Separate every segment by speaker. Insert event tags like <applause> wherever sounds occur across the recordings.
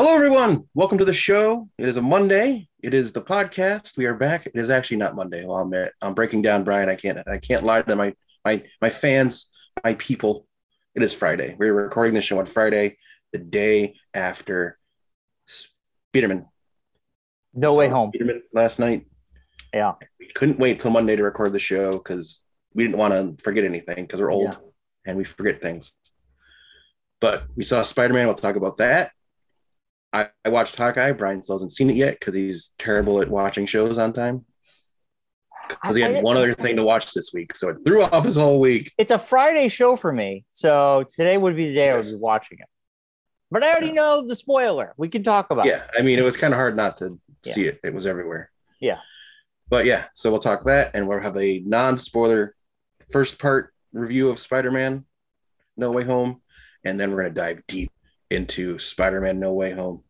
Speaker 1: everyone. Welcome to the show. It is a Monday. It is the podcast. We are back. It is actually not Monday. Well, I'm, I'm breaking down, Brian. I can't. I can't lie to my my my fans, my people. It is Friday. We're recording the show on Friday, the day after Spiderman.
Speaker 2: No way home.
Speaker 1: Spiderman last night.
Speaker 2: Yeah.
Speaker 1: We couldn't wait till Monday to record the show because we didn't want to forget anything because we're old
Speaker 2: Yeah.
Speaker 1: and we forget things. But we saw Spider Man. We'll talk about that. I, I watched Hawkeye. Brian still hasn't seen it yet because he's terrible at watching shows on time. Because he
Speaker 2: I-
Speaker 1: had
Speaker 2: I-
Speaker 1: one other thing to watch this week, so it threw off his whole week.
Speaker 2: It's a Friday show for me, so today would be the day I would be watching it. But I already
Speaker 1: Yeah.
Speaker 2: know the spoiler. We can talk about it.
Speaker 1: Yeah, I mean, it was kind of hard not to
Speaker 2: Yeah.
Speaker 1: see it. It was everywhere.
Speaker 2: Yeah.
Speaker 1: But yeah, so we'll talk that, and we'll have a non-spoiler first part review of Spider-Man: No Way Home, and then we're gonna dive deep into Spider-Man: No Way Home.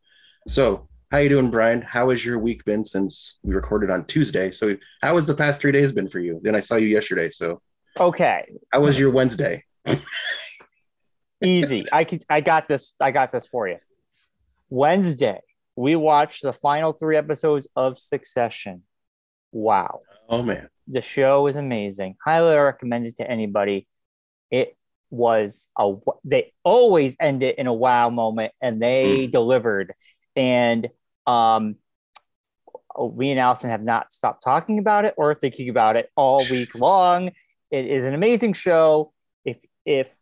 Speaker 1: So, how you doing, Brian? How has your week been since we recorded on Tuesday? So, how has the past three days been for you? Then I saw you yesterday. So,
Speaker 2: Okay,
Speaker 1: how was your Wednesday?
Speaker 2: easy. I can. I got this. I got this for you. Wednesday, we watched the final three episodes of Succession. Wow.
Speaker 1: Oh man,
Speaker 2: The show is amazing. Highly recommend it to anybody. It was a they always end it in a wow moment, and they delivered. And um, we and Allison have not stopped talking about it or thinking about it all week long. It is an amazing show. If if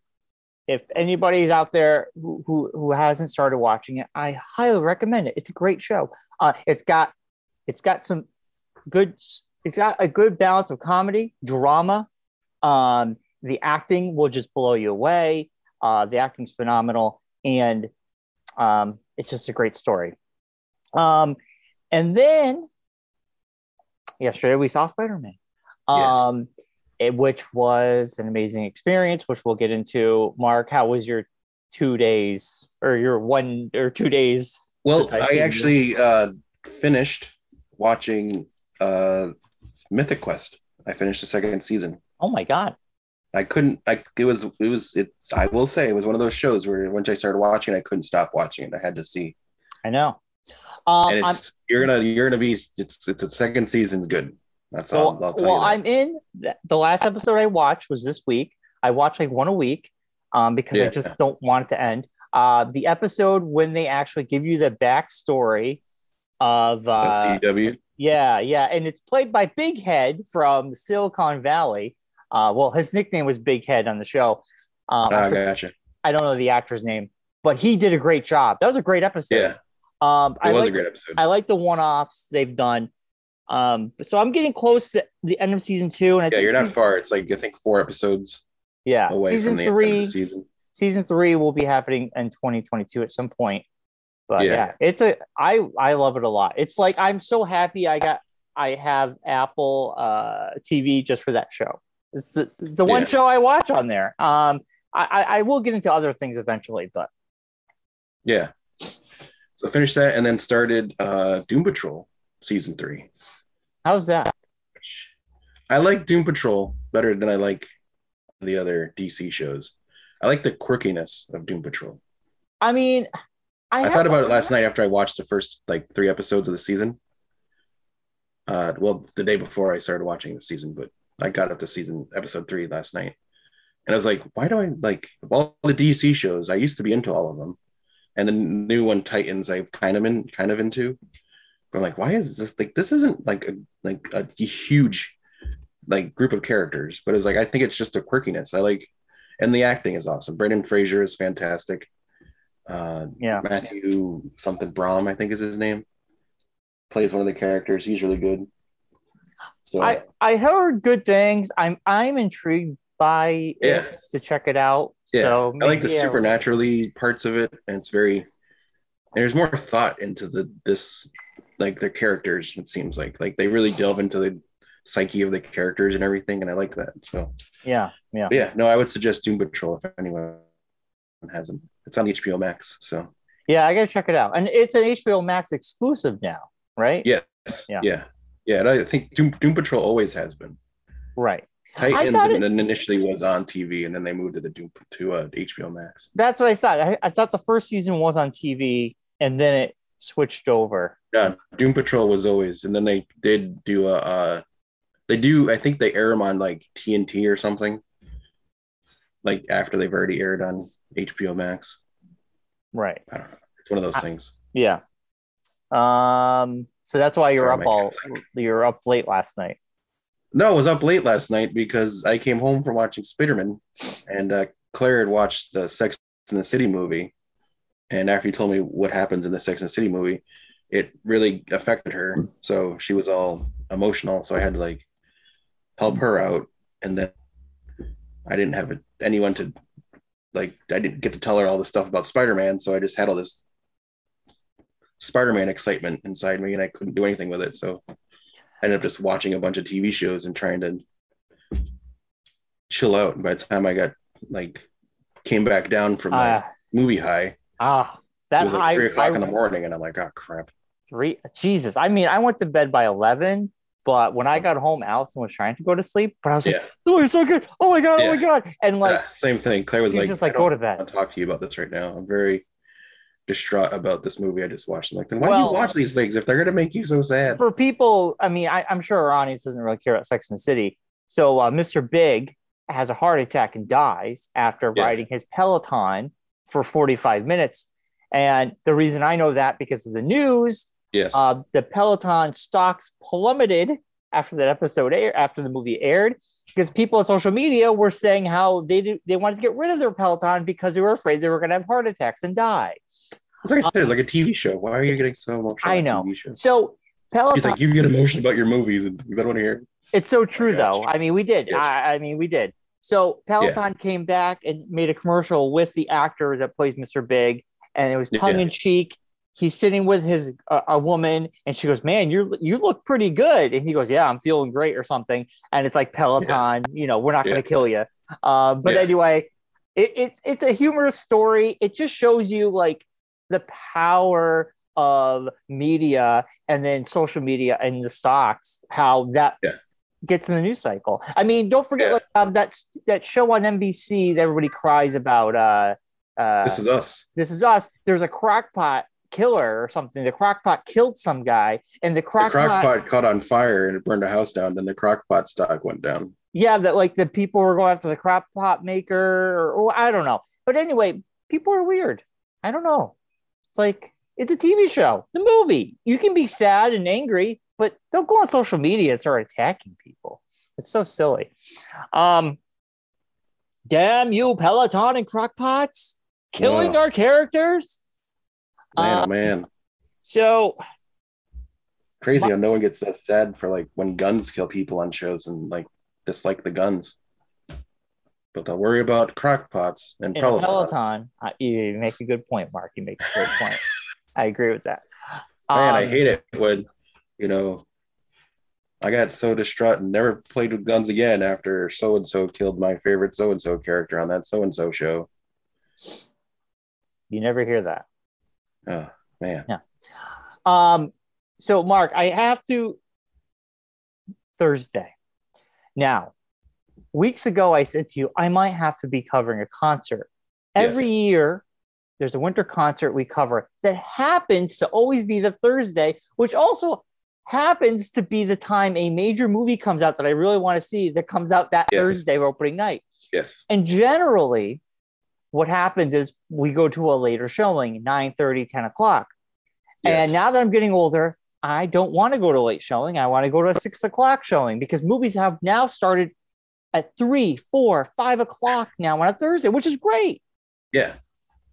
Speaker 2: if anybody's out there who who, who hasn't started watching it, I highly recommend it. It's a great show. Uh, it's got it's got some good it's got a good balance of comedy drama um the acting will just blow you away uh the acting's phenomenal and um it's just a great story um and then yesterday we saw spider-man
Speaker 1: Yes.
Speaker 2: um it, which was an amazing experience which we'll get into mark how was your two days or your one or two days
Speaker 1: Well,
Speaker 2: since I've
Speaker 1: I
Speaker 2: seen you.
Speaker 1: actually uh, finished watching uh, Mythic Quest. I finished the second season.
Speaker 2: oh my god
Speaker 1: I couldn't. I it was it was it. I will say it was one of those shows where once I started watching, I couldn't stop watching it. I had to see.
Speaker 2: i know um
Speaker 1: And
Speaker 2: I'm-
Speaker 1: it's you're gonna you're gonna be. It's it's a second season's good. That's all.
Speaker 2: So,
Speaker 1: I'll tell
Speaker 2: well,
Speaker 1: you that.
Speaker 2: I'm in. th- The last episode I watched was this week. I watch like one a week um, because I
Speaker 1: Yeah.
Speaker 2: just don't want it to end. Uh, the episode when they actually give you the backstory of uh,
Speaker 1: CW.
Speaker 2: yeah, yeah, and it's played by Big Head from Silicon Valley. Uh, well, his nickname was Big Head on the show. Um, I,
Speaker 1: Ah,
Speaker 2: forget-
Speaker 1: gotcha.
Speaker 2: I don't know the actor's name, but he did a great job. That was a great episode.
Speaker 1: Yeah, it
Speaker 2: um, I
Speaker 1: was
Speaker 2: like
Speaker 1: a great episode.
Speaker 2: I like the one offs they've done. Um, so I'm getting close to the end of season two, and I
Speaker 1: yeah,
Speaker 2: think
Speaker 1: you're not
Speaker 2: season-
Speaker 1: far. It's like I think four episodes
Speaker 2: yeah,
Speaker 1: away
Speaker 2: season
Speaker 1: from the end of
Speaker 2: three.
Speaker 1: the season.
Speaker 2: Season three will be happening in 2022 at some point. But yeah.
Speaker 1: Yeah.
Speaker 2: it's a I I love it a lot. It's like I'm so happy I got I have Apple uh, TV just for that show. It's the, the one
Speaker 1: Yeah.
Speaker 2: show I watch on there. Um, I, I I will get into other things eventually, but
Speaker 1: Yeah. So finished that and then started uh, Doom Patrol season three.
Speaker 2: how's that?
Speaker 1: I like Doom Patrol better than I like the other DC shows. I like the quirkiness of Doom Patrol.
Speaker 2: I mean, I,
Speaker 1: I,
Speaker 2: have-
Speaker 1: thought about it last night after I watched the first like three episodes of the season. Uh, well, the day before I started watching the season, but I got up to season episode three last night, and I was like, why do I like of all the DC shows? I used to be into all of them, and the new one Titans I've kind of been kind of into. But I'm like, why is this like this isn't like a like a huge like group of characters, but it's like I think it's just the quirkiness. I like, and the acting is awesome. Brendan Fraser is fantastic. Uh,
Speaker 2: Yeah,
Speaker 1: Matthew something Brom, I think is his name, plays one of the characters. He's really good. So
Speaker 2: I I heard good things. I'm I'm intrigued by
Speaker 1: Yeah.
Speaker 2: it to check it out.
Speaker 1: Yeah.
Speaker 2: So
Speaker 1: I like the
Speaker 2: maybe I'll-
Speaker 1: supernaturally parts of it, and it's very. And there's more thought into the this, like the characters. It seems like like they really delve into the psyche of the characters and everything, and I like that. So
Speaker 2: Yeah, yeah.
Speaker 1: but yeah, no, I would suggest Doom Patrol if anyone hasn't. It's on HBO Max, so
Speaker 2: Yeah, I gotta check it out. And it's an HBO Max exclusive now, right?
Speaker 1: Yeah.
Speaker 2: Yeah.
Speaker 1: yeah, yeah. And I think Doom, Doom Patrol always has been.
Speaker 2: Right.
Speaker 1: Titans
Speaker 2: thought it-
Speaker 1: and then initially was on TV, and then they moved it to Doom to uh, HBO Max.
Speaker 2: That's what I thought. I, I thought the first season was on TV and then it switched over.
Speaker 1: Yeah, Doom Patrol was always, and then they did do a, uh, they do. I think they air them on like TNT or something, like after they've already aired on HBO Max.
Speaker 2: Right.
Speaker 1: I don't know. It's one of those things.
Speaker 2: Yeah. Um. So that's why you're
Speaker 1: Sorry,
Speaker 2: up
Speaker 1: my
Speaker 2: all.
Speaker 1: head's
Speaker 2: You're up late last night.
Speaker 1: No, I was up late last night because I came home from watching Spiderman, and uh, Claire had watched the Sex and the City movie, and after you told me what happens in the Sex and the City movie, it really affected her. So she was all emotional. So I had to like help her out, and then I didn't have anyone to like. I didn't get to tell her all this stuff about Spider Man, so I just had all this Spider Man excitement inside me, and I couldn't do anything with it. So I ended up just watching a bunch of TV shows and trying to chill out. And by the time I got like came back down from my
Speaker 2: Ah.
Speaker 1: movie high,
Speaker 2: Ah.
Speaker 1: it
Speaker 2: that
Speaker 1: was like
Speaker 2: I,
Speaker 1: three o'clock
Speaker 2: I-
Speaker 1: in the morning, and I'm like, oh crap.
Speaker 2: three jesus i mean i went to bed by 11 but when i got home allison was trying to go to sleep but i was
Speaker 1: Yeah.
Speaker 2: like oh it's so good oh my god oh my
Speaker 1: Yeah.
Speaker 2: god and like
Speaker 1: Yeah, same thing. Claire
Speaker 2: she's
Speaker 1: was like,
Speaker 2: just
Speaker 1: I
Speaker 2: like
Speaker 1: don't
Speaker 2: go to
Speaker 1: want
Speaker 2: bed
Speaker 1: to talk to you about this right now. I'm very distraught about this movie I just watched. I'm like, then why do
Speaker 2: Well-
Speaker 1: you watch these things if they're gonna make you so sad?
Speaker 2: for people i mean I, i'm sure our audience doesn't really care about sex and the city so uh, mr big has a heart attack and dies after
Speaker 1: Yeah.
Speaker 2: riding his peloton for 45 minutes and the reason i know that because of the news
Speaker 1: yes.
Speaker 2: Uh, the Peloton stocks plummeted after that episode air, after the movie aired because people on social media were saying how they did, they wanted to get rid of their Peloton because they were afraid they were going to have heart attacks and die.
Speaker 1: it's like I said, it's like a TV show. Why are you getting so emotional?
Speaker 2: uh, I
Speaker 1: about
Speaker 2: know.
Speaker 1: TV shows?
Speaker 2: So Peloton,
Speaker 1: He's like, you get emotional about your movies, and is that what I hear?
Speaker 2: it's so true
Speaker 1: gosh.
Speaker 2: though. I mean, we did.
Speaker 1: Yes.
Speaker 2: I, I mean, we did. So Peloton came back and made a commercial with the actor that plays Mr. Big, and it was
Speaker 1: Yeah.
Speaker 2: tongue in cheek. He's sitting with his uh, a woman, and she goes, "Man, you you look pretty good." And he goes, "Yeah, I'm feeling great," or something. And it's like Peloton, you know, we're not
Speaker 1: Yeah.
Speaker 2: going to kill you. Uh, but
Speaker 1: Yeah.
Speaker 2: anyway, it, it's it's a humorous story. It just shows you like the power of media and then social media and the stocks, how that
Speaker 1: Yeah.
Speaker 2: gets in the news cycle. I mean, don't forget
Speaker 1: Yeah.
Speaker 2: like um, that that show on NBC that everybody cries about. Uh, uh,
Speaker 1: this is us.
Speaker 2: this is us. There's a crockpot killer or something. The crockpot killed some guy, and the
Speaker 1: The
Speaker 2: crockpot,
Speaker 1: crock pot caught on fire and it burned a house down. Then the crock pot stock went down.
Speaker 2: yeah, that like the people were going after the crockpot maker, or, or I don't know. But anyway, people are weird. I don't know. It's like it's a TV show, it's a movie. You can be sad and angry, but don't go on social media and start attacking people. It's so silly. Um, damn you, Peloton and crockpots, killing
Speaker 1: Wow.
Speaker 2: our characters.
Speaker 1: Man,
Speaker 2: Uh,
Speaker 1: oh man,
Speaker 2: So
Speaker 1: crazy how no one gets so sad for like when guns kill people on shows and like dislike the guns. But they'll worry about crock pots and
Speaker 2: in a
Speaker 1: Peloton.
Speaker 2: Peloton, uh, you make a good point, Mark. You make a great
Speaker 1: <laughs>
Speaker 2: point. I agree with that.
Speaker 1: Man, I
Speaker 2: Um,
Speaker 1: hate it when you know I got so distraught and never played with guns again after so and so killed my favorite so and so character on that so and so show.
Speaker 2: You never hear that.
Speaker 1: Oh man,
Speaker 2: Um, so Mark, I have to Thursday. Now, weeks ago I said to you, I might have to be covering a concert.
Speaker 1: Yes.
Speaker 2: Every year there's a winter concert we cover that happens to always be the Thursday, which also happens to be the time a major movie comes out that I really want to see that comes out that
Speaker 1: Yes.
Speaker 2: Thursday of opening night.
Speaker 1: yes,
Speaker 2: And generally, what happens is we go to a later showing, 9 10 o'clock.
Speaker 1: yes.
Speaker 2: And now that I'm getting older, I don't want to go to a late showing. I want to go to a six o'clock showing because movies have now started at three, four, five o'clock now on a Thursday, which is great.
Speaker 1: yeah,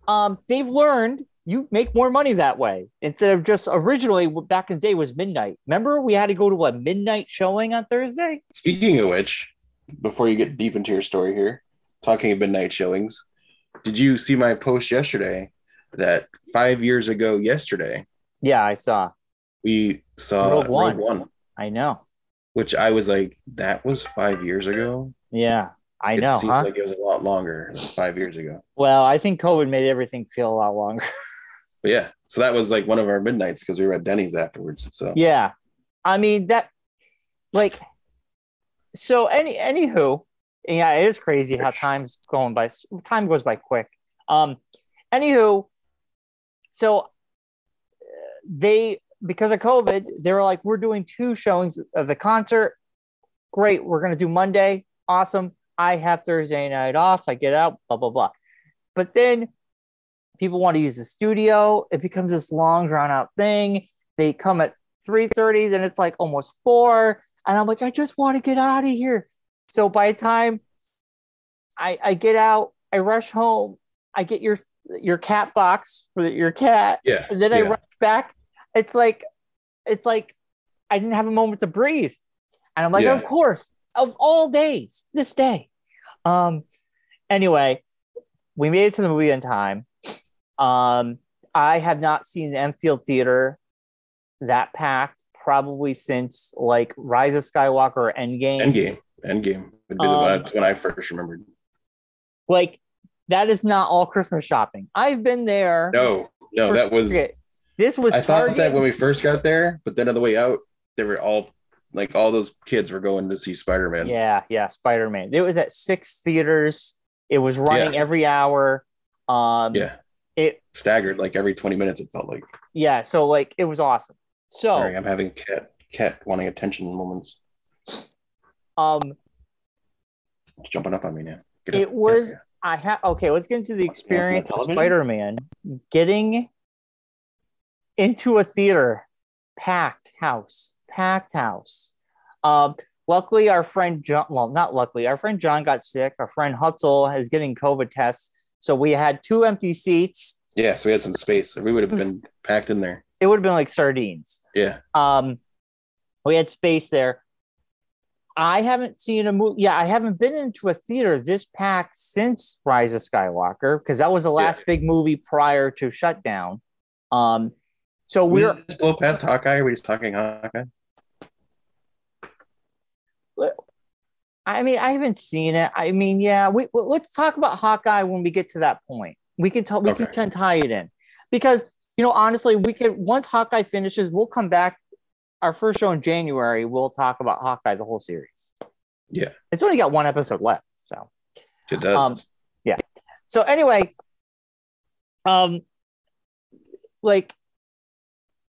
Speaker 2: Um, they've learned you make more money that way instead of just originally what back in the day was midnight. Remember, we had to go to a midnight showing on Thursday.
Speaker 1: Speaking of which, before you get deep into your story here, talking of midnight showings, did you see my post yesterday that five years ago yesterday
Speaker 2: Yeah, I saw.
Speaker 1: we saw
Speaker 2: Rogue
Speaker 1: Rogue
Speaker 2: One.
Speaker 1: One,
Speaker 2: I know.
Speaker 1: which I was like, that was five years ago.
Speaker 2: Yeah, I
Speaker 1: it
Speaker 2: know.
Speaker 1: seems
Speaker 2: Huh?
Speaker 1: like it was a lot longer than five years ago.
Speaker 2: well, I think COVID made everything feel a lot longer.
Speaker 1: But yeah, so that was like one of our midnights because we were at Denny's afterwards. So
Speaker 2: Yeah. I mean that like so any anywho, yeah, it is crazy how time's going by time goes by quick. Um anywho, so uh, they because of COVID, they were like, we're doing two showings of the concert. Great, we're gonna do Monday. Awesome. I have Thursday night off. I get out. Blah blah blah. But then people want to use the studio. It becomes this long drawn out thing. They come at three thirty, then it's like almost four, and I'm like, I just want to get out of here. So by the time I, I get out, I rush home. I get your your cat box for your cat,
Speaker 1: Yeah.
Speaker 2: and then I
Speaker 1: yeah.
Speaker 2: rush back. It's like, it's like I didn't have a moment to breathe, and I'm like,
Speaker 1: Yeah.
Speaker 2: of course, of all days, this day. Um, anyway, we made it to the movie in time. Um, I have not seen the Enfield Theater that packed probably since like Rise of Skywalker or Endgame.
Speaker 1: Endgame. Endgame would be the
Speaker 2: Um,
Speaker 1: one that's when I first remembered.
Speaker 2: Like that is not all Christmas shopping. I've been there.
Speaker 1: No, no,
Speaker 2: for-
Speaker 1: that was.
Speaker 2: okay, This was
Speaker 1: I thought
Speaker 2: Target.
Speaker 1: that when we first got there, but then on the way out, they were all like all those kids were going to see Spider Man.
Speaker 2: Yeah, yeah, Spider Man. It was at six theaters. It was running every hour. Um,
Speaker 1: Yeah.
Speaker 2: It
Speaker 1: Staggered like every 20 minutes, it felt like.
Speaker 2: yeah. So like it was awesome. So
Speaker 1: Sorry, I'm having cat cat wanting attention moments
Speaker 2: um,
Speaker 1: It's jumping up on me now. Get
Speaker 2: It
Speaker 1: up, get up
Speaker 2: was-
Speaker 1: here.
Speaker 2: I have okay. Let's get into the
Speaker 1: What's going on
Speaker 2: experience of
Speaker 1: television?
Speaker 2: Spider Man getting into a theater, packed house, packed house. Um, luckily, our friend John. Well, not luckily, our friend John got sick. Our friend Hutzel is getting COVID tests, so we had two empty seats.
Speaker 1: Yeah, so we had some space. We would have
Speaker 2: It was-
Speaker 1: been packed in there.
Speaker 2: It would have been like sardines.
Speaker 1: Yeah.
Speaker 2: Um, we had space there. I haven't seen a movie. Yeah, I haven't been into a theater this packed since Rise of Skywalker because that was the last big movie prior to shutdown. Um, so
Speaker 1: We
Speaker 2: we're
Speaker 1: just blow past Hawkeye. We're just talking Hawkeye.
Speaker 2: I mean, I haven't seen it. I mean, yeah, we, we- let's talk about Hawkeye when we get to that point. We can talk. We can
Speaker 1: Okay.
Speaker 2: kind of tie it in because you know, honestly, we could once Hawkeye finishes, we'll come back. Our first show in January, we'll talk about Hawkeye the whole series.
Speaker 1: Yeah.
Speaker 2: it's only got one episode left, so
Speaker 1: It does.
Speaker 2: Um, so anyway, um, like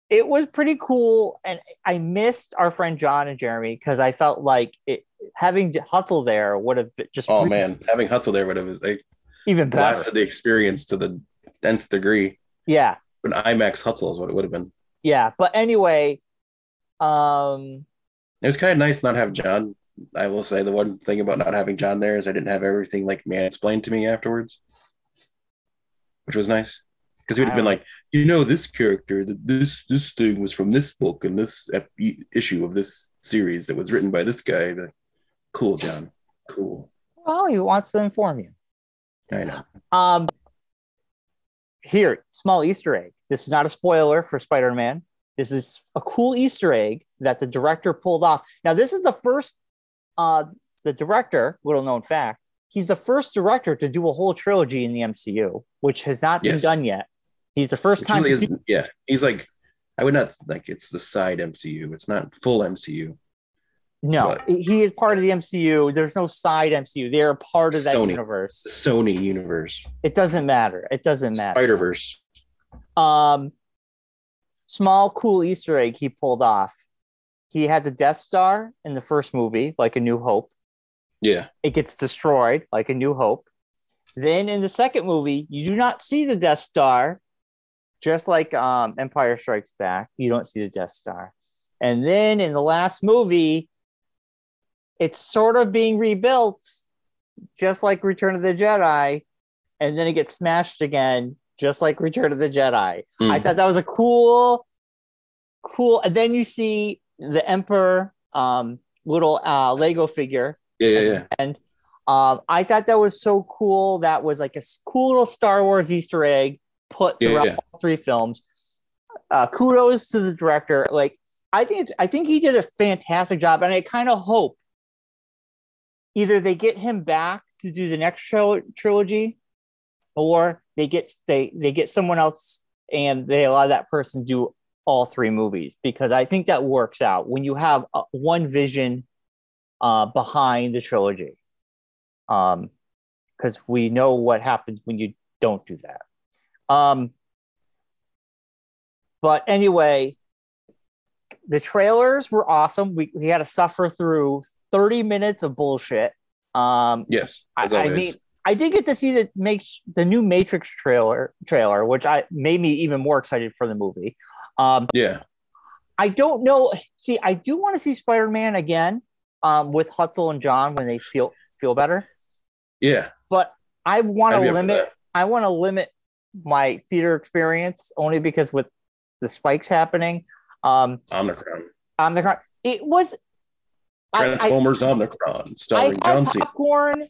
Speaker 2: it was pretty cool, and I missed our friend John and Jeremy because I felt like it having Hutzel there would have just
Speaker 1: oh
Speaker 2: been
Speaker 1: man, having Hutzel there would have like,
Speaker 2: even better.
Speaker 1: blasted the experience to the tenth degree.
Speaker 2: Yeah,
Speaker 1: An IMAX Hutzel is what it would have been.
Speaker 2: yeah. But anyway, um,
Speaker 1: It was kind of nice not have John. I will say the one thing about not having John there is I didn't have everything like mansplained to me afterwards, which was nice because he would have been like, you know, this character, th- this this thing was from this book and this ep- e- issue of this series that was written by this guy. I'd be like, cool, John. Cool.
Speaker 2: well, he wants to inform you.
Speaker 1: I know.
Speaker 2: Um, here, small Easter egg. This is not a spoiler for Spider Man. This is a cool Easter egg that the director pulled off. Now, this is the first, uh, the director, little known fact, he's the first director to do a whole trilogy in the MCU, which has not been
Speaker 1: Yes.
Speaker 2: done yet. He's the first
Speaker 1: It
Speaker 2: time.
Speaker 1: really
Speaker 2: to do-
Speaker 1: is- yeah, he's like, I would not like it's the side MCU. It's not full MCU.
Speaker 2: no,
Speaker 1: but-
Speaker 2: he is part of the MCU. There's no side MCU. They are part of that
Speaker 1: Sony.
Speaker 2: universe.
Speaker 1: The Sony universe,
Speaker 2: It doesn't matter. It doesn't matter.
Speaker 1: Spider Verse.
Speaker 2: Um, small cool Easter egg he pulled off. He had the Death Star in the first movie, like A New Hope.
Speaker 1: Yeah,
Speaker 2: It gets destroyed, like A New Hope. Then in the second movie, you do not see the Death Star, just like um, Empire Strikes Back. You don't see the Death Star. And then in the last movie, it's sort of being rebuilt, just like Return of the Jedi. And then it gets smashed again, just like Return of the Jedi. I
Speaker 1: Mm.
Speaker 2: thought that was a cool, cool. And then you see the Emperor um, little uh, Lego figure,
Speaker 1: yeah, yeah, yeah.
Speaker 2: and um, I thought that was so cool. That was like a s- cool little Star Wars Easter egg put
Speaker 1: Yeah,
Speaker 2: throughout
Speaker 1: yeah.
Speaker 2: all three films. Uh, kudos to the director. Like I think it's, I think he did a fantastic job, and I kind of hope either they get him back to do the next tril- trilogy, or they get they they get someone else and they allow that person to do all three movies because I think that works out when you have uh, one vision uh, behind the trilogy. Um, because we know what happens when you don't do that. Um, But anyway, the trailers were awesome. We, we had to suffer through 30 minutes of bullshit. Um,
Speaker 1: Yes.
Speaker 2: I, I mean, I did get to see the make the new Matrix trailer trailer, which I made me even more excited for the movie. Um,
Speaker 1: yeah.
Speaker 2: I don't know. See, I do want to see Spider Man again um, with Hutzel and John when they feel feel better.
Speaker 1: Yeah.
Speaker 2: But I want
Speaker 1: I'd be
Speaker 2: to
Speaker 1: up for
Speaker 2: limit.
Speaker 1: that.
Speaker 2: I want to limit my theater experience only because with the spikes happening, um,
Speaker 1: Omnicron.
Speaker 2: on the ground, it was. I, I,
Speaker 1: Transformers Omnicron,
Speaker 2: I
Speaker 1: starring
Speaker 2: had
Speaker 1: John Cena.
Speaker 2: popcorn.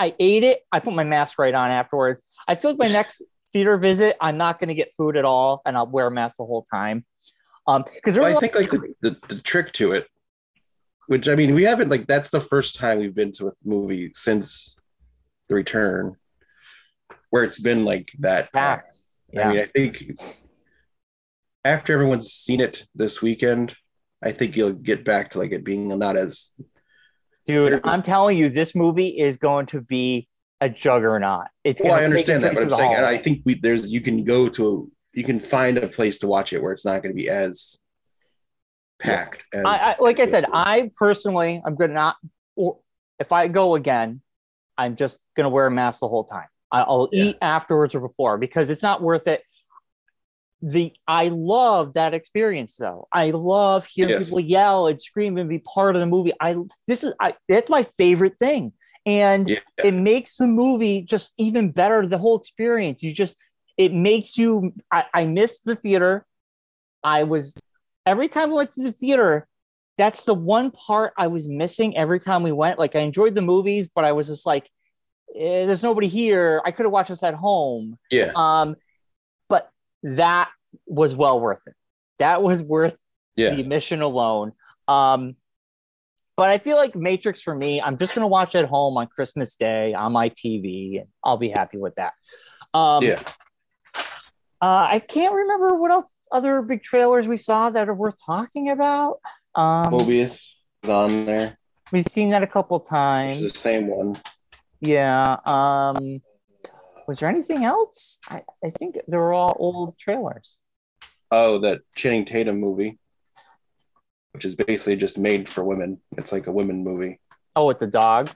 Speaker 2: I ate it. I put my mask right on afterwards. I feel like my next theater visit, I'm not going to get food at all, and I'll wear a mask the whole time. Um, because
Speaker 1: Well, I think like the, the, the trick to it, which I mean, we haven't like that's the first time we've been to a movie since the return, where it's been like that.
Speaker 2: facts. Yeah.
Speaker 1: I mean, I think after everyone's seen it this weekend, I think you'll get back to like it being not as
Speaker 2: Dude,
Speaker 1: There's-
Speaker 2: I'm telling you, this movie is going to be a juggernaut. It's
Speaker 1: well.
Speaker 2: going
Speaker 1: I
Speaker 2: to take us
Speaker 1: understand that,
Speaker 2: right
Speaker 1: but
Speaker 2: to
Speaker 1: I'm
Speaker 2: the
Speaker 1: saying
Speaker 2: hall.
Speaker 1: I think we there's you can go to you can find a place to watch it where it's not going to be as packed. As,
Speaker 2: I, I, like I said, I personally, I'm going to not. Or if I go again, I'm just going to wear a mask the whole time. I- I'll
Speaker 1: Yeah.
Speaker 2: eat afterwards or before because it's not worth it. The I love that experience though. I love hearing
Speaker 1: Yes.
Speaker 2: people yell and scream and be part of the movie. I this is I that's my favorite thing, and
Speaker 1: Yeah.
Speaker 2: it makes the movie just even better. The whole experience, you just it makes you. I, I missed the theater. I was every time I went to the theater, that's the one part I was missing every time we went. Like I enjoyed the movies, but I was just like, eh, there's nobody here. I could have watched this at home.
Speaker 1: yeah,
Speaker 2: Um, but that was well worth it. That was worth
Speaker 1: yeah.
Speaker 2: the admission alone. Um, but I feel like Matrix for me, I'm just gonna watch at home on Christmas Day on my TV, and I'll be happy with that. Um,
Speaker 1: Yeah.
Speaker 2: Uh, I can't remember what else other big trailers we saw that are worth talking about. Um,
Speaker 1: Mobius is on there.
Speaker 2: We've seen that a couple
Speaker 1: It's the
Speaker 2: times.
Speaker 1: same one.
Speaker 2: Yeah. Um, was there anything else? I, I think they were all old trailers.
Speaker 1: Oh, that Channing Tatum movie, which is basically just made for women. It's like a women movie.
Speaker 2: Oh, with the dog.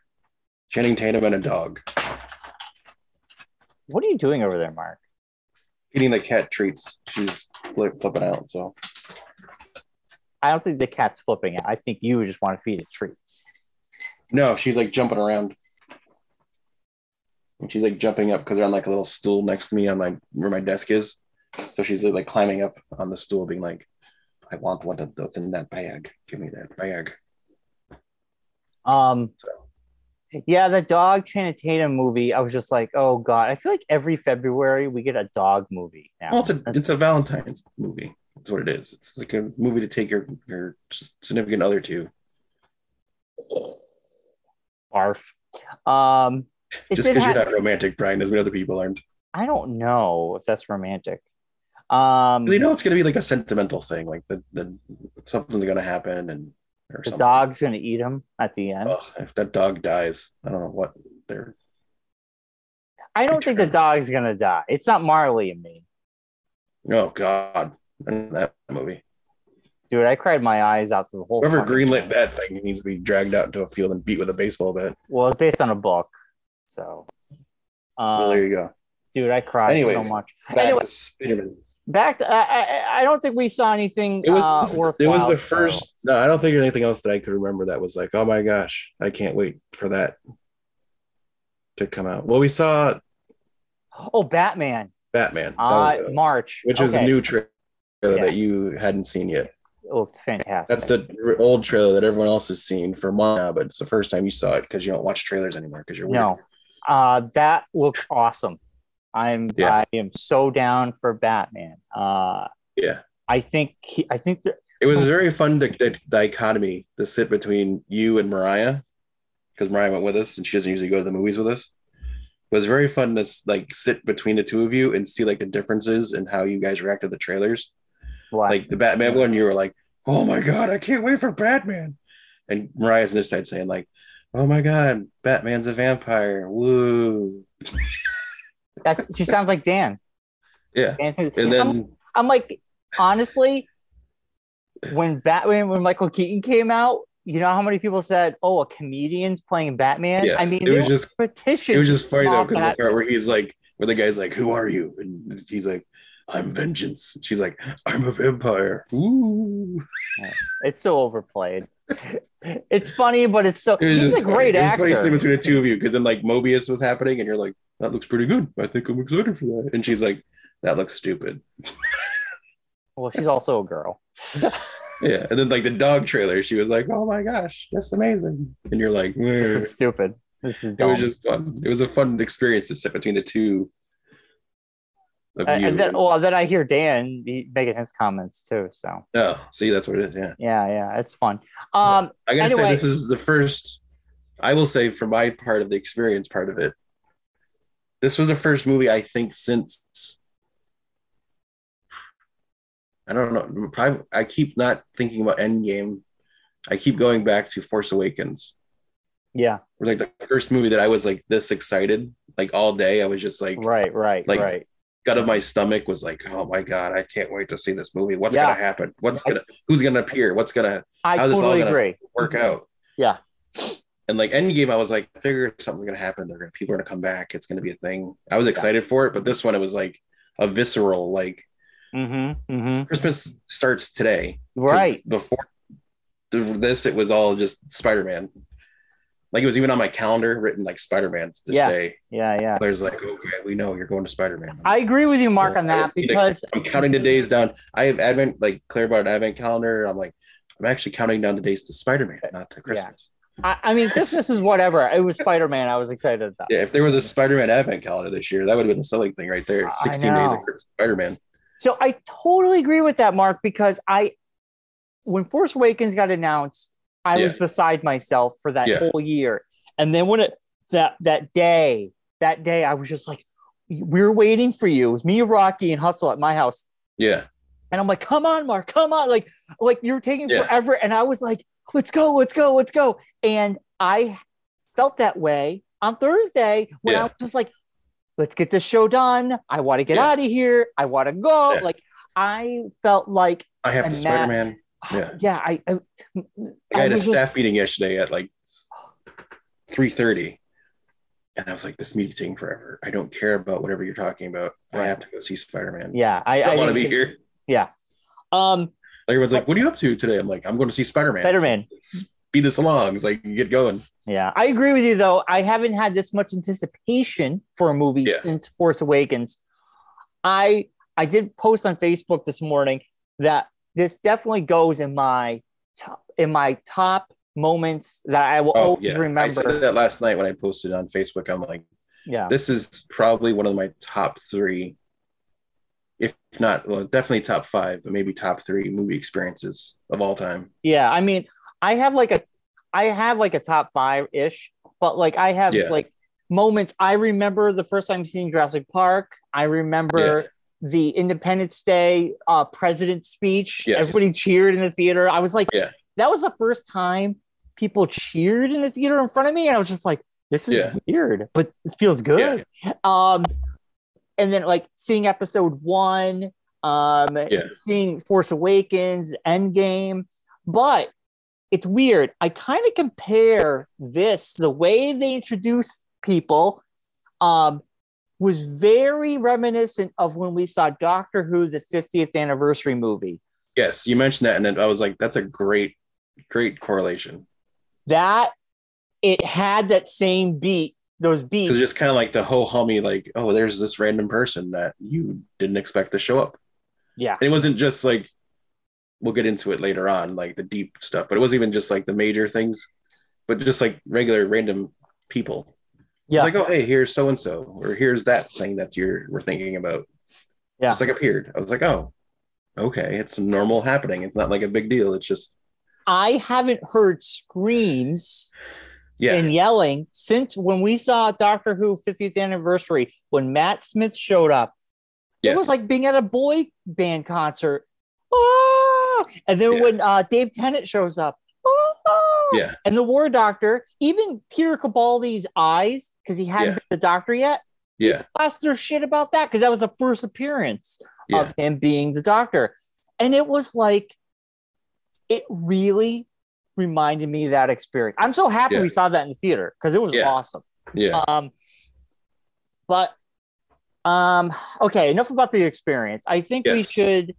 Speaker 1: Channing Tatum and a dog
Speaker 2: What are you doing over there, Mark?
Speaker 1: feeding the cat treats. She's flip, flipping out. So
Speaker 2: I don't think the cat's flipping it. I think you just want to feed it treats.
Speaker 1: no, she's like jumping around. And she's like jumping up because they're on like a little stool next to me on my where my desk is. So she's like climbing up on the stool, being like, "I want one of those in that bag. Give me that bag."
Speaker 2: Um, yeah, the dog Channing Tatum movie. I was just like, oh god. I feel like every February we get a dog movie now.
Speaker 1: Well, it's a, it's a Valentine's movie. That's what it is. It's like a movie to take your, your significant other to.
Speaker 2: Barf. Um, it
Speaker 1: Just
Speaker 2: did
Speaker 1: because
Speaker 2: ha-
Speaker 1: you're not romantic, Brian, doesn't mean other people aren't.
Speaker 2: I don't know if that's romantic. Um,
Speaker 1: They know it's going to be like a sentimental thing, like the, the something's going to happen and or
Speaker 2: the
Speaker 1: something.
Speaker 2: dog's gonna eat him at the end.
Speaker 1: Ugh, if that dog dies, I don't know what they're.
Speaker 2: I don't think the dog's gonna die. It's not Marley and me,
Speaker 1: Oh God, in that movie.
Speaker 2: dude. I cried my eyes out to the whole.
Speaker 1: Whoever
Speaker 2: fucking
Speaker 1: greenlit
Speaker 2: thing.
Speaker 1: that thing needs to be dragged out into a field and beat with a baseball bat.
Speaker 2: Well, it's based on a book, so.
Speaker 1: Well,
Speaker 2: Um,
Speaker 1: there you go.
Speaker 2: dude, I cried so
Speaker 1: Anyways.
Speaker 2: much.
Speaker 1: Back
Speaker 2: Anyway.
Speaker 1: to Spider-Man.
Speaker 2: Back, to, I, I I don't think we saw anything
Speaker 1: It was,
Speaker 2: uh,
Speaker 1: it
Speaker 2: worthwhile.
Speaker 1: was the
Speaker 2: so-
Speaker 1: first. No, I don't think there's anything else that I could remember that was like, oh my gosh, I can't wait for that to come out. Well, we saw
Speaker 2: Oh, Batman,
Speaker 1: Batman, that
Speaker 2: uh,
Speaker 1: was-
Speaker 2: March,
Speaker 1: which is a
Speaker 2: Okay.
Speaker 1: new trailer
Speaker 2: Yeah.
Speaker 1: that you hadn't seen yet.
Speaker 2: It looked fantastic.
Speaker 1: That's the r- old trailer that everyone else has seen for a month now, but it's the first time you saw it because you don't watch trailers anymore because you're weird.
Speaker 2: no, uh, that looks awesome. I'm
Speaker 1: Yeah.
Speaker 2: I am so down for Batman. Uh,
Speaker 1: Yeah.
Speaker 2: I think he, I think that
Speaker 1: It was very fun to, the dichotomy to sit between you and Mariah because Mariah went with us and she doesn't usually go to the movies with us. It was very fun to like sit between the two of you and see like the differences and how you guys react to the trailers.
Speaker 2: what?
Speaker 1: Like the Batman one, you were like, "Oh my god, I can't wait for Batman," and Mariah's on this side saying like, "Oh my god, Batman's a vampire, woo!"
Speaker 2: That's, she sounds like Dan.
Speaker 1: Yeah,
Speaker 2: Dan says-
Speaker 1: and
Speaker 2: I'm,
Speaker 1: then
Speaker 2: I'm like, honestly, when Batman, when Michael Keaton came out, you know how many people said, "Oh, a comedian's playing Batman."
Speaker 1: Yeah,
Speaker 2: I mean,
Speaker 1: it was just
Speaker 2: petition.
Speaker 1: it was just funny though
Speaker 2: off
Speaker 1: because the
Speaker 2: that-
Speaker 1: part where he's like, where the guy's like, "Who are you?" and he's like, "I'm vengeance." And she's like, "I'm a vampire." Ooh,
Speaker 2: it's so overplayed. it's funny, but it's so.
Speaker 1: it was
Speaker 2: He's
Speaker 1: just
Speaker 2: a great
Speaker 1: funny. It was funny
Speaker 2: actor.
Speaker 1: sitting between the two of you because then like Mobius was happening, and you're like, "That looks pretty good. I think I'm excited for that." And she's like, "That looks stupid."
Speaker 2: Well, she's also a girl.
Speaker 1: Yeah, and then like the dog trailer, she was like, "Oh my gosh, that's amazing!" And you're like,
Speaker 2: This
Speaker 1: "Meh."
Speaker 2: is stupid. This is
Speaker 1: it
Speaker 2: dumb.
Speaker 1: was just fun. It was a fun experience to sit between the two. Of
Speaker 2: Uh, and
Speaker 1: you.
Speaker 2: and then, well, then I hear Dan he- making his comments too. So
Speaker 1: oh, see, that's what it is. Yeah.
Speaker 2: yeah, yeah, it's fun. Um,
Speaker 1: I gotta
Speaker 2: Anyway.
Speaker 1: say, this is the first. I will say, for my part of the experience, part of it, this was the first movie I think since. I don't know. Probably, I keep not thinking about Endgame. I keep going back to Force Awakens.
Speaker 2: yeah,
Speaker 1: It was like the first movie that I was like this excited, like all day. I was just like,
Speaker 2: right, right,
Speaker 1: like,
Speaker 2: right.
Speaker 1: gut of my stomach was like, oh my god, I can't wait to see this movie. What's
Speaker 2: Yeah.
Speaker 1: gonna happen? What's gonna? Who's gonna appear? What's gonna?
Speaker 2: I
Speaker 1: how's this all
Speaker 2: totally
Speaker 1: gonna-
Speaker 2: agree.
Speaker 1: work out.
Speaker 2: Mm-hmm. Yeah.
Speaker 1: And like Endgame, I was like, I figure something's gonna happen. They're gonna people are gonna come back. It's gonna be a thing. I was excited for it, but this one it was like a visceral like
Speaker 2: Mm-hmm, mm-hmm.
Speaker 1: Christmas starts today. 'Cause
Speaker 2: Right.
Speaker 1: before th- this, it was all just Spider Man. Like it was even on my calendar written like Spider Man this
Speaker 2: Yeah.
Speaker 1: day.
Speaker 2: Yeah, yeah.
Speaker 1: There's like, okay, we know you're going to Spider Man.
Speaker 2: I agree with you, Mark, on
Speaker 1: I
Speaker 2: that
Speaker 1: don't need to-
Speaker 2: because
Speaker 1: I'm counting the days down. I have Advent like Claire bought an Advent calendar. And I'm like, I'm actually counting down the days to Spider Man, not to Christmas.
Speaker 2: I, I mean, Christmas is whatever. It was Spider Man. I was excited about.
Speaker 1: Yeah, if there was a Spider-Man advent calendar this year, that would have been a selling thing right there.
Speaker 2: I
Speaker 1: 16 days
Speaker 2: know.
Speaker 1: of Spider-Man.
Speaker 2: So I totally agree with that, Mark, because I, when Force Awakens got announced, I was
Speaker 1: Yeah.
Speaker 2: beside myself for that
Speaker 1: Yeah.
Speaker 2: whole year, and then when it that that day, that day, I was just like, we are waiting for you." It was me, Rocky, and Hustle at my house,
Speaker 1: Yeah.
Speaker 2: and I'm like, "Come on, Mark, come on!" Like, like you're taking
Speaker 1: Yeah.
Speaker 2: forever, and I was like, "Let's go, let's go, let's go!" And I felt that way on Thursday when I
Speaker 1: Yeah.
Speaker 2: was just like, "Let's get this show done. I want to get
Speaker 1: Yeah.
Speaker 2: out of here. I want to go."
Speaker 1: Yeah.
Speaker 2: Like, I felt like,
Speaker 1: I have
Speaker 2: And
Speaker 1: the
Speaker 2: that-
Speaker 1: Spider-Man.
Speaker 2: yeah,
Speaker 1: Yeah.
Speaker 2: I, I,
Speaker 1: Like, I had a
Speaker 2: was just-
Speaker 1: staff meeting yesterday at like 3:30. And I was like, this meeting's taking forever. I don't care about whatever you're talking about.
Speaker 2: Right.
Speaker 1: I have to go see Spider-Man.
Speaker 2: yeah, I,
Speaker 1: I
Speaker 2: I
Speaker 1: don't want to
Speaker 2: didn't
Speaker 1: be
Speaker 2: think-
Speaker 1: here.
Speaker 2: Um,
Speaker 1: Like, everyone's like, what are you up to today? I'm like, I'm going to see Spider-Man.
Speaker 2: Spider Man.
Speaker 1: Speed this along. It's like, get going.
Speaker 2: Yeah, I agree with you though. I haven't had this much anticipation for a movie
Speaker 1: Yeah.
Speaker 2: since Force Awakens. I I did post on Facebook this morning that this definitely goes in my top, in my top moments that I will
Speaker 1: Oh,
Speaker 2: always
Speaker 1: yeah. I
Speaker 2: remember.
Speaker 1: said that last night when I posted on Facebook. I'm like,
Speaker 2: yeah.
Speaker 1: this is probably one of my top three if not well definitely top five but maybe top three movie experiences of all time
Speaker 2: Yeah, I mean, I have like a I have like a top 5-ish, but like I have
Speaker 1: Yeah.
Speaker 2: like moments I remember the first time seeing Jurassic Park, I remember the Independence Day uh president's speech.
Speaker 1: Yes.
Speaker 2: Everybody cheered in the theater. I was like
Speaker 1: Yeah.
Speaker 2: that was the first time people cheered in the theater in front of me and I was just like this is
Speaker 1: Yeah.
Speaker 2: weird, but it feels good. Um and then like seeing episode 1 um
Speaker 1: Yeah.
Speaker 2: seeing Force Awakens, Endgame, but it's weird. I kind of compare this the way they introduce people um, was very reminiscent of when we saw Doctor Who, the 50th anniversary movie.
Speaker 1: yes you mentioned that and then i was like that's a great great correlation
Speaker 2: That it had that same beat, those beats.
Speaker 1: because just kind of like the whole hummy like oh there's this random person that you didn't expect to show up
Speaker 2: yeah,
Speaker 1: and it wasn't just like we'll get into it later on like the deep stuff but it wasn't even just like the major things but just like regular random people
Speaker 2: yeah,
Speaker 1: It's like, oh, hey, here's so and so, or here's that thing that you're we're thinking about.
Speaker 2: Yeah.
Speaker 1: It's like appeared. I was like, oh, okay, it's normal happening. It's not like a big deal. It's just
Speaker 2: I haven't heard screams
Speaker 1: yeah,
Speaker 2: and yelling since when we saw Doctor Who 50th anniversary when Matt Smith showed up. It
Speaker 1: yes.
Speaker 2: was like being at a boy band concert. Ah! And then
Speaker 1: Yeah.
Speaker 2: when uh, Dave Tennant shows up, ah!
Speaker 1: Yeah.
Speaker 2: and the war doctor, even Peter Cabaldi's eyes, because he hadn't
Speaker 1: Yeah.
Speaker 2: been the doctor yet,
Speaker 1: yeah,
Speaker 2: lost their shit about that because that was the first appearance
Speaker 1: yeah,
Speaker 2: of him being the doctor. and it was like it really reminded me of that experience. I'm so happy
Speaker 1: Yeah.
Speaker 2: we saw that in the theater because it was
Speaker 1: Yeah.
Speaker 2: awesome.
Speaker 1: Yeah.
Speaker 2: Um, but um, okay, enough about the experience. I think we
Speaker 1: Yes.
Speaker 2: should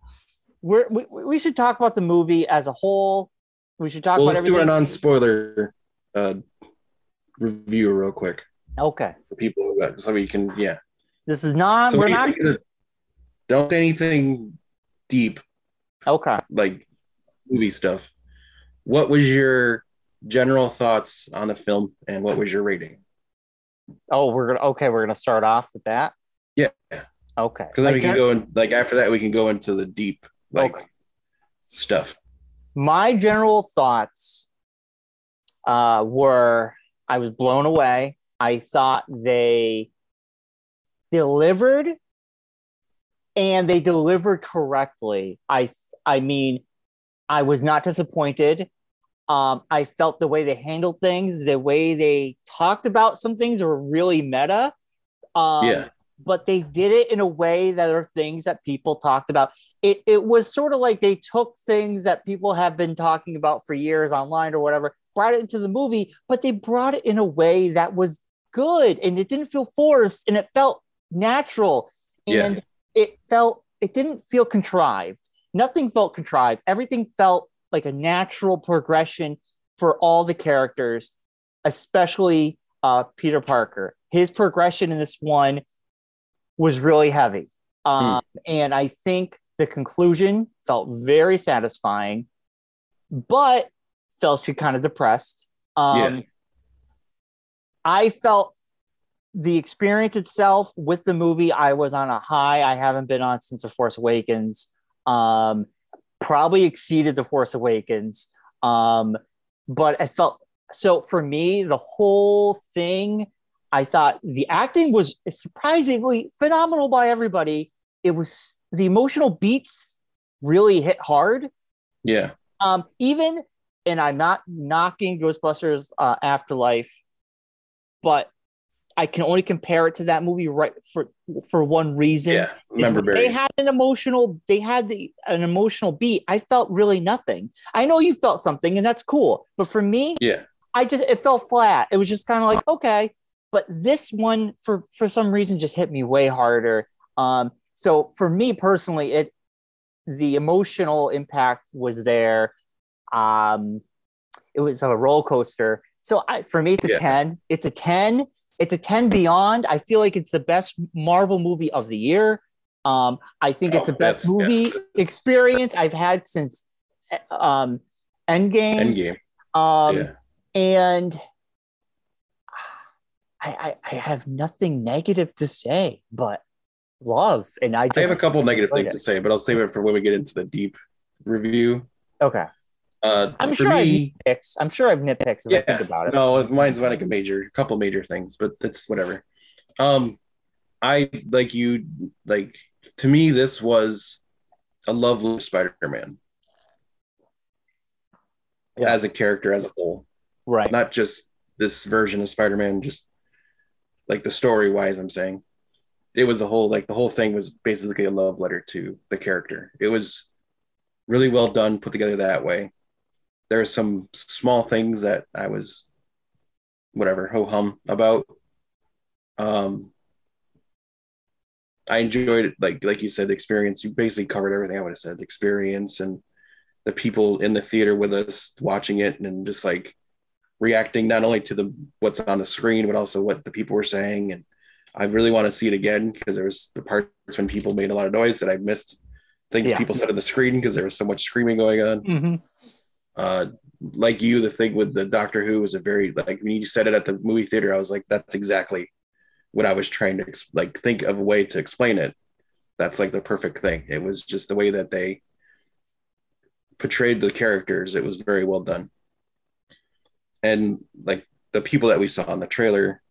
Speaker 2: we're, we we should talk about the movie as a whole. We should talk
Speaker 1: well,
Speaker 2: about
Speaker 1: let's do
Speaker 2: everything.
Speaker 1: a non-spoiler uh, review real quick
Speaker 2: okay,
Speaker 1: for people. who got- So we can, yeah.
Speaker 2: this is non.
Speaker 1: So what do
Speaker 2: Um, we're
Speaker 1: you
Speaker 2: not
Speaker 1: think of the- don't say anything deep
Speaker 2: okay.
Speaker 1: like movie stuff. What was your general thoughts on the film, and what was your rating?
Speaker 2: Oh, we're gonna okay. We're gonna start off with that.
Speaker 1: Yeah.
Speaker 2: Okay.
Speaker 1: Because then
Speaker 2: I
Speaker 1: we can
Speaker 2: gen-
Speaker 1: go in like after that we can go into the deep like
Speaker 2: Okay.
Speaker 1: stuff.
Speaker 2: my general thoughts uh, were I was blown away. I thought they delivered and they delivered correctly. I I mean, I was not disappointed. Um, I felt the way they handled things, the way they talked about some things were really meta. Um,
Speaker 1: yeah,
Speaker 2: but they did it in a way that are things that people talked about. It, it was sort of like they took things that people have been talking about for years online or whatever, brought it into the movie, but they brought it in a way that was good and it didn't feel forced and it felt natural
Speaker 1: Yeah.
Speaker 2: and it felt, it didn't feel contrived. Nothing felt contrived. Everything felt like a natural progression for all the characters, especially uh, Peter Parker. His progression in this one was really heavy. Um, And I think the conclusion felt very satisfying, but felt she kind of depressed. Um,
Speaker 1: Yeah.
Speaker 2: I felt the experience itself with the movie, I was on a high I haven't been on since The Force Awakens. Um, probably exceeded The Force Awakens. Um, but I felt so for me, the whole thing I thought the acting was surprisingly phenomenal by everybody. It was the emotional beats really hit hard.
Speaker 1: yeah,
Speaker 2: Um, even and I'm not knocking Ghostbusters uh, Afterlife, but I can only compare it to that movie right for for one reason.
Speaker 1: yeah.
Speaker 2: Is
Speaker 1: Remember,
Speaker 2: when they had an emotional they had the, an emotional beat. I felt really nothing. I know you felt something, and that's cool. But for me,
Speaker 1: yeah,
Speaker 2: I just it fell flat. It was just kind of like okay, but this one for for some reason just hit me way harder. Um, so for me personally, it the emotional impact was there. Um, it was a roller coaster. So I, for me, it's a
Speaker 1: Yeah.
Speaker 2: ten. It's a ten. It's a ten beyond. I feel like it's the best Marvel movie of the year. Um, I think it's
Speaker 1: Oh,
Speaker 2: the best
Speaker 1: that's- yeah.
Speaker 2: movie experience I've had since uh, um, Endgame.
Speaker 1: Endgame.
Speaker 2: Um,
Speaker 1: yeah,
Speaker 2: and I, I, I have nothing negative to say but love and i
Speaker 1: I have
Speaker 2: just
Speaker 1: a couple negative
Speaker 2: enjoyed
Speaker 1: things
Speaker 2: it.
Speaker 1: to say, but I'll save it for when we get into the deep review.
Speaker 2: okay
Speaker 1: Uh,
Speaker 2: i'm
Speaker 1: for me,
Speaker 2: sure i have nitpicks i'm sure i have nitpicks if i
Speaker 1: Yeah.
Speaker 2: think about it
Speaker 1: no, mine's not like a major, a couple major things, but that's whatever. Um, I like you, like to me, this was a lovely Spider-Man
Speaker 2: Yeah.
Speaker 1: as a character as a whole.
Speaker 2: right
Speaker 1: not just this version of spider-man just like the story wise i'm saying it was the whole like the whole thing was basically a love letter to the character it was really well done put together that way there are some small things that i was whatever ho hum about um i enjoyed it like like you said the experience you basically covered everything i would have said the experience and the people in the theater with us watching it and just like reacting not only to the what's on the screen but also what the people were saying and i really want to see it again because there was the parts when people made a lot of noise that i missed things
Speaker 2: Yeah.
Speaker 1: people said on the screen because there was so much screaming going on
Speaker 2: Mhm.
Speaker 1: uh like you the thing with the doctor who was a very like when you said it at the movie theater i was like that's exactly what i was trying to ex- like think of a way to explain it that's like the perfect thing it was just the way that they portrayed the characters it was very well done and like the people that we saw in the trailer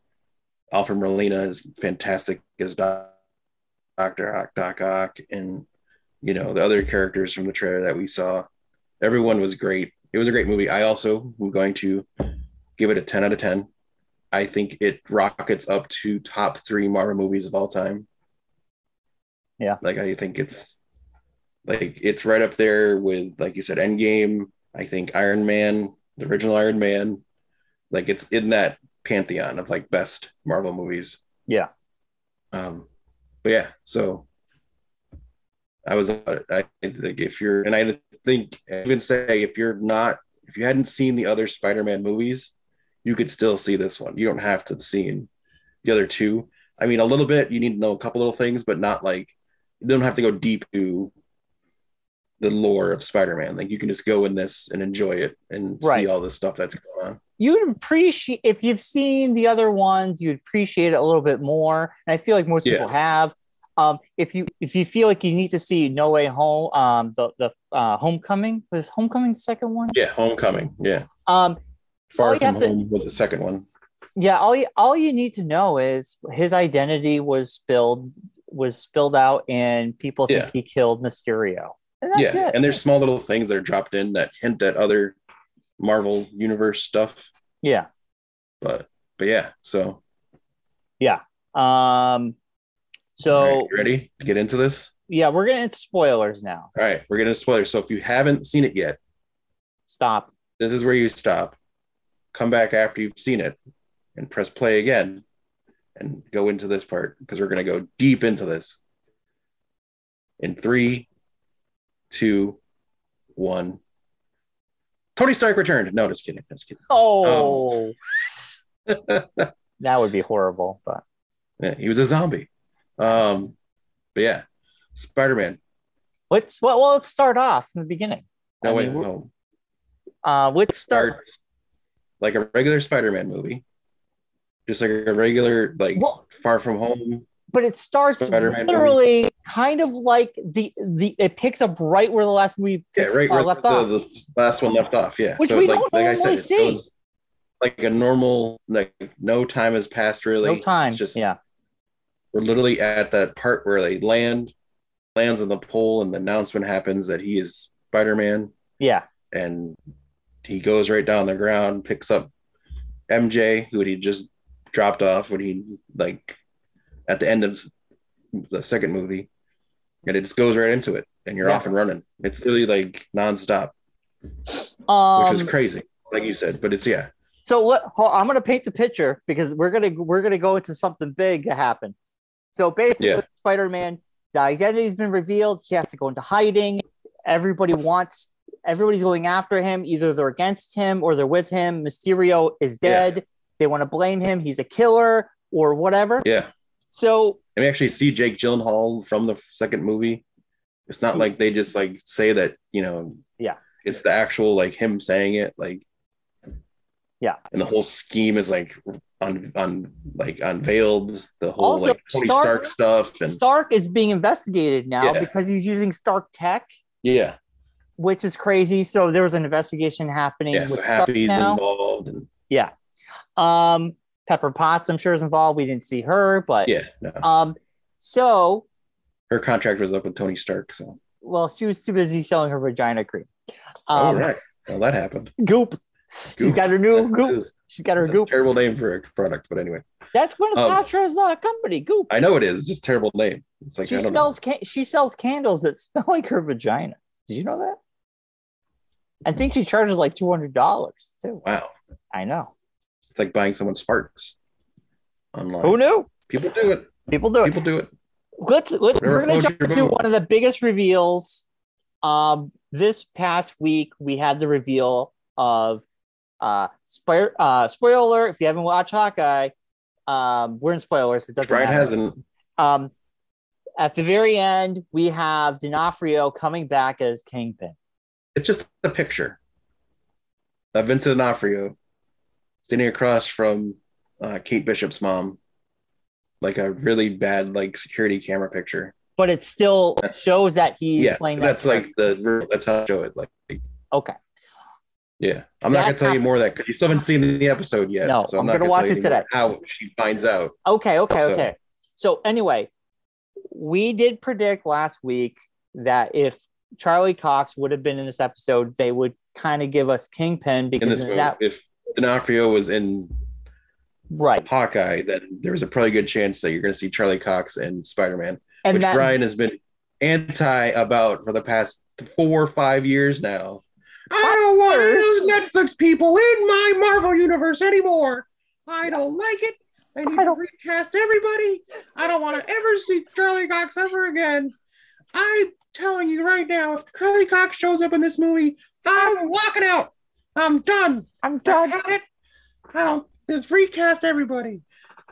Speaker 1: alfred merlina is fantastic as doc dr ock doc ock and you know the other characters from the trailer that we saw everyone was great. It was a great movie. I also am going to give it a 10 out of 10. I think it rockets up to top three Marvel movies of all time.
Speaker 2: Yeah.
Speaker 1: Like I think it's Like it's right up there with, like you said, Endgame. I think Iron Man, the original Iron Man. Like it's in that pantheon of like best Marvel movies.
Speaker 2: Yeah.
Speaker 1: Um, but yeah, so I was I think if you're and I think I even say if you're not if you hadn't seen the other Spider-Man movies, you could still see this one. You don't have to have seen the other two. I mean, a little bit. You need to know a couple little things, but not like you don't have to go deep to the lore of Spider-Man. Like you can just go in this and enjoy it and
Speaker 2: Right.
Speaker 1: see all this stuff that's going on.
Speaker 2: you'd appreciate if you've seen the other ones you'd appreciate it a little bit more and i feel like most
Speaker 1: Yeah.
Speaker 2: people have um, if you if you feel like you need to see no way home um, the, the uh, homecoming was homecoming the second one
Speaker 1: Yeah, Homecoming. Yeah,
Speaker 2: um,
Speaker 1: Far
Speaker 2: All you
Speaker 1: from
Speaker 2: have to-
Speaker 1: Home was the second one.
Speaker 2: yeah all you, all you need to know is his identity was spilled was spilled out and people think
Speaker 1: Yeah.
Speaker 2: he killed mysterio and that's
Speaker 1: yeah,
Speaker 2: it
Speaker 1: and there's small little things that are dropped in that hint at other Marvel universe stuff.
Speaker 2: yeah
Speaker 1: But but yeah, so
Speaker 2: um
Speaker 1: all
Speaker 2: so
Speaker 1: right, you ready to get into this?
Speaker 2: yeah we're getting into spoilers now
Speaker 1: All right, we're getting into spoilers. So if you haven't seen it yet,
Speaker 2: stop
Speaker 1: this is where you stop. Come back after you've seen it, and press play again, and go into this part because we're gonna go deep into this. In three, two, one. Tony Stark returned. No, just kidding. Just kidding.
Speaker 2: oh <laughs> that would be horrible but
Speaker 1: Yeah, he was a zombie. Um, but yeah, Spider Man.
Speaker 2: Let's well, well, let's start off from the beginning.
Speaker 1: No
Speaker 2: I
Speaker 1: way
Speaker 2: mean, we're-
Speaker 1: home
Speaker 2: Uh, let's start.
Speaker 1: starts like a regular Spider Man movie, just like a regular like
Speaker 2: Well,
Speaker 1: Far From Home.
Speaker 2: but it starts
Speaker 1: Spider-Man movie.
Speaker 2: literally kind of like the the it picks up right where the last movie.
Speaker 1: Yeah, right.
Speaker 2: Uh,
Speaker 1: where
Speaker 2: left
Speaker 1: the,
Speaker 2: off.
Speaker 1: the last one left off. Yeah,
Speaker 2: Which we don't normally
Speaker 1: it
Speaker 2: see.
Speaker 1: goes like a normal like no time has passed really.
Speaker 2: No time.
Speaker 1: It's just
Speaker 2: yeah,
Speaker 1: we're literally at that part where they land, lands on the pole, and the announcement happens that he is Spider Man.
Speaker 2: yeah,
Speaker 1: and he goes right down the ground, picks up MJ, who he just dropped off when he like at the end of the second movie, and it just goes right into it, and you're
Speaker 2: Yeah.
Speaker 1: off and running. It's really like nonstop,
Speaker 2: um,
Speaker 1: which is crazy, like you said. But it's yeah,
Speaker 2: So let, hold- I'm going to paint the picture because we're going to we're going to go into something big that happened. So basically,
Speaker 1: Yeah.
Speaker 2: Spider-Man, the identity's been revealed. He has to go into hiding. Everybody wants. Everybody's going after him. Either they're against him or they're with him. Mysterio is
Speaker 1: Yeah.
Speaker 2: dead. They want to blame him. He's a killer or whatever.
Speaker 1: yeah.
Speaker 2: So
Speaker 1: And we actually see Jake Gyllenhaal from the second movie. It's not like they just like say that, you know.
Speaker 2: Yeah.
Speaker 1: It's the actual like him saying it, like.
Speaker 2: Yeah.
Speaker 1: And the whole scheme is like on on like unveiled the whole
Speaker 2: Also,
Speaker 1: like Tony
Speaker 2: Stark-
Speaker 1: Stark stuff and
Speaker 2: Stark is being investigated now
Speaker 1: Yeah.
Speaker 2: because he's using Stark tech,
Speaker 1: yeah
Speaker 2: which is crazy. So there was an investigation happening
Speaker 1: yeah. So
Speaker 2: with Stark
Speaker 1: Happy's
Speaker 2: now.
Speaker 1: involved and
Speaker 2: Um, Pepper Potts, I'm sure, is involved. We didn't see her, but
Speaker 1: yeah, no.
Speaker 2: um, so
Speaker 1: her contract was up with Tony Stark, so
Speaker 2: well, she was too busy selling her vagina cream.
Speaker 1: all
Speaker 2: Um,
Speaker 1: right, well that happened.
Speaker 2: Goop. She's
Speaker 1: Goop.
Speaker 2: got her new goop. She's got her
Speaker 1: It's a
Speaker 2: goop.
Speaker 1: terrible name for a product, but anyway,
Speaker 2: That's Gwyneth
Speaker 1: Um,
Speaker 2: Paltrow's uh, company. Goop.
Speaker 1: I know it is. It's just a terrible name. It's like
Speaker 2: She
Speaker 1: I don't
Speaker 2: smells. Can- she sells candles that <laughs> smell like her vagina. Did you know that? I think she charges like two hundred dollars too.
Speaker 1: know. Wow,
Speaker 2: I know.
Speaker 1: it's like buying someone's farts online.
Speaker 2: Who knew?
Speaker 1: People do it.
Speaker 2: People do it.
Speaker 1: People do it.
Speaker 2: let's let's
Speaker 1: Whatever
Speaker 2: we're gonna
Speaker 1: floats
Speaker 2: jump
Speaker 1: your
Speaker 2: into
Speaker 1: boat.
Speaker 2: one of the biggest reveals. Um, this past week we had the reveal of uh, spoiler uh, spoiler alert. If you haven't watched Hawkeye, um, we're in spoilers. It doesn't
Speaker 1: Brian
Speaker 2: matter.
Speaker 1: hasn't.
Speaker 2: Um, at the very end, we have D'Onofrio coming back as Kingpin.
Speaker 1: It's just a picture of Vincent D'Onofrio standing across from uh, Kate Bishop's mom, like a really bad like security camera picture.
Speaker 2: But it still shows that he's
Speaker 1: yeah,
Speaker 2: playing that.
Speaker 1: that's like the real- that's how I show it. Like,
Speaker 2: okay.
Speaker 1: yeah, I'm
Speaker 2: That
Speaker 1: not gonna tell you more of that because you still haven't seen the episode yet.
Speaker 2: No,
Speaker 1: so
Speaker 2: I'm
Speaker 1: I'm, not
Speaker 2: gonna
Speaker 1: gonna,
Speaker 2: watch
Speaker 1: tell you
Speaker 2: it today.
Speaker 1: How she finds out?
Speaker 2: Okay, okay,
Speaker 1: So-
Speaker 2: okay. So anyway, we did predict last week that if Charlie Cox would have been in this episode, they would kind of give us Kingpin
Speaker 1: in this
Speaker 2: because of
Speaker 1: movie.
Speaker 2: that
Speaker 1: If D'Onofrio was in
Speaker 2: right.
Speaker 1: Hawkeye, then there was a probably good chance that you're going to see Charlie Cox and Spider Man,
Speaker 2: And
Speaker 1: which
Speaker 2: that
Speaker 1: Brian has been anti about for the past four or five years now. I don't want those Netflix people in my Marvel universe anymore. I don't like it. I need to
Speaker 2: I don't-
Speaker 1: recast everybody. I don't want to ever see Charlie Cox ever again. I'm telling you right now, if Charlie Cox shows up in this movie, I'm walking out. I'm done.
Speaker 2: I'm
Speaker 1: I
Speaker 2: done.
Speaker 1: had it. I don't just recast everybody.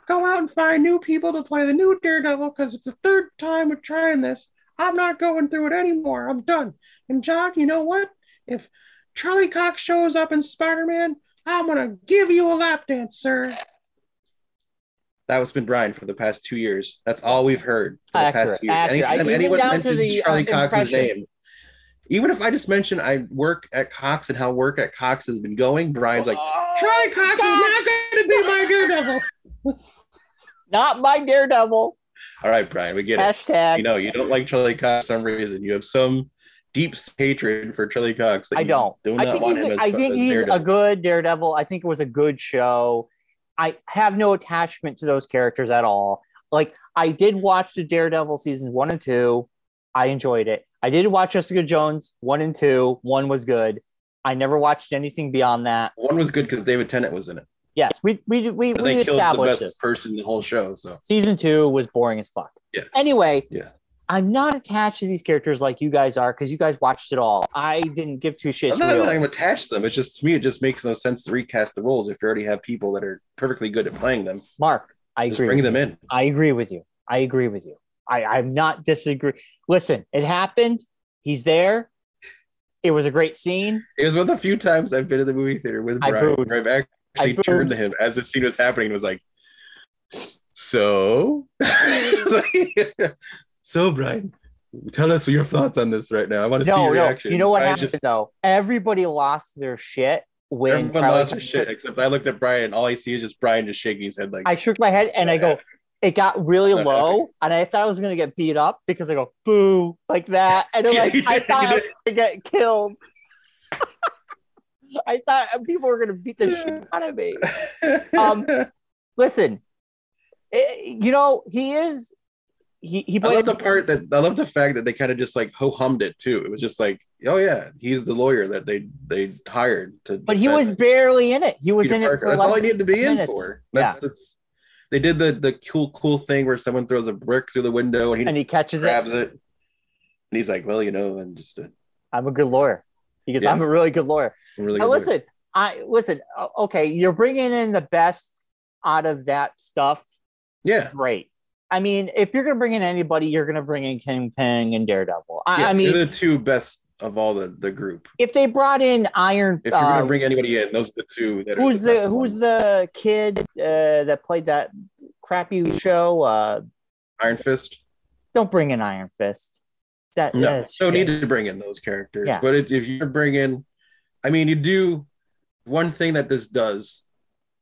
Speaker 1: Go out and find new people to play the new Daredevil because it's the third time we're trying this. I'm not going through it anymore. I'm done. And John, you know what? If Charlie Cox shows up in Spider-Man, I'm gonna give you a lap dance, sir. That was been Brian for the past two years. That's all we've heard for the
Speaker 2: Accurate,
Speaker 1: past two years.
Speaker 2: accurate.
Speaker 1: Anytime
Speaker 2: Even
Speaker 1: anyone
Speaker 2: down to
Speaker 1: mentions
Speaker 2: the, uh,
Speaker 1: Charlie Cox's
Speaker 2: impression.
Speaker 1: name, even if I just mention I work at Cox and how work at Cox has been going, Brian's like, Charlie Cox is not going to be my daredevil.
Speaker 2: <gasps> Not my daredevil.
Speaker 1: All right, Brian, we get it.
Speaker 2: Hashtag.
Speaker 1: You know, you don't like Charlie Cox for some reason. You have some deep hatred for Charlie Cox. that
Speaker 2: I
Speaker 1: you
Speaker 2: don't.
Speaker 1: Do not
Speaker 2: I think
Speaker 1: want
Speaker 2: he's,
Speaker 1: him as,
Speaker 2: I think
Speaker 1: as
Speaker 2: he's a
Speaker 1: Daredevil.
Speaker 2: good Daredevil. I think it was a good show. I have no attachment to those characters at all. Like I did watch the Daredevil seasons one and two. I enjoyed it. I did watch Jessica Jones one and two. One was good. I never watched anything beyond that.
Speaker 1: One was good because David Tennant was in it.
Speaker 2: Yes, we we we,
Speaker 1: But
Speaker 2: we
Speaker 1: they killed the
Speaker 2: established
Speaker 1: best
Speaker 2: this.
Speaker 1: person in the whole show. So
Speaker 2: Season two was boring as fuck.
Speaker 1: Yeah.
Speaker 2: Anyway,
Speaker 1: Yeah.
Speaker 2: I'm not attached to these characters like you guys are because you guys watched it all. I didn't give two shits.
Speaker 1: I'm not
Speaker 2: really.
Speaker 1: that I'm attached to them. It's just to me, it just makes no sense to recast the roles if you already have people that are perfectly good at playing them.
Speaker 2: Mark, I
Speaker 1: just
Speaker 2: agree.
Speaker 1: bring
Speaker 2: with
Speaker 1: them
Speaker 2: you.
Speaker 1: in.
Speaker 2: I agree with you. I agree with you. I, I'm not disagree. Listen, it happened. He's there. It was a great scene.
Speaker 1: It was one of the few times I've been in the movie theater with
Speaker 2: I
Speaker 1: Brian
Speaker 2: booed.
Speaker 1: where I've actually
Speaker 2: I booed.
Speaker 1: turned to him as the scene was happening and was like, So? <laughs> It's like, so, Brian, tell us your thoughts on this right now. I want to see
Speaker 2: No,
Speaker 1: your
Speaker 2: no.
Speaker 1: reaction.
Speaker 2: You know what
Speaker 1: Brian
Speaker 2: happened though? Everybody lost their shit when
Speaker 1: everyone
Speaker 2: Charlie-
Speaker 1: lost their shit, except I looked at Brian and all I see is just Brian just shaking his head like,
Speaker 2: I shook my head and I go, it got really
Speaker 1: Not
Speaker 2: low, and I thought I was gonna get beat up because I go boo like that, and I'm
Speaker 1: Yeah, <laughs>
Speaker 2: like,
Speaker 1: you
Speaker 2: I
Speaker 1: did,
Speaker 2: thought
Speaker 1: you
Speaker 2: I was
Speaker 1: did.
Speaker 2: gonna get killed. <laughs> I thought people were gonna beat the shit
Speaker 1: Yeah.
Speaker 2: out of me. <laughs> Um, Listen, eh, you know he is. He he
Speaker 1: I love
Speaker 2: played
Speaker 1: the part that I love the fact that they kind of just like ho hummed it too. It was just like, oh yeah, he's the lawyer that they they hired to.
Speaker 2: But he was
Speaker 1: defend
Speaker 2: barely in it. He was
Speaker 1: Peter
Speaker 2: in
Speaker 1: Parker.
Speaker 2: it for
Speaker 1: That's all I
Speaker 2: less.
Speaker 1: needed to be in
Speaker 2: minutes.
Speaker 1: for. That's, that's they did the the cool cool thing where someone throws a brick through the window and he
Speaker 2: And
Speaker 1: just
Speaker 2: he catches it.
Speaker 1: grabs it. and he's like, well, you know, I'm just a
Speaker 2: I'm a good lawyer because I'm a really good lawyer.
Speaker 1: I'm really.
Speaker 2: Now
Speaker 1: good lawyer."
Speaker 2: listen, I listen. o- Okay, you're bringing in the best out of that stuff.
Speaker 1: yeah,
Speaker 2: Great. I mean, if you're gonna bring in anybody, you're gonna bring in Kingpin and Daredevil. I,
Speaker 1: yeah,
Speaker 2: I mean,
Speaker 1: they're the two best of all the the group.
Speaker 2: if they brought in Iron,
Speaker 1: If you're gonna
Speaker 2: um,
Speaker 1: bring anybody in, those are the two. That
Speaker 2: who's
Speaker 1: are the,
Speaker 2: the who's the kid uh, that played that crappy show? Uh,
Speaker 1: Iron Fist?
Speaker 2: don't bring in Iron Fist. That
Speaker 1: No,
Speaker 2: that's
Speaker 1: no
Speaker 2: shit.
Speaker 1: need to bring in those characters.
Speaker 2: Yeah.
Speaker 1: But if, if you bring in, I mean, you do one thing that this does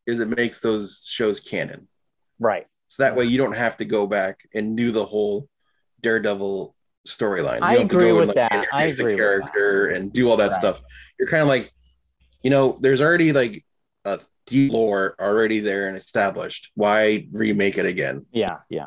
Speaker 1: is it makes those shows canon.
Speaker 2: right.
Speaker 1: So
Speaker 2: Mm-hmm.
Speaker 1: that way you don't have to go back and do the whole Daredevil storyline. You
Speaker 2: I
Speaker 1: don't have to
Speaker 2: agree
Speaker 1: go and,
Speaker 2: with that. I
Speaker 1: introduce
Speaker 2: agree
Speaker 1: the
Speaker 2: with that.
Speaker 1: character and do all that
Speaker 2: Right.
Speaker 1: stuff. You're kind of like, you know, there's already like a deep lore already there and established. Why remake it again?
Speaker 2: Yeah. Yeah.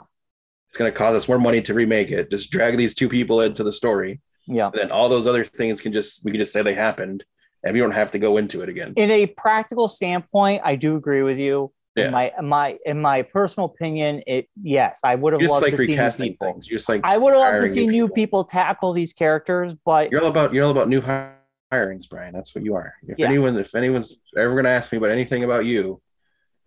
Speaker 1: It's going to cost us more money to remake it. Just drag these two people into the story,
Speaker 2: Yeah.
Speaker 1: and then all those other things can just we can just say they happened, and we don't have to go into it again.
Speaker 2: in a practical standpoint, I do agree with you.
Speaker 1: Yeah.
Speaker 2: In my my in my personal opinion, it yes, I would have
Speaker 1: You're just
Speaker 2: loved
Speaker 1: like
Speaker 2: to see new
Speaker 1: recasting
Speaker 2: people.
Speaker 1: things. You're just like
Speaker 2: I would have loved to
Speaker 1: hiring
Speaker 2: see
Speaker 1: new
Speaker 2: new
Speaker 1: people.
Speaker 2: people tackle these characters, but
Speaker 1: You're all about you're all about new hi- hirings, Brian. That's what you are. If
Speaker 2: Yeah.
Speaker 1: anyone, if anyone's ever going to ask me about anything about you,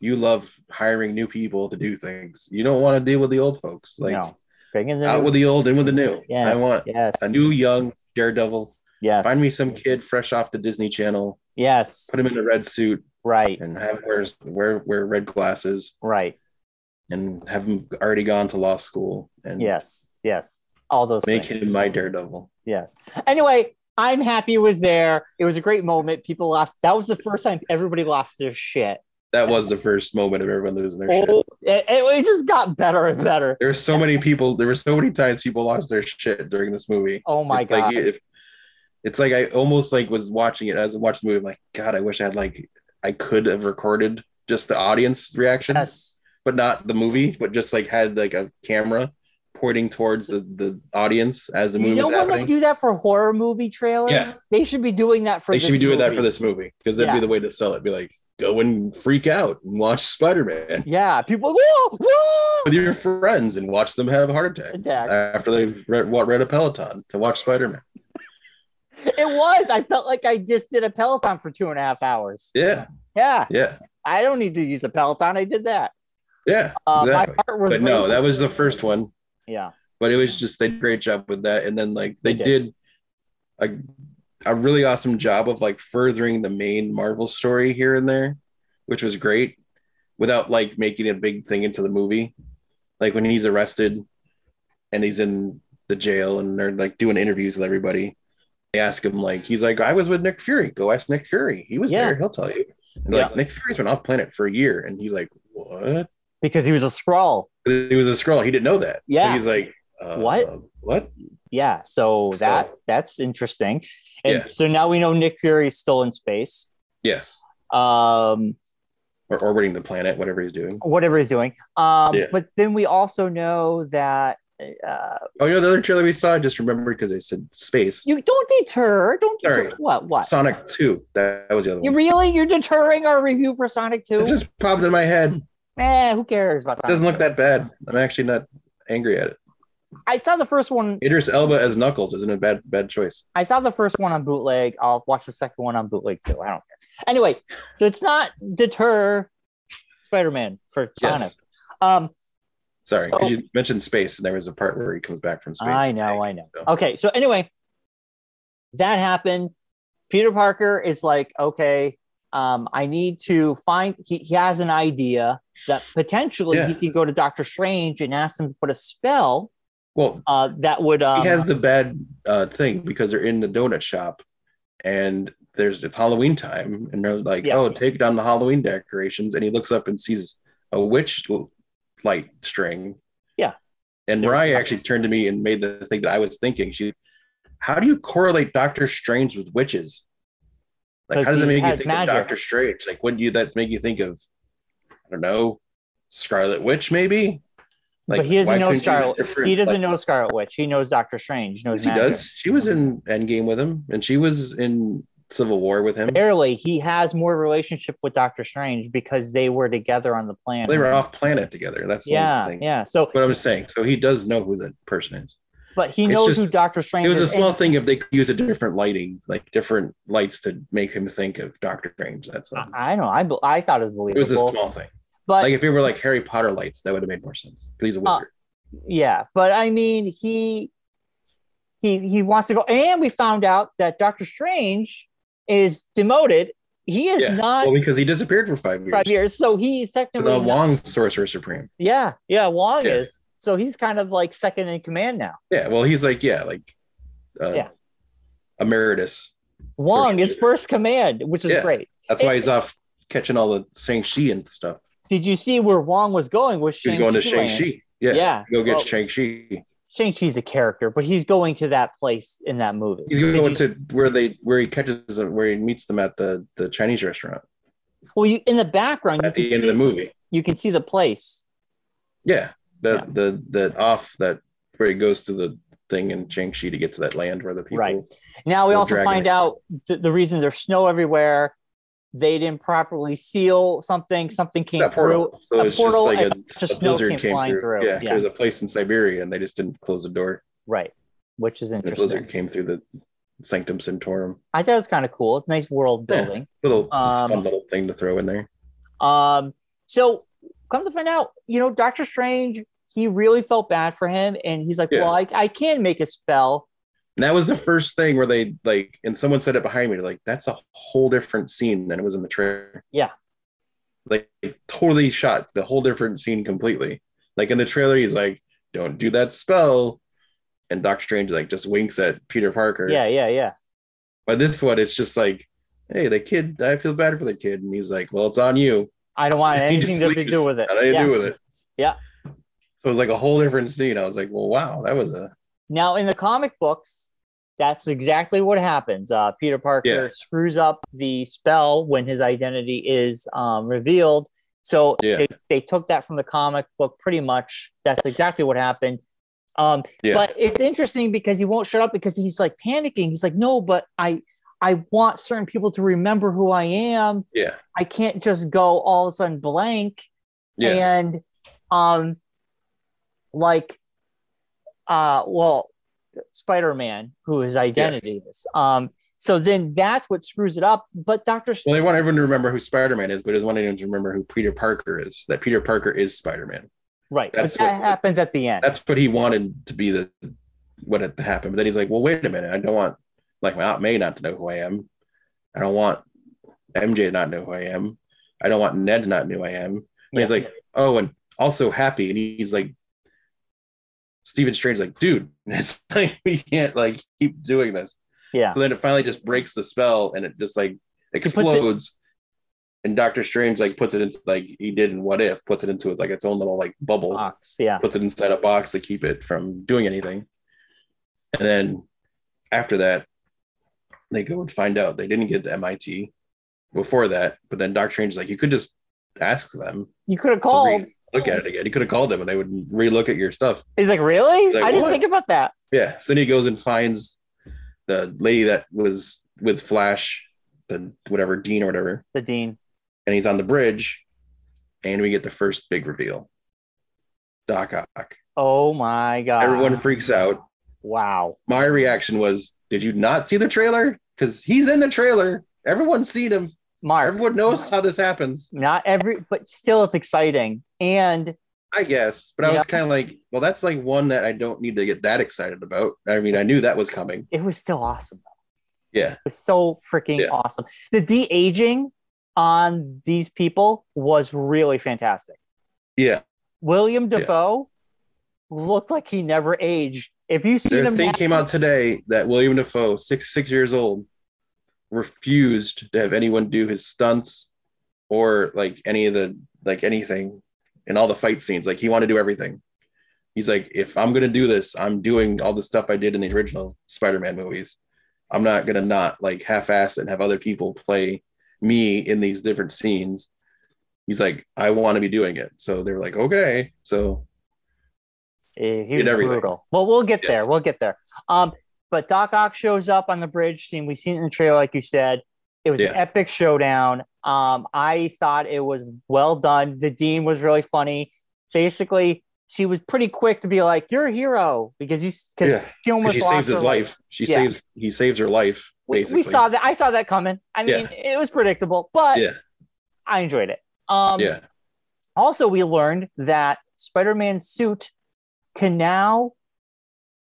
Speaker 1: you love hiring new people to do things. You don't want to deal with the old folks. Like
Speaker 2: no, bring in the
Speaker 1: out
Speaker 2: new-
Speaker 1: with the old, in with the new.
Speaker 2: yes,
Speaker 1: I want
Speaker 2: yes,
Speaker 1: a new young daredevil.
Speaker 2: yes,
Speaker 1: Find me some kid fresh off the Disney Channel.
Speaker 2: yes,
Speaker 1: Put him in a red suit
Speaker 2: right,
Speaker 1: and have him wear wear wear red glasses
Speaker 2: right,
Speaker 1: and have him already gone to law school and
Speaker 2: yes, yes, all those
Speaker 1: make
Speaker 2: things.
Speaker 1: him my daredevil.
Speaker 2: Yes. Anyway, I'm happy it was there. It was a great moment. People lost. That was the first time everybody lost their shit.
Speaker 1: That was the first moment of everyone losing their shit.
Speaker 2: Oh, it, it just got better and better.
Speaker 1: There were so many people. There were so many times people lost their shit during this movie.
Speaker 2: Oh my
Speaker 1: It's
Speaker 2: god.
Speaker 1: Like, if- it's like I almost like was watching it as I watched the movie. I'm like, God, I wish I had like I could have recorded just the audience reaction,
Speaker 2: yes.
Speaker 1: but not the movie, but just like had like a camera pointing towards the, the audience as the movie
Speaker 2: you know
Speaker 1: was
Speaker 2: when they
Speaker 1: happening.
Speaker 2: do that for horror movie trailers?
Speaker 1: Yeah.
Speaker 2: They should be doing that for
Speaker 1: They
Speaker 2: this
Speaker 1: should be doing that
Speaker 2: movie.
Speaker 1: for this movie because that'd be
Speaker 2: Yeah.
Speaker 1: the way to sell it. Be like, go and freak out and watch Spider Man
Speaker 2: Yeah, people whoa, whoa!
Speaker 1: <laughs> with your friends and watch them have a heart attack
Speaker 2: attacks.
Speaker 1: after they've read, wa- read a Peloton to watch Spider Man.
Speaker 2: It was. I felt like I just did a Peloton for two and a half hours.
Speaker 1: Yeah,
Speaker 2: Yeah,
Speaker 1: yeah,
Speaker 2: I don't need to use a Peloton. I did that.
Speaker 1: yeah,
Speaker 2: Uh,
Speaker 1: exactly.
Speaker 2: My heart was
Speaker 1: But no,
Speaker 2: racing.
Speaker 1: that was the first one.
Speaker 2: yeah,
Speaker 1: but it was just they did a great job with that and then like they
Speaker 2: They
Speaker 1: did a, a really awesome job of like furthering the main marvel story here and there which was great without like making a big thing into the movie like when he's arrested and he's in the jail and they're like doing interviews with everybody they ask him like he's like i was with nick fury go ask nick fury he was
Speaker 2: Yeah.
Speaker 1: there he'll tell you and
Speaker 2: Yeah.
Speaker 1: like nick fury's been off planet for a year and he's like what
Speaker 2: because he was a scroll.
Speaker 1: he was a scroll he didn't know that so
Speaker 2: Yeah.
Speaker 1: he's like uh,
Speaker 2: What?
Speaker 1: what
Speaker 2: Yeah, so
Speaker 1: So-
Speaker 2: that that's interesting. And
Speaker 1: Yeah.
Speaker 2: so now we know Nick Fury's still in space.
Speaker 1: Yes.
Speaker 2: Um,
Speaker 1: Or orbiting the planet, whatever he's doing.
Speaker 2: whatever he's doing. Um,
Speaker 1: Yeah.
Speaker 2: but then we also know that uh,
Speaker 1: Oh, you know, the other trailer we saw, I just remembered because they said space.
Speaker 2: you don't deter, don't deter.
Speaker 1: Sorry.
Speaker 2: What? What?
Speaker 1: Sonic 2. That, that was the other
Speaker 2: you
Speaker 1: one.
Speaker 2: really you're deterring our review for Sonic Two?
Speaker 1: It just popped in my head. It
Speaker 2: eh, who cares about Sonic?
Speaker 1: doesn't look that bad. I'm actually not angry at it.
Speaker 2: I saw the first one.
Speaker 1: Idris Elba as Knuckles isn't a bad bad choice.
Speaker 2: I saw the first one on bootleg. I'll watch the second one on bootleg too. I don't care. Anyway, let's not deter Spider-Man for
Speaker 1: Yes.
Speaker 2: Sonic. Um,
Speaker 1: Sorry.
Speaker 2: So-
Speaker 1: 'cause you mentioned space, and there was a part where he comes back from space.
Speaker 2: I know, I know.
Speaker 1: So-
Speaker 2: Okay, so anyway, that happened. Peter Parker is like, okay, um, I need to find. He, he has an idea that potentially
Speaker 1: Yeah.
Speaker 2: he could go to Doctor Strange and ask him to put a spell
Speaker 1: Well,
Speaker 2: uh, that would. Um,
Speaker 1: he has the bad uh, thing because they're in the donut shop and there's it's Halloween time and they're like,
Speaker 2: Yeah.
Speaker 1: oh, take down the Halloween decorations. And he looks up and sees a witch l- light string.
Speaker 2: Yeah.
Speaker 1: And
Speaker 2: They're
Speaker 1: Mariah
Speaker 2: nuts.
Speaker 1: actually turned to me and made the thing that I was thinking. She, how do you correlate Doctor Strange with witches? Like,
Speaker 2: 'Cause
Speaker 1: how does it
Speaker 2: he
Speaker 1: make you
Speaker 2: has
Speaker 1: think
Speaker 2: magic.
Speaker 1: of Doctor Strange? Like, wouldn't you that make you think of, I don't know, Scarlet Witch maybe?
Speaker 2: but he doesn't
Speaker 1: why couldn't you
Speaker 2: know
Speaker 1: use a
Speaker 2: Scarlet.
Speaker 1: different,
Speaker 2: He doesn't
Speaker 1: like-
Speaker 2: know Scarlet Witch. He knows Doctor Strange. Knows
Speaker 1: Yes, he
Speaker 2: magic.
Speaker 1: does. She was in Endgame with him, and she was in Civil War with him.
Speaker 2: Barely. He has more relationship with Doctor Strange because they were together on the planet.
Speaker 1: They were off planet together. That's the
Speaker 2: Yeah,
Speaker 1: thing.
Speaker 2: yeah. So,
Speaker 1: What I'm saying. So he does know who the person is.
Speaker 2: but he
Speaker 1: It's
Speaker 2: knows
Speaker 1: just-
Speaker 2: who Doctor Strange.
Speaker 1: It was a
Speaker 2: is. And-
Speaker 1: small thing if they could use a different lighting, like different lights to make him think of Doctor Strange. That's all.
Speaker 2: I I don't know. I, bel- I thought it was
Speaker 1: It was a
Speaker 2: believable.
Speaker 1: small thing.
Speaker 2: but
Speaker 1: Like if it were like Harry Potter lights, that would have made more sense. 'cause He's a
Speaker 2: Uh,
Speaker 1: wizard.
Speaker 2: yeah, but I mean, he he he wants to go, and we found out that Doctor Strange is demoted. He is
Speaker 1: yeah.
Speaker 2: not
Speaker 1: well, because he disappeared for five years.
Speaker 2: five years, so he's
Speaker 1: So
Speaker 2: technically
Speaker 1: the
Speaker 2: not-
Speaker 1: Wong's Sorcerer Supreme.
Speaker 2: yeah, yeah, Wong
Speaker 1: Yeah.
Speaker 2: is. So he's kind of like second in command now.
Speaker 1: Yeah. Well, he's like yeah, like uh,
Speaker 2: Yeah.
Speaker 1: emeritus.
Speaker 2: Wong is
Speaker 1: Supreme.
Speaker 2: first command, which is
Speaker 1: Yeah.
Speaker 2: great.
Speaker 1: That's why he's off catching all the Shang Chi and stuff.
Speaker 2: Did you see where Wong was going with
Speaker 1: She was
Speaker 2: Shang-Chi?
Speaker 1: going to
Speaker 2: land?
Speaker 1: Shang Chi.
Speaker 2: Yeah.
Speaker 1: Yeah. Go get
Speaker 2: Well,
Speaker 1: Shang Chi.
Speaker 2: Shang-Chi's a character, but he's going to that place in that movie.
Speaker 1: He's going
Speaker 2: Because
Speaker 1: to where they where he catches them, where he meets them at the the Chinese restaurant
Speaker 2: well, you in the background you
Speaker 1: at
Speaker 2: can,
Speaker 1: the end
Speaker 2: see,
Speaker 1: of the movie.
Speaker 2: you can see the place.
Speaker 1: Yeah. The
Speaker 2: Yeah.
Speaker 1: the the off that where he goes to the thing in Shang Chi to get to that land where the people.
Speaker 2: Right. Now we
Speaker 1: Or
Speaker 2: also
Speaker 1: dragon
Speaker 2: find
Speaker 1: egg.
Speaker 2: out th- the reason there's snow everywhere. They didn't properly seal something. Something came
Speaker 1: That portal.
Speaker 2: through.
Speaker 1: So
Speaker 2: that
Speaker 1: it's
Speaker 2: portal
Speaker 1: just like a,
Speaker 2: and just
Speaker 1: a
Speaker 2: snow
Speaker 1: blizzard
Speaker 2: came
Speaker 1: came
Speaker 2: flying
Speaker 1: through.
Speaker 2: through.
Speaker 1: Yeah,
Speaker 2: Yeah.
Speaker 1: There's a place in Siberia and they just didn't close the door.
Speaker 2: Right, which is
Speaker 1: The
Speaker 2: interesting.
Speaker 1: blizzard came through the Sanctum Sanctorum.
Speaker 2: I thought it was kind of cool. Nice world
Speaker 1: Yeah.
Speaker 2: building.
Speaker 1: Little just
Speaker 2: Um,
Speaker 1: fun little thing to throw in there.
Speaker 2: Um, so come to find out, you know, Doctor Strange, he really felt bad for him, and he's like,
Speaker 1: Yeah.
Speaker 2: "Well, I, I can make a spell."
Speaker 1: And that was the first thing where they like, and someone said it behind me, like, that's a whole different scene than it was in the trailer.
Speaker 2: Yeah.
Speaker 1: Like, totally shot the whole different scene completely. Like, in the trailer, he's like, don't do that spell. And Doctor Strange, like, just winks at Peter Parker.
Speaker 2: Yeah, yeah, yeah.
Speaker 1: But this one, it's just like, hey, the kid, I feel bad for the kid. And he's like, well, it's on you.
Speaker 2: I don't want
Speaker 1: <laughs> He just
Speaker 2: Uh, anything to
Speaker 1: leaves.
Speaker 2: do with it.
Speaker 1: How do you
Speaker 2: Yeah.
Speaker 1: do with it?
Speaker 2: Yeah.
Speaker 1: So it was like a whole different scene. I was like, well, wow, that was a,
Speaker 2: Now, in the comic books, that's exactly what happens. Uh, Peter Parker
Speaker 1: Yeah.
Speaker 2: screws up the spell when his identity is um, revealed. So
Speaker 1: Yeah.
Speaker 2: they, they took that from the comic book pretty much. That's exactly what happened. Um,
Speaker 1: Yeah.
Speaker 2: But it's interesting because he won't shut up because he's like panicking. He's like, no, but I I want certain people to remember who I am.
Speaker 1: Yeah.
Speaker 2: I can't just go all of a sudden blank.
Speaker 1: Yeah.
Speaker 2: And um like uh well Spider-Man, who his identity is. Um so then that's what screws it up. But Dr.
Speaker 1: Well, they want everyone to remember who Spider Man is, but doesn't want anyone to remember who Peter Parker is. That Peter Parker is Spider Man.
Speaker 2: right, but
Speaker 1: that's
Speaker 2: that
Speaker 1: what-
Speaker 2: happens at the end.
Speaker 1: That's what he wanted to be the what had happened. But then he's like, well, wait a minute. I don't want like my aunt May not to know who I am. I don't want MJ to not know who I am. I don't want Ned to not know who I am. And he's
Speaker 2: Yeah.
Speaker 1: like, oh, and also happy. And he's like, Stephen Strange's like, dude, <laughs> And it's like we can't like keep doing this.
Speaker 2: Yeah.
Speaker 1: So then it finally just breaks the spell and it just like
Speaker 2: puts it-
Speaker 1: explodes. And Doctor Strange like puts it into like he did in What If, puts it into like its own little like bubble,
Speaker 2: Fox, yeah.
Speaker 1: puts it inside a box to keep it from doing anything. And then after that, they go and find out they didn't get the MIT before that. But then Doctor Strange is like, you could just ask them
Speaker 2: You could have
Speaker 1: to
Speaker 2: called.
Speaker 1: look at it again. You could have called them and they would relook at your stuff.
Speaker 2: He's like, really?
Speaker 1: He's like,
Speaker 2: I didn't
Speaker 1: "What?"
Speaker 2: think about that.
Speaker 1: Yeah. So then he goes and finds the lady that was with Flash, the whatever Dean or whatever,
Speaker 2: The dean.
Speaker 1: and he's on the bridge, and we get the first big reveal. Doc Ock.
Speaker 2: Oh my god.
Speaker 1: Everyone freaks out.
Speaker 2: Wow.
Speaker 1: My reaction was, "Did you not see the trailer? Because he's in the trailer. Everyone's seen him.
Speaker 2: Mark.
Speaker 1: Everyone knows how this happens."
Speaker 2: Not every but still it's exciting. And
Speaker 1: I guess, but I
Speaker 2: Yeah.
Speaker 1: was kind of like, "Well, that's like one that I don't need to get that excited about." I mean, I knew that was coming.
Speaker 2: it was still awesome.
Speaker 1: Yeah,
Speaker 2: It was so freaking
Speaker 1: Yeah.
Speaker 2: awesome. The de aging on these people was really fantastic.
Speaker 1: yeah.
Speaker 2: William
Speaker 1: Yeah.
Speaker 2: Defoe looked like he never aged. If you see
Speaker 1: Their
Speaker 2: them
Speaker 1: thing came out today that William Defoe, 66 years old, refused to have anyone do his stunts or like any of the like anything in all the fight scenes. Like he wanted to do everything. He's like, if I'm gonna do this, I'm doing all the stuff I did in the original Spider-Man movies. I'm not gonna not like half-ass and have other people play me in these different scenes. He's like, I want to be doing it. So they were like, okay. So
Speaker 2: Eh, he
Speaker 1: Did
Speaker 2: was
Speaker 1: everything.
Speaker 2: brutal. Well, we'll get
Speaker 1: Yeah.
Speaker 2: there. We'll get there. Um, but Doc Ock shows up on the bridge scene. We've seen it in the trailer, like you said. It was an
Speaker 1: Yeah.
Speaker 2: epic showdown. Um, I thought it was well done. The dean was really funny. Basically, she was pretty quick to be like, "You're a hero," because you because
Speaker 1: Yeah.
Speaker 2: she almost
Speaker 1: she
Speaker 2: lost
Speaker 1: saves
Speaker 2: her
Speaker 1: his life. She
Speaker 2: Yeah.
Speaker 1: saves he saves her life.
Speaker 2: We,
Speaker 1: Basically,
Speaker 2: we saw that. I saw that coming. I
Speaker 1: Yeah.
Speaker 2: mean, it was predictable, but
Speaker 1: Yeah.
Speaker 2: I enjoyed it. Um,
Speaker 1: yeah,
Speaker 2: Also, we learned that Spider Man's suit can now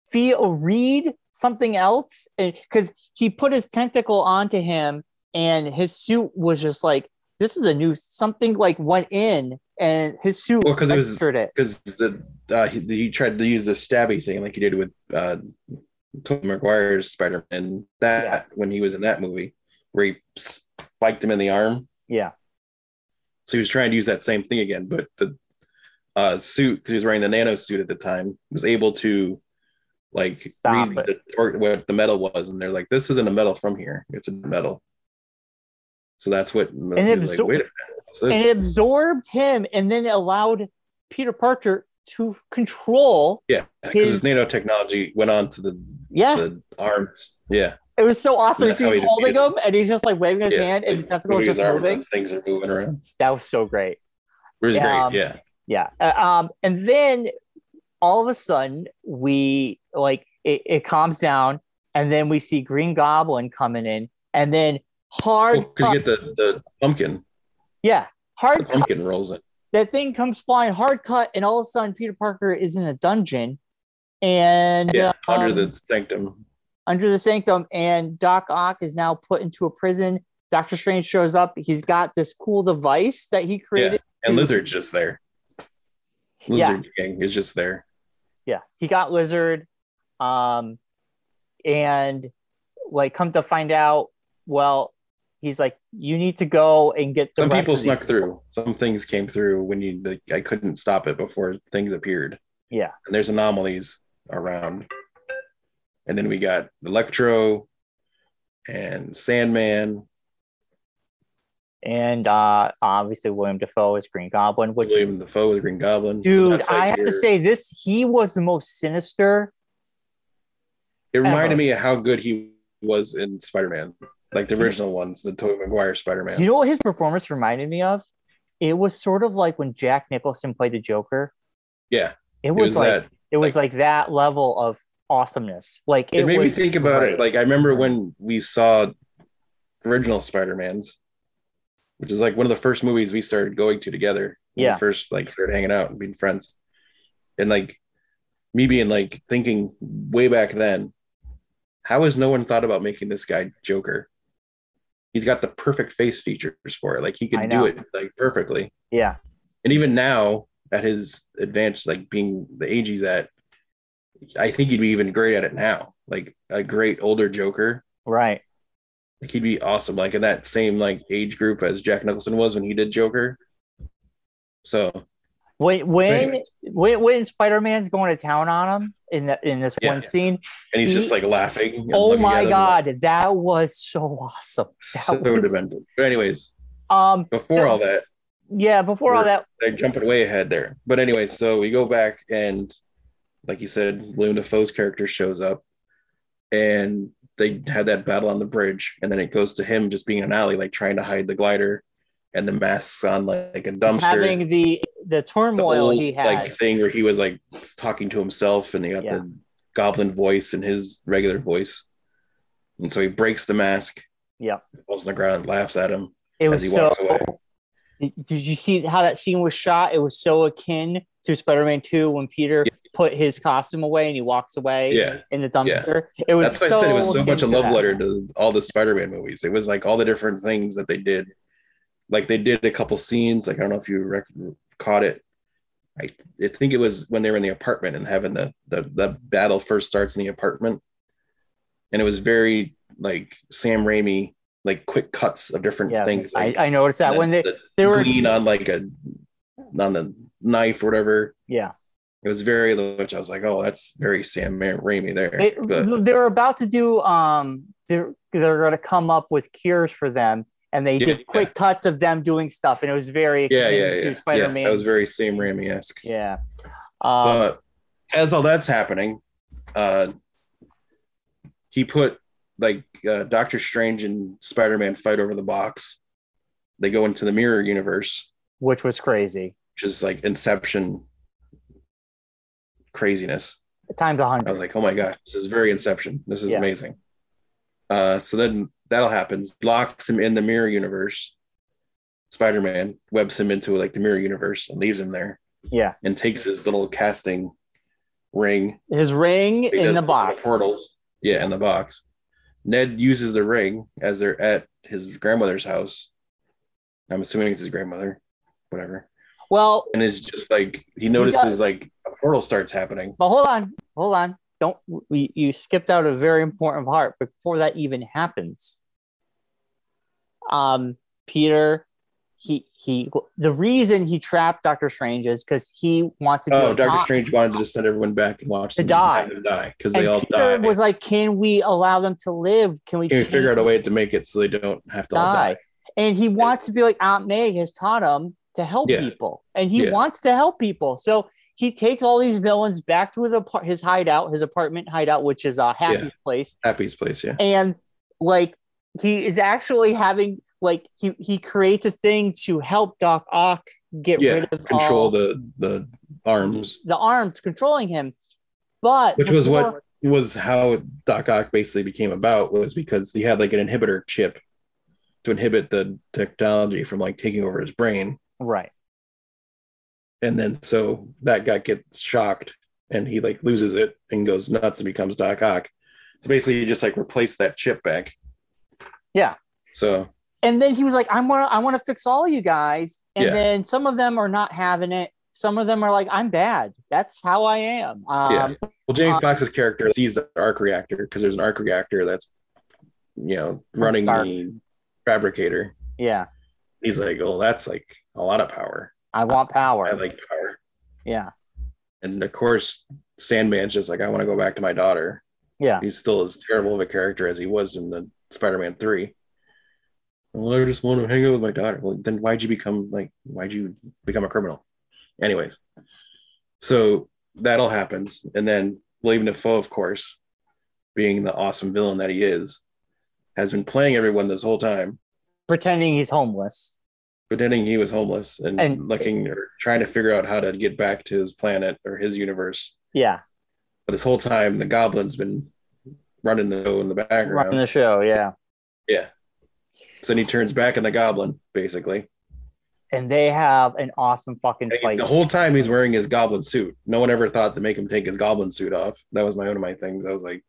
Speaker 2: feel read something else because he put his tentacle onto him, and his suit was just like this is a new something like went in, and his suit
Speaker 1: Well, 'cause it was-
Speaker 2: registered it.
Speaker 1: because the uh, he, he tried to use the stabby thing like he did with uh, Tobey Maguire's Spider Man. That
Speaker 2: Yeah.
Speaker 1: when he was in that movie, where he spiked him in the arm.
Speaker 2: Yeah.
Speaker 1: So he was trying to use that same thing again, but the uh, suit because he was wearing the nano suit at the time was able to like
Speaker 2: Stop
Speaker 1: read the, or what the metal was, and they're like, "This isn't a metal from here; it's a metal." So that's what. And
Speaker 2: it absor- and it absorbed him, and then allowed Peter Parker to control.
Speaker 1: Yeah, because
Speaker 2: His- Ah.
Speaker 1: his nanotechnology went on to the,
Speaker 2: Yeah,
Speaker 1: the arms. Yeah.
Speaker 2: it was so awesome.
Speaker 1: Yeah,
Speaker 2: to see
Speaker 1: how he
Speaker 2: he's
Speaker 1: just
Speaker 2: holding
Speaker 1: did it.
Speaker 2: him, and he's just like waving his
Speaker 1: yeah.
Speaker 2: hand, and
Speaker 1: like,
Speaker 2: his tentacle is
Speaker 1: moving his
Speaker 2: just
Speaker 1: arm,
Speaker 2: moving.
Speaker 1: the Things are moving around.
Speaker 2: That was so great.
Speaker 1: It was
Speaker 2: Yeah, um,
Speaker 1: great. Yeah.
Speaker 2: yeah Uh, um and then all of a sudden we like it, it calms down and then we see green goblin coming in and then hard
Speaker 1: Because Oh, you get the, the pumpkin.
Speaker 2: cut- yeah
Speaker 1: The
Speaker 2: hard cut,
Speaker 1: pumpkin rolls it.
Speaker 2: that thing comes flying hard cut and all of a sudden peter parker is in a dungeon and
Speaker 1: Yeah. under
Speaker 2: um,
Speaker 1: the sanctum.
Speaker 2: under the sanctum and doc ock is now put into a prison doctor strange shows up he's got this cool device that he created
Speaker 1: And Lizard's just there.
Speaker 2: hmm. Yeah.
Speaker 1: Lizard King is just there.
Speaker 2: yeah he got lizard um and like come to find out well he's like you need to go and get the
Speaker 1: Some
Speaker 2: rest
Speaker 1: people
Speaker 2: of these
Speaker 1: snuck through. Some things came through when you like, I couldn't stop it before things appeared.
Speaker 2: Yeah.
Speaker 1: And there's anomalies around. And then we got Electro and Sandman.
Speaker 2: and uh, obviously William Defoe is Green Goblin, which is
Speaker 1: William the Foe, the Green Goblin. So
Speaker 2: dude,
Speaker 1: that's, like,
Speaker 2: I have to
Speaker 1: your-
Speaker 2: say this. He was the most sinister.
Speaker 1: it reminded
Speaker 2: ever.
Speaker 1: me of how good he was in Spider Man, like the original ones, the Tobey Maguire Spider Man.
Speaker 2: You know what his performance reminded me of? It was sort of like when Jack Nicholson played the Joker.
Speaker 1: yeah,
Speaker 2: It was, like
Speaker 1: that.
Speaker 2: it was like, that level of awesomeness. Like
Speaker 1: It,
Speaker 2: it,
Speaker 1: made me
Speaker 2: was
Speaker 1: think about it.
Speaker 2: great.
Speaker 1: Like I remember when we saw original Spider Man's, which is like one of the first movies we started going to together. when we
Speaker 2: Yeah.
Speaker 1: first like started hanging out and being friends, and like me being like thinking way back then, how has no one thought about making this guy Joker? He's got the perfect face features for it. Like he
Speaker 2: I
Speaker 1: could
Speaker 2: know.
Speaker 1: do it like perfectly.
Speaker 2: yeah,
Speaker 1: and even now at his advanced like being the age he's at i think he'd be even great at it now like a great older joker
Speaker 2: right.
Speaker 1: like he'd be awesome like in that same like age group as jack nicholson was when he did joker so
Speaker 2: When when
Speaker 1: Anyways.
Speaker 2: when, when Spider Man's going to town on him in the, in this
Speaker 1: Yeah,
Speaker 2: one
Speaker 1: yeah.
Speaker 2: scene,
Speaker 1: and he's
Speaker 2: He-
Speaker 1: just like laughing and
Speaker 2: oh
Speaker 1: looking at
Speaker 2: my
Speaker 1: him,
Speaker 2: god, that was so awesome. That
Speaker 1: so
Speaker 2: was-
Speaker 1: demented but anyways
Speaker 2: Um,
Speaker 1: before
Speaker 2: So-
Speaker 1: all that
Speaker 2: yeah, before all
Speaker 1: We're-
Speaker 2: that,
Speaker 1: like jumping way ahead there but anyway so we go back and like you said william defoe's character shows up and they had that battle on the bridge and then it goes to him just being in an alley like trying to hide the glider and the masks on like a
Speaker 2: he's
Speaker 1: dumpster
Speaker 2: having the the
Speaker 1: The
Speaker 2: turmoil
Speaker 1: old,
Speaker 2: he had.
Speaker 1: like thing where he was like talking to himself and he got
Speaker 2: Yeah.
Speaker 1: the goblin voice and his regular voice and so he breaks the mask
Speaker 2: Yeah.
Speaker 1: falls on the ground laughs at him
Speaker 2: it
Speaker 1: as
Speaker 2: was
Speaker 1: he
Speaker 2: so.
Speaker 1: walks away
Speaker 2: Did, did you see how that scene was shot? It was so akin to Spider-Man Two when Peter
Speaker 1: Yeah.
Speaker 2: put his costume away and he walks away
Speaker 1: yeah
Speaker 2: in the dumpster. It was
Speaker 1: That's why
Speaker 2: so
Speaker 1: I said it was so
Speaker 2: akin
Speaker 1: much a
Speaker 2: to
Speaker 1: love
Speaker 2: that.
Speaker 1: letter to all the Spider-Man movies. It was like all the different things that they did. Like they did a couple scenes. Like I don't know if you rec- caught it. I, I think it was when they were in the apartment and having the, the the battle first starts in the apartment, and it was very like Sam Raimi, like quick cuts of different
Speaker 2: Yes,
Speaker 1: things.
Speaker 2: I,
Speaker 1: Like,
Speaker 2: I noticed that
Speaker 1: the-
Speaker 2: when they
Speaker 1: the
Speaker 2: they were
Speaker 1: glean on like a on the knife or whatever.
Speaker 2: yeah
Speaker 1: It was very much. I was like, oh, that's very Sam Ma- Raimi there.
Speaker 2: they
Speaker 1: But-
Speaker 2: they were about to do um they're they're going to come up with cures for them and they
Speaker 1: Yeah.
Speaker 2: did quick cuts of them doing stuff and it was very
Speaker 1: yeah,
Speaker 2: akin
Speaker 1: yeah,
Speaker 2: to
Speaker 1: yeah.
Speaker 2: Spider-Man
Speaker 1: Yeah, that was very Sam Raimi esque.
Speaker 2: yeah um,
Speaker 1: but as all that's happening, uh, he put like uh, Doctor Strange and Spider Man fight over the box. They go into the mirror universe,
Speaker 2: which was crazy
Speaker 1: which is like Inception craziness.
Speaker 2: times a hundred
Speaker 1: I was like, oh my god, this is very Inception. This is
Speaker 2: Yeah.
Speaker 1: amazing. Uh, so then that'll happens. Blocks him in the mirror universe. Spider Man webs him into like the mirror universe and leaves him there.
Speaker 2: yeah
Speaker 1: and takes his little casting ring
Speaker 2: his ring
Speaker 1: He does
Speaker 2: in the
Speaker 1: little
Speaker 2: box
Speaker 1: Portals. Yeah, in the box. Ned uses the ring as they're at his grandmother's house. I'm assuming it's his grandmother, whatever.
Speaker 2: well
Speaker 1: And it's just like he notices like a portal starts happening.
Speaker 2: but hold on hold on don't we, you skipped out a very important part before that even happens um peter he he the reason he trapped dr strange is because he wants to be
Speaker 1: Oh,
Speaker 2: a
Speaker 1: Doctor
Speaker 2: cop.
Speaker 1: Strange wanted to send everyone back and watch
Speaker 2: To
Speaker 1: them
Speaker 2: die.
Speaker 1: have them die because
Speaker 2: and
Speaker 1: they all
Speaker 2: peter
Speaker 1: die.
Speaker 2: was like can we allow them to live can we,
Speaker 1: Can we
Speaker 2: change-
Speaker 1: figure out a way to make it so they don't have to all
Speaker 2: die.
Speaker 1: die?
Speaker 2: and he wants to be like aunt may has taught him to help
Speaker 1: Yeah.
Speaker 2: people and he
Speaker 1: Yeah.
Speaker 2: wants to help people so he takes all these villains back to the, apar- his hideout his apartment hideout which is a happy
Speaker 1: Yeah.
Speaker 2: place
Speaker 1: Happiest place, yeah.
Speaker 2: and like he is actually having like he he creates a thing to help Doc Ock get
Speaker 1: Yeah,
Speaker 2: rid of
Speaker 1: Control
Speaker 2: all the,
Speaker 1: the the arms.
Speaker 2: arms controlling him. But
Speaker 1: Which was what
Speaker 2: before-
Speaker 1: was how Doc Ock basically became about was because he had like an inhibitor chip to inhibit the technology from like taking over his brain,
Speaker 2: right.
Speaker 1: and then so that guy gets shocked and he like loses it and goes nuts and becomes Doc Ock. So basically, he just like replaced that chip back.
Speaker 2: Yeah.
Speaker 1: So
Speaker 2: And then he was like, I'm gonna I wanna fix all you guys. And
Speaker 1: Yeah.
Speaker 2: then some of them are not having it. Some of them are like, I'm bad. That's how I am. Um
Speaker 1: Yeah. well, Jamie
Speaker 2: Uh,
Speaker 1: Foxx's character sees the arc reactor because there's an arc reactor that's you know running
Speaker 2: Stark.
Speaker 1: the fabricator.
Speaker 2: yeah,
Speaker 1: He's like, oh, that's like a lot of power.
Speaker 2: I want power.
Speaker 1: I like power.
Speaker 2: yeah.
Speaker 1: And of course, Sandman's just like, I want to go back to my daughter.
Speaker 2: Yeah.
Speaker 1: He's still as terrible of a character as he was in the Spider-Man 3. Well, I just want to hang out with my daughter. Well, then why'd you become like why'd you become a criminal? Anyways, so that all happens, and then William Defoe, of course, being the awesome villain that he is, has been playing everyone this whole time,
Speaker 2: pretending he's homeless.
Speaker 1: pretending he was homeless and,
Speaker 2: And-
Speaker 1: looking or trying to figure out how to get back to his planet or his universe.
Speaker 2: Yeah,
Speaker 1: But this whole time, the goblin's been running the show in the background.
Speaker 2: running the show. Yeah,
Speaker 1: so then he turns back on the goblin, basically.
Speaker 2: and they have an awesome fucking
Speaker 1: And
Speaker 2: fight.
Speaker 1: the whole time he's wearing his goblin suit. No one ever thought to make him take his goblin suit off. That was my one of my things. I was like,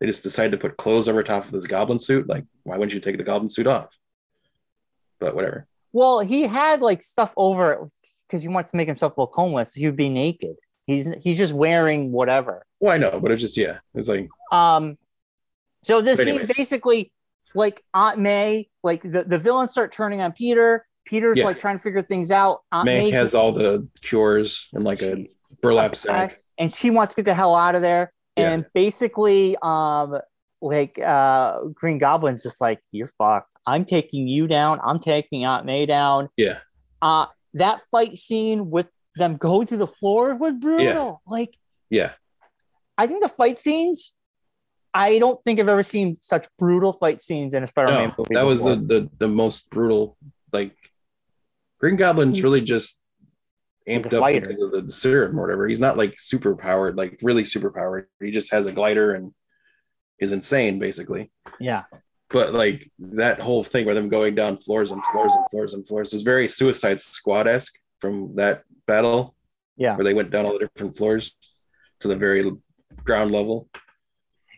Speaker 1: they just decided to put clothes over top of his goblin suit. Like, why wouldn't you take the goblin suit off? But whatever.
Speaker 2: well, he had like stuff over it because he wanted to make himself look homeless. He would be naked. He's he's just wearing whatever.
Speaker 1: Well, I know, but it's just yeah. It's like
Speaker 2: Um, so this
Speaker 1: But
Speaker 2: scene
Speaker 1: anyway.
Speaker 2: basically, like Aunt May, like the, the villains start turning on Peter. Peter's
Speaker 1: Yeah.
Speaker 2: like trying to figure things out. Aunt
Speaker 1: May
Speaker 2: May,
Speaker 1: has all the cures and like a burlap sack.
Speaker 2: and she wants to get the hell out of there.
Speaker 1: Yeah.
Speaker 2: And basically, um, like uh, Green Goblin's just like, "You're fucked. I'm taking you down. I'm taking Aunt May down."
Speaker 1: Yeah.
Speaker 2: Uh, that fight scene with them going through the floor was brutal. Like
Speaker 1: Yeah.
Speaker 2: I think the fight scenes, I don't think I've ever seen such brutal fight scenes in a Spider-Man
Speaker 1: No,
Speaker 2: movie.
Speaker 1: that was
Speaker 2: before.
Speaker 1: the, the the most brutal. Like Green Goblin's really just
Speaker 2: Hmm. He's a
Speaker 1: amped up
Speaker 2: fighter.
Speaker 1: because of the, the serum or whatever. He's not like super powered, like really super powered. He just has a glider and is insane basically.
Speaker 2: yeah,
Speaker 1: But like that whole thing with them going down floors and floors and floors and floors was very Suicide Squad esque from that battle.
Speaker 2: Yeah.
Speaker 1: where they went down all the different floors to the very ground level.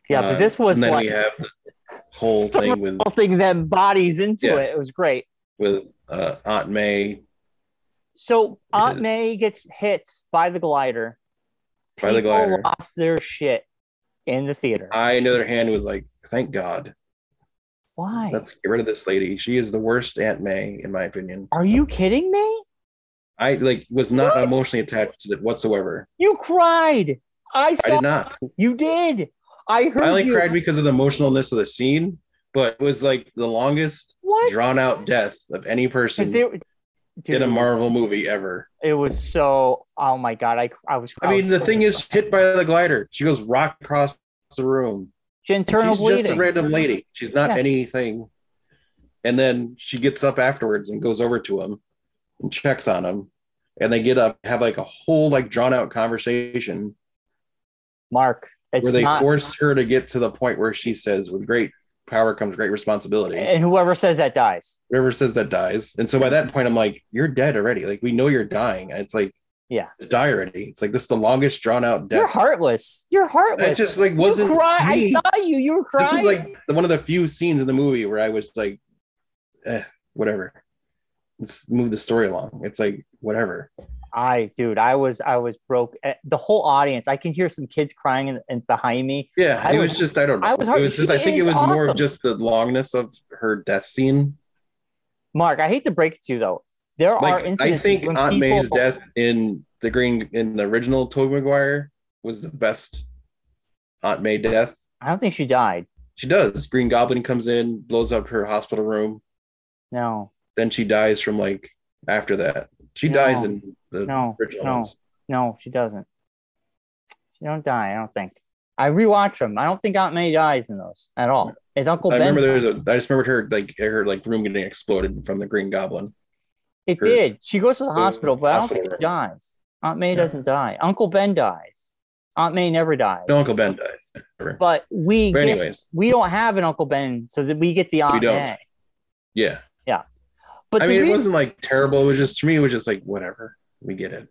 Speaker 2: yeah.
Speaker 1: Uh,
Speaker 2: but this was
Speaker 1: and then
Speaker 2: like
Speaker 1: we have the whole
Speaker 2: <laughs>
Speaker 1: thing with
Speaker 2: something that bodies into
Speaker 1: Yeah.
Speaker 2: it. It was great.
Speaker 1: with uh, Aunt May
Speaker 2: So Aunt
Speaker 1: Because-
Speaker 2: May gets hit by the glider.
Speaker 1: By the
Speaker 2: People
Speaker 1: glider. Uh,
Speaker 2: lost their shit in the theater.
Speaker 1: I, on the other hand, was like, thank God.
Speaker 2: Why?
Speaker 1: Let's get rid of this lady. She is the worst Aunt May, in my opinion.
Speaker 2: Are you kidding me?
Speaker 1: I like was not
Speaker 2: What?
Speaker 1: emotionally attached to it whatsoever.
Speaker 2: You cried. I
Speaker 1: I
Speaker 2: saw
Speaker 1: did not.
Speaker 2: you did. I heard
Speaker 1: I only
Speaker 2: you.
Speaker 1: cried because of the emotionalness of the scene, but it was like the longest
Speaker 2: what?
Speaker 1: drawn out death of any person
Speaker 2: 'Cause it-
Speaker 1: in a
Speaker 2: Dude,
Speaker 1: Marvel movie ever.
Speaker 2: It was so. Oh my god! I I was.
Speaker 1: I mean,
Speaker 2: was
Speaker 1: the thing is hit by the glider. She goes rock across the room.
Speaker 2: internal
Speaker 1: She's
Speaker 2: bleeding.
Speaker 1: just a random lady. She's not
Speaker 2: Yeah.
Speaker 1: anything. And then she gets up afterwards and goes over to him and checks on him. And they get up, have like a whole like drawn out conversation
Speaker 2: Mark, it's
Speaker 1: where they
Speaker 2: not.
Speaker 1: force her to get to the point where she says, with great power comes great responsibility.
Speaker 2: and whoever says that dies.
Speaker 1: Whoever says that dies. And so by that point, I'm like, you're dead already. Like we know you're dying. And it's like,
Speaker 2: Yeah.
Speaker 1: die already. It's like this is the longest drawn out
Speaker 2: You're
Speaker 1: death.
Speaker 2: heartless. You're
Speaker 1: It
Speaker 2: heartless.
Speaker 1: just like wasn't
Speaker 2: you cried.
Speaker 1: me.
Speaker 2: I saw you. You were
Speaker 1: this was
Speaker 2: crying.
Speaker 1: like the- one of the few scenes in the movie where I was like, eh, whatever. Let's move the story along. It's like whatever.
Speaker 2: I dude, I was I was broke. Eh, The whole audience, I can hear some kids crying in, in behind me.
Speaker 1: Yeah,
Speaker 2: I
Speaker 1: it was,
Speaker 2: was-
Speaker 1: just I don't know.
Speaker 2: I was
Speaker 1: it was
Speaker 2: heart-
Speaker 1: just I
Speaker 2: she
Speaker 1: think it
Speaker 2: is
Speaker 1: was more
Speaker 2: awesome.
Speaker 1: of just the longness of her death scene.
Speaker 2: Mark, I hate to break it to you though. There are
Speaker 1: Like I
Speaker 2: incidents
Speaker 1: think
Speaker 2: when
Speaker 1: Aunt
Speaker 2: people,
Speaker 1: May's death in the green in the original Tobey Maguire was the best Aunt May death.
Speaker 2: I don't think she died.
Speaker 1: She does. Green Goblin comes in, blows up her hospital room,
Speaker 2: No,
Speaker 1: then she dies from like after that. She
Speaker 2: No.
Speaker 1: dies in the
Speaker 2: No.
Speaker 1: original
Speaker 2: No.
Speaker 1: ones.
Speaker 2: no, she doesn't. She don't die. I don't think. I rewatch them. I don't think Aunt May dies in those at all. It's Uncle
Speaker 1: I
Speaker 2: Ben.
Speaker 1: remember there was a. I just remembered her like her like room getting exploded from the Green Goblin.
Speaker 2: It
Speaker 1: her-
Speaker 2: did. She goes to the hospital, but I don't
Speaker 1: hospital
Speaker 2: think she
Speaker 1: room.
Speaker 2: dies. Aunt May
Speaker 1: Yeah.
Speaker 2: doesn't die. Uncle Ben dies. Aunt May never dies.
Speaker 1: No, Uncle Ben dies. But,
Speaker 2: But we get,
Speaker 1: anyways,
Speaker 2: we don't have an Uncle Ben, so that we get the Aunt
Speaker 1: don't.
Speaker 2: May.
Speaker 1: yeah.
Speaker 2: But
Speaker 1: I
Speaker 2: the
Speaker 1: mean, it
Speaker 2: reason,
Speaker 1: wasn't like terrible. It was just to me. It was just like whatever. We get it.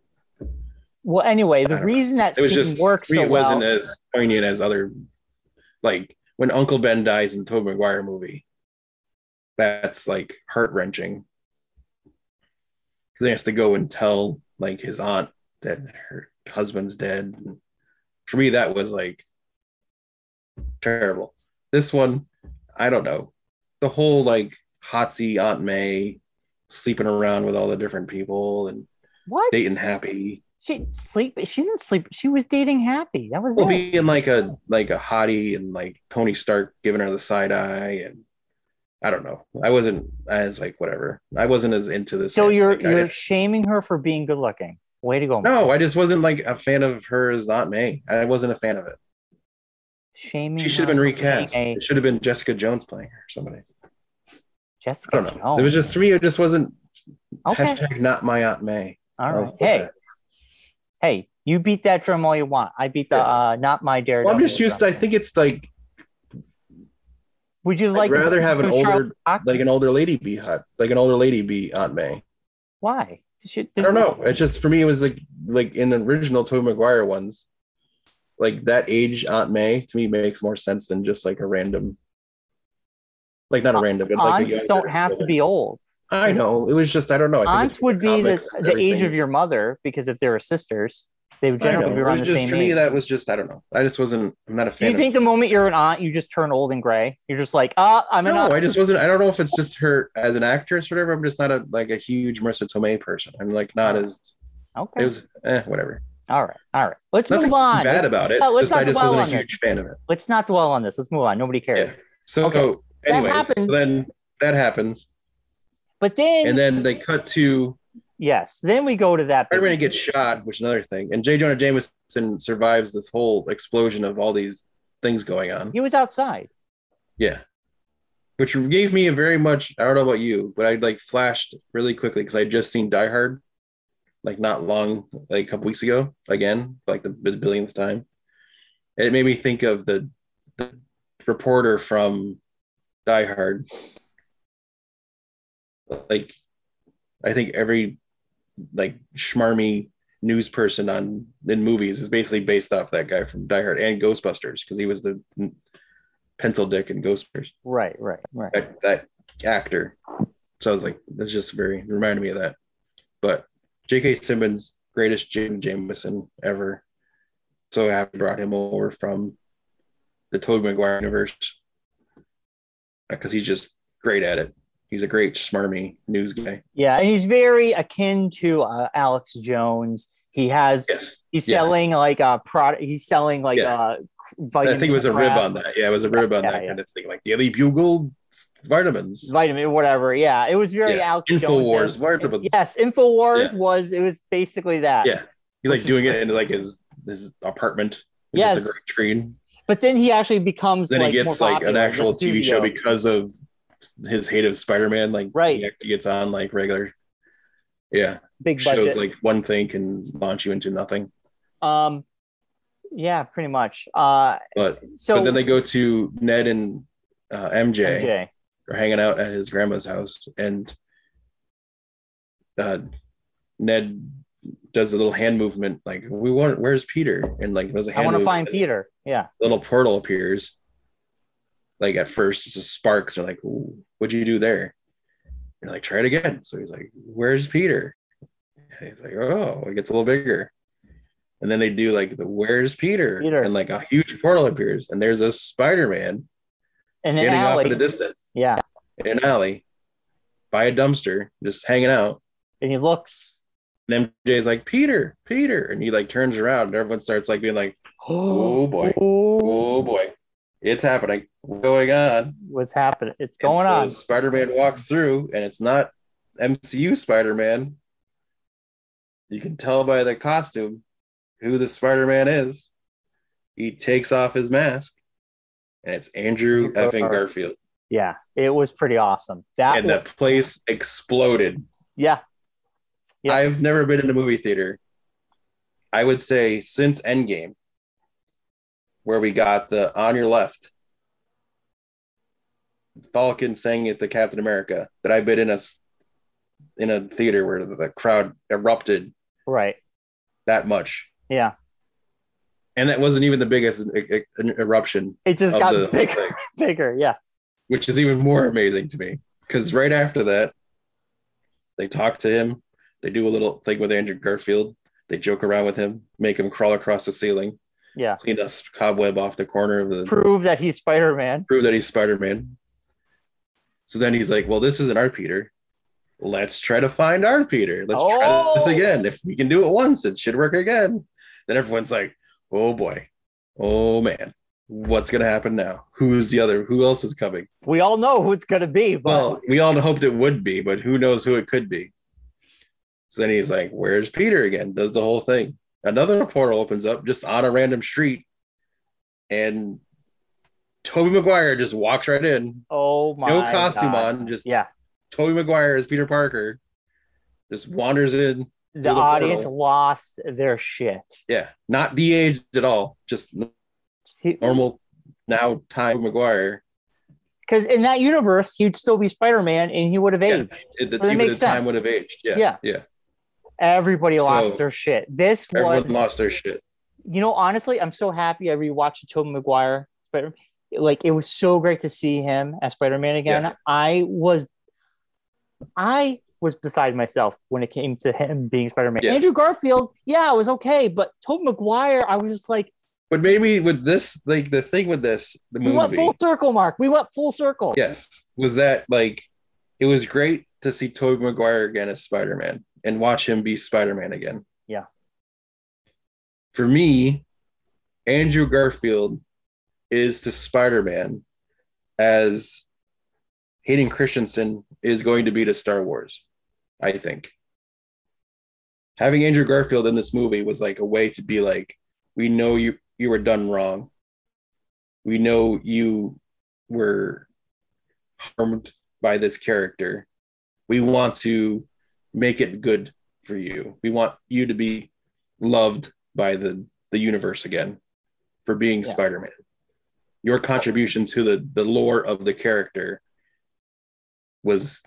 Speaker 2: well, anyway,
Speaker 1: I
Speaker 2: the
Speaker 1: don't know.
Speaker 2: reason that
Speaker 1: It was
Speaker 2: scene
Speaker 1: just
Speaker 2: works
Speaker 1: to me,
Speaker 2: so
Speaker 1: it wasn't
Speaker 2: well.
Speaker 1: as poignant as other, like when Uncle Ben dies in Tobey Maguire movie. That's like heart wrenching. Because he has to go and tell like his aunt that her husband's dead. And for me, that was like terrible. This one, I don't know. The whole like hotsy Aunt May sleeping around with all the different people and
Speaker 2: what?
Speaker 1: dating happy.
Speaker 2: She sleep. She didn't sleep. She was dating Happy. That was
Speaker 1: Well,
Speaker 2: it.
Speaker 1: being like a like a hottie and like Tony Stark giving her the side eye and I don't know. I wasn't. I was like, whatever. I wasn't as into this.
Speaker 2: So
Speaker 1: as,
Speaker 2: you're
Speaker 1: like, I
Speaker 2: you're
Speaker 1: did-
Speaker 2: shaming her for being good looking. Way to go. Mike.
Speaker 1: no, I just wasn't like a fan of her as Aunt May. I wasn't a fan of it.
Speaker 2: Shaming.
Speaker 1: She should have
Speaker 2: her
Speaker 1: been
Speaker 2: for
Speaker 1: recast.
Speaker 2: being a
Speaker 1: It should have been Jessica Jones playing her. Somebody. I
Speaker 2: Jessica
Speaker 1: don't know.
Speaker 2: Jones.
Speaker 1: There was just three. It just wasn't.
Speaker 2: Okay.
Speaker 1: Hashtag not my Aunt May.
Speaker 2: All
Speaker 1: I'll
Speaker 2: right.
Speaker 1: put
Speaker 2: Hey,
Speaker 1: that.
Speaker 2: hey, you beat that drum all you want. I beat the
Speaker 1: Yeah.
Speaker 2: uh, not my
Speaker 1: Well,
Speaker 2: daredevil.
Speaker 1: I'm just used. To, I think it's like
Speaker 2: Would you
Speaker 1: I'd
Speaker 2: like
Speaker 1: rather have an
Speaker 2: Charlotte
Speaker 1: older-
Speaker 2: Cox?
Speaker 1: like an older lady be hot, like an older lady be Aunt May.
Speaker 2: Why? She-
Speaker 1: I don't know. It's just for me, it was like like in the original Tobey Maguire ones, like that age Aunt May to me makes more sense than just like a random, like not a random. But like a
Speaker 2: Aunts
Speaker 1: younger-
Speaker 2: don't have to be old.
Speaker 1: I know. It was just I don't know. I think
Speaker 2: Aunts
Speaker 1: it's
Speaker 2: would be the,
Speaker 1: comics and
Speaker 2: the age
Speaker 1: everything.
Speaker 2: of your mother because if they were sisters, they would
Speaker 1: I know.
Speaker 2: generally be
Speaker 1: It
Speaker 2: around the
Speaker 1: was just,
Speaker 2: same
Speaker 1: for me,
Speaker 2: age.
Speaker 1: that was just I don't know. I just wasn't. I'm not a
Speaker 2: Do
Speaker 1: fan.
Speaker 2: you think the moment you're an aunt, you just turn old and gray? You're just like, ah, I'm
Speaker 1: of,
Speaker 2: an
Speaker 1: no,
Speaker 2: aunt.
Speaker 1: I just wasn't. I don't know if
Speaker 2: Oh.
Speaker 1: it's just her as an actress or whatever. I'm just not a like a huge Marissa Tomei person. I'm like not
Speaker 2: Oh.
Speaker 1: as.
Speaker 2: okay.
Speaker 1: It was eh, whatever.
Speaker 2: all right. All right. Let's
Speaker 1: Nothing
Speaker 2: move on.
Speaker 1: bad about it.
Speaker 2: No, let's
Speaker 1: just, I
Speaker 2: not
Speaker 1: just
Speaker 2: dwell
Speaker 1: wasn't a
Speaker 2: on
Speaker 1: huge
Speaker 2: this.
Speaker 1: fan of it.
Speaker 2: Let's not dwell on this. Let's move on. Nobody cares.
Speaker 1: Yeah. So,
Speaker 2: Okay. That
Speaker 1: anyways, so
Speaker 2: happens.
Speaker 1: then that happens,
Speaker 2: But then,
Speaker 1: and then they cut to
Speaker 2: yes, then we go to that.
Speaker 1: Spider-Man gets shot, which is another thing, and J. Jonah Jameson survives this whole explosion of all these things going on.
Speaker 2: He was outside.
Speaker 1: Yeah, which gave me a very much. I don't know about you, but I like flashed really quickly because I had just seen Die Hard, like not long, like a couple weeks ago, again, like the b- billionth time, and it made me think of the, the reporter from Die Hard. Like, I think every like schmarmy news person on in movies is basically based off that guy from Die Hard and Ghostbusters because he was the pencil dick in Ghostbusters
Speaker 2: Right, right, right.
Speaker 1: that that actor. So I was like, that's just very reminded me of that. But J.K. Simmons, greatest Jim Jameson ever. So I brought him over from the Tobey Maguire universe because he's just great at it. He's a great smarmy news guy.
Speaker 2: Yeah, and he's very akin to uh, Alex Jones. He has
Speaker 1: Yes,
Speaker 2: he's
Speaker 1: Yeah.
Speaker 2: selling like a product. He's selling like
Speaker 1: Yeah.
Speaker 2: uh,
Speaker 1: I
Speaker 2: vitamin.
Speaker 1: think it was a rib
Speaker 2: crap,
Speaker 1: on that. Yeah, it was a rib on
Speaker 2: Yeah,
Speaker 1: that
Speaker 2: yeah.
Speaker 1: kind of thing, like Daily Bugle vitamins.
Speaker 2: vitamin, whatever. Yeah, it was very
Speaker 1: Yeah.
Speaker 2: Alex
Speaker 1: Infowars
Speaker 2: Jones.
Speaker 1: vitamins.
Speaker 2: Yes, Infowars
Speaker 1: Yeah.
Speaker 2: was it was basically that.
Speaker 1: Yeah, he's like doing it in like his his apartment. It's just a
Speaker 2: Yes.
Speaker 1: great screen.
Speaker 2: But then he actually becomes
Speaker 1: then
Speaker 2: like,
Speaker 1: he
Speaker 2: more
Speaker 1: gets like an
Speaker 2: popular in the
Speaker 1: actual TV show
Speaker 2: studio.
Speaker 1: because of his hate of Spider-Man. Like
Speaker 2: Right.
Speaker 1: he actually gets on like regular, yeah,
Speaker 2: big budget.
Speaker 1: shows like one thing can launch you into nothing.
Speaker 2: um, yeah, pretty much. Uh,
Speaker 1: But
Speaker 2: so
Speaker 1: but then they go to Ned and uh, MJ,
Speaker 2: MJ.
Speaker 1: are hanging out at his grandma's house, and uh, Ned does a little hand movement like we want. Where's Peter? And like does a
Speaker 2: I
Speaker 1: hand
Speaker 2: want to
Speaker 1: movement,
Speaker 2: find
Speaker 1: and
Speaker 2: Peter. Yeah,
Speaker 1: a Little portal appears. Like at first, it's just sparks. They're like, "Ooh, "What'd you do there?" And like, try it again. So he's like, Where's Peter? And he's like, Oh, it gets a little bigger. And then they do like the Where's Peter?
Speaker 2: Peter.
Speaker 1: And like a huge portal appears, and there's a Spider Man
Speaker 2: and then
Speaker 1: standing off in the
Speaker 2: Allie.
Speaker 1: distance
Speaker 2: Yeah,
Speaker 1: in an alley by a dumpster, just hanging out.
Speaker 2: and he looks.
Speaker 1: And MJ's like, Peter, Peter. And he like turns around and everyone starts like being like, <gasps> Oh boy.
Speaker 2: Ooh,
Speaker 1: Oh boy, it's happening. What's going on?
Speaker 2: what's happening? It's going on.
Speaker 1: Spider Man walks through, and it's not MCU Spider Man. You can tell by the costume who the Spider Man is. He takes off his mask, and it's Andrew
Speaker 2: Andrew
Speaker 1: effing
Speaker 2: Gar-
Speaker 1: Garfield.
Speaker 2: Yeah, it was pretty awesome. That
Speaker 1: And
Speaker 2: was,
Speaker 1: the place exploded.
Speaker 2: yeah, Yeah.
Speaker 1: I've never been in a movie theater. I would say since Endgame, where we got the on your left Falcon saying it to Captain America that I've been in a s- in a theater where the crowd erupted
Speaker 2: right.
Speaker 1: that much,
Speaker 2: Yeah,
Speaker 1: and that wasn't even the biggest e- e- an eruption
Speaker 2: it just
Speaker 1: of
Speaker 2: got
Speaker 1: the whole
Speaker 2: <laughs> bigger,
Speaker 1: thing,
Speaker 2: bigger. Yeah,
Speaker 1: <laughs> which is even more amazing to me because right after that, they talk to him, they do a little thing with Andrew Garfield, they joke around with him, make him crawl across the ceiling.
Speaker 2: yeah.
Speaker 1: clean a cobweb off the corner of the
Speaker 2: Prove that he's Spider Man.
Speaker 1: prove that he's Spider-Man. So then he's like, "Well, this isn't our Peter. Let's try to find our Peter. Let's try this
Speaker 2: Oh!
Speaker 1: again. If we can do it once, it should work again." Then everyone's like, "Oh boy, oh man!" what's gonna happen now? Who's the other? Who else is coming?
Speaker 2: We all know who it's going to be, but
Speaker 1: Well, we all hoped it would be, but who knows who it could be? So then he's like, "Where's Peter again?" Does the whole thing. Another portal opens up just on a random street, and Toby Maguire just walks right in.
Speaker 2: oh my
Speaker 1: no costume
Speaker 2: God.
Speaker 1: on, just
Speaker 2: Yeah.
Speaker 1: Toby Maguire as Peter Parker. Just wanders in.
Speaker 2: The
Speaker 1: the
Speaker 2: audience
Speaker 1: portal.
Speaker 2: lost their shit.
Speaker 1: Yeah, not de-aged at all. Just normal now time Maguire.
Speaker 2: Because in that universe, he'd still be Spider Man and he would have
Speaker 1: Yeah.
Speaker 2: aged.
Speaker 1: It,
Speaker 2: So that
Speaker 1: even
Speaker 2: makes
Speaker 1: his time
Speaker 2: sense.
Speaker 1: would have aged. Yeah,
Speaker 2: Yeah.
Speaker 1: yeah.
Speaker 2: Everybody lost
Speaker 1: So-
Speaker 2: their shit. This
Speaker 1: Everyone
Speaker 2: was
Speaker 1: lost their shit.
Speaker 2: you know, honestly, I'm so happy I rewatched the Tobey Maguire Spider. Like it was so great to see him as Spider Man again.
Speaker 1: Yeah.
Speaker 2: I was, I was beside myself when it came to him being Spider Man.
Speaker 1: Yeah.
Speaker 2: Andrew Garfield, yeah, it was okay, but Tobey Maguire, I was just like,
Speaker 1: But maybe with this, like the thing with this, the
Speaker 2: we went
Speaker 1: movie,
Speaker 2: full circle, Mark. We went full circle.
Speaker 1: yes, was that like it was great to see Tobey Maguire again as Spider Man and watch him be Spider Man again.
Speaker 2: Yeah.
Speaker 1: For me, Andrew Garfield is to Spider Man as Hayden Christensen is going to be to Star Wars, I think. Having Andrew Garfield in this movie was like a way to be like, we know you you were done wrong. We know you were harmed by this character. We want to make it good for you. We want you to be loved by the, the universe again for being
Speaker 2: Yeah.
Speaker 1: Spider Man. Your contribution to the, the lore of the character was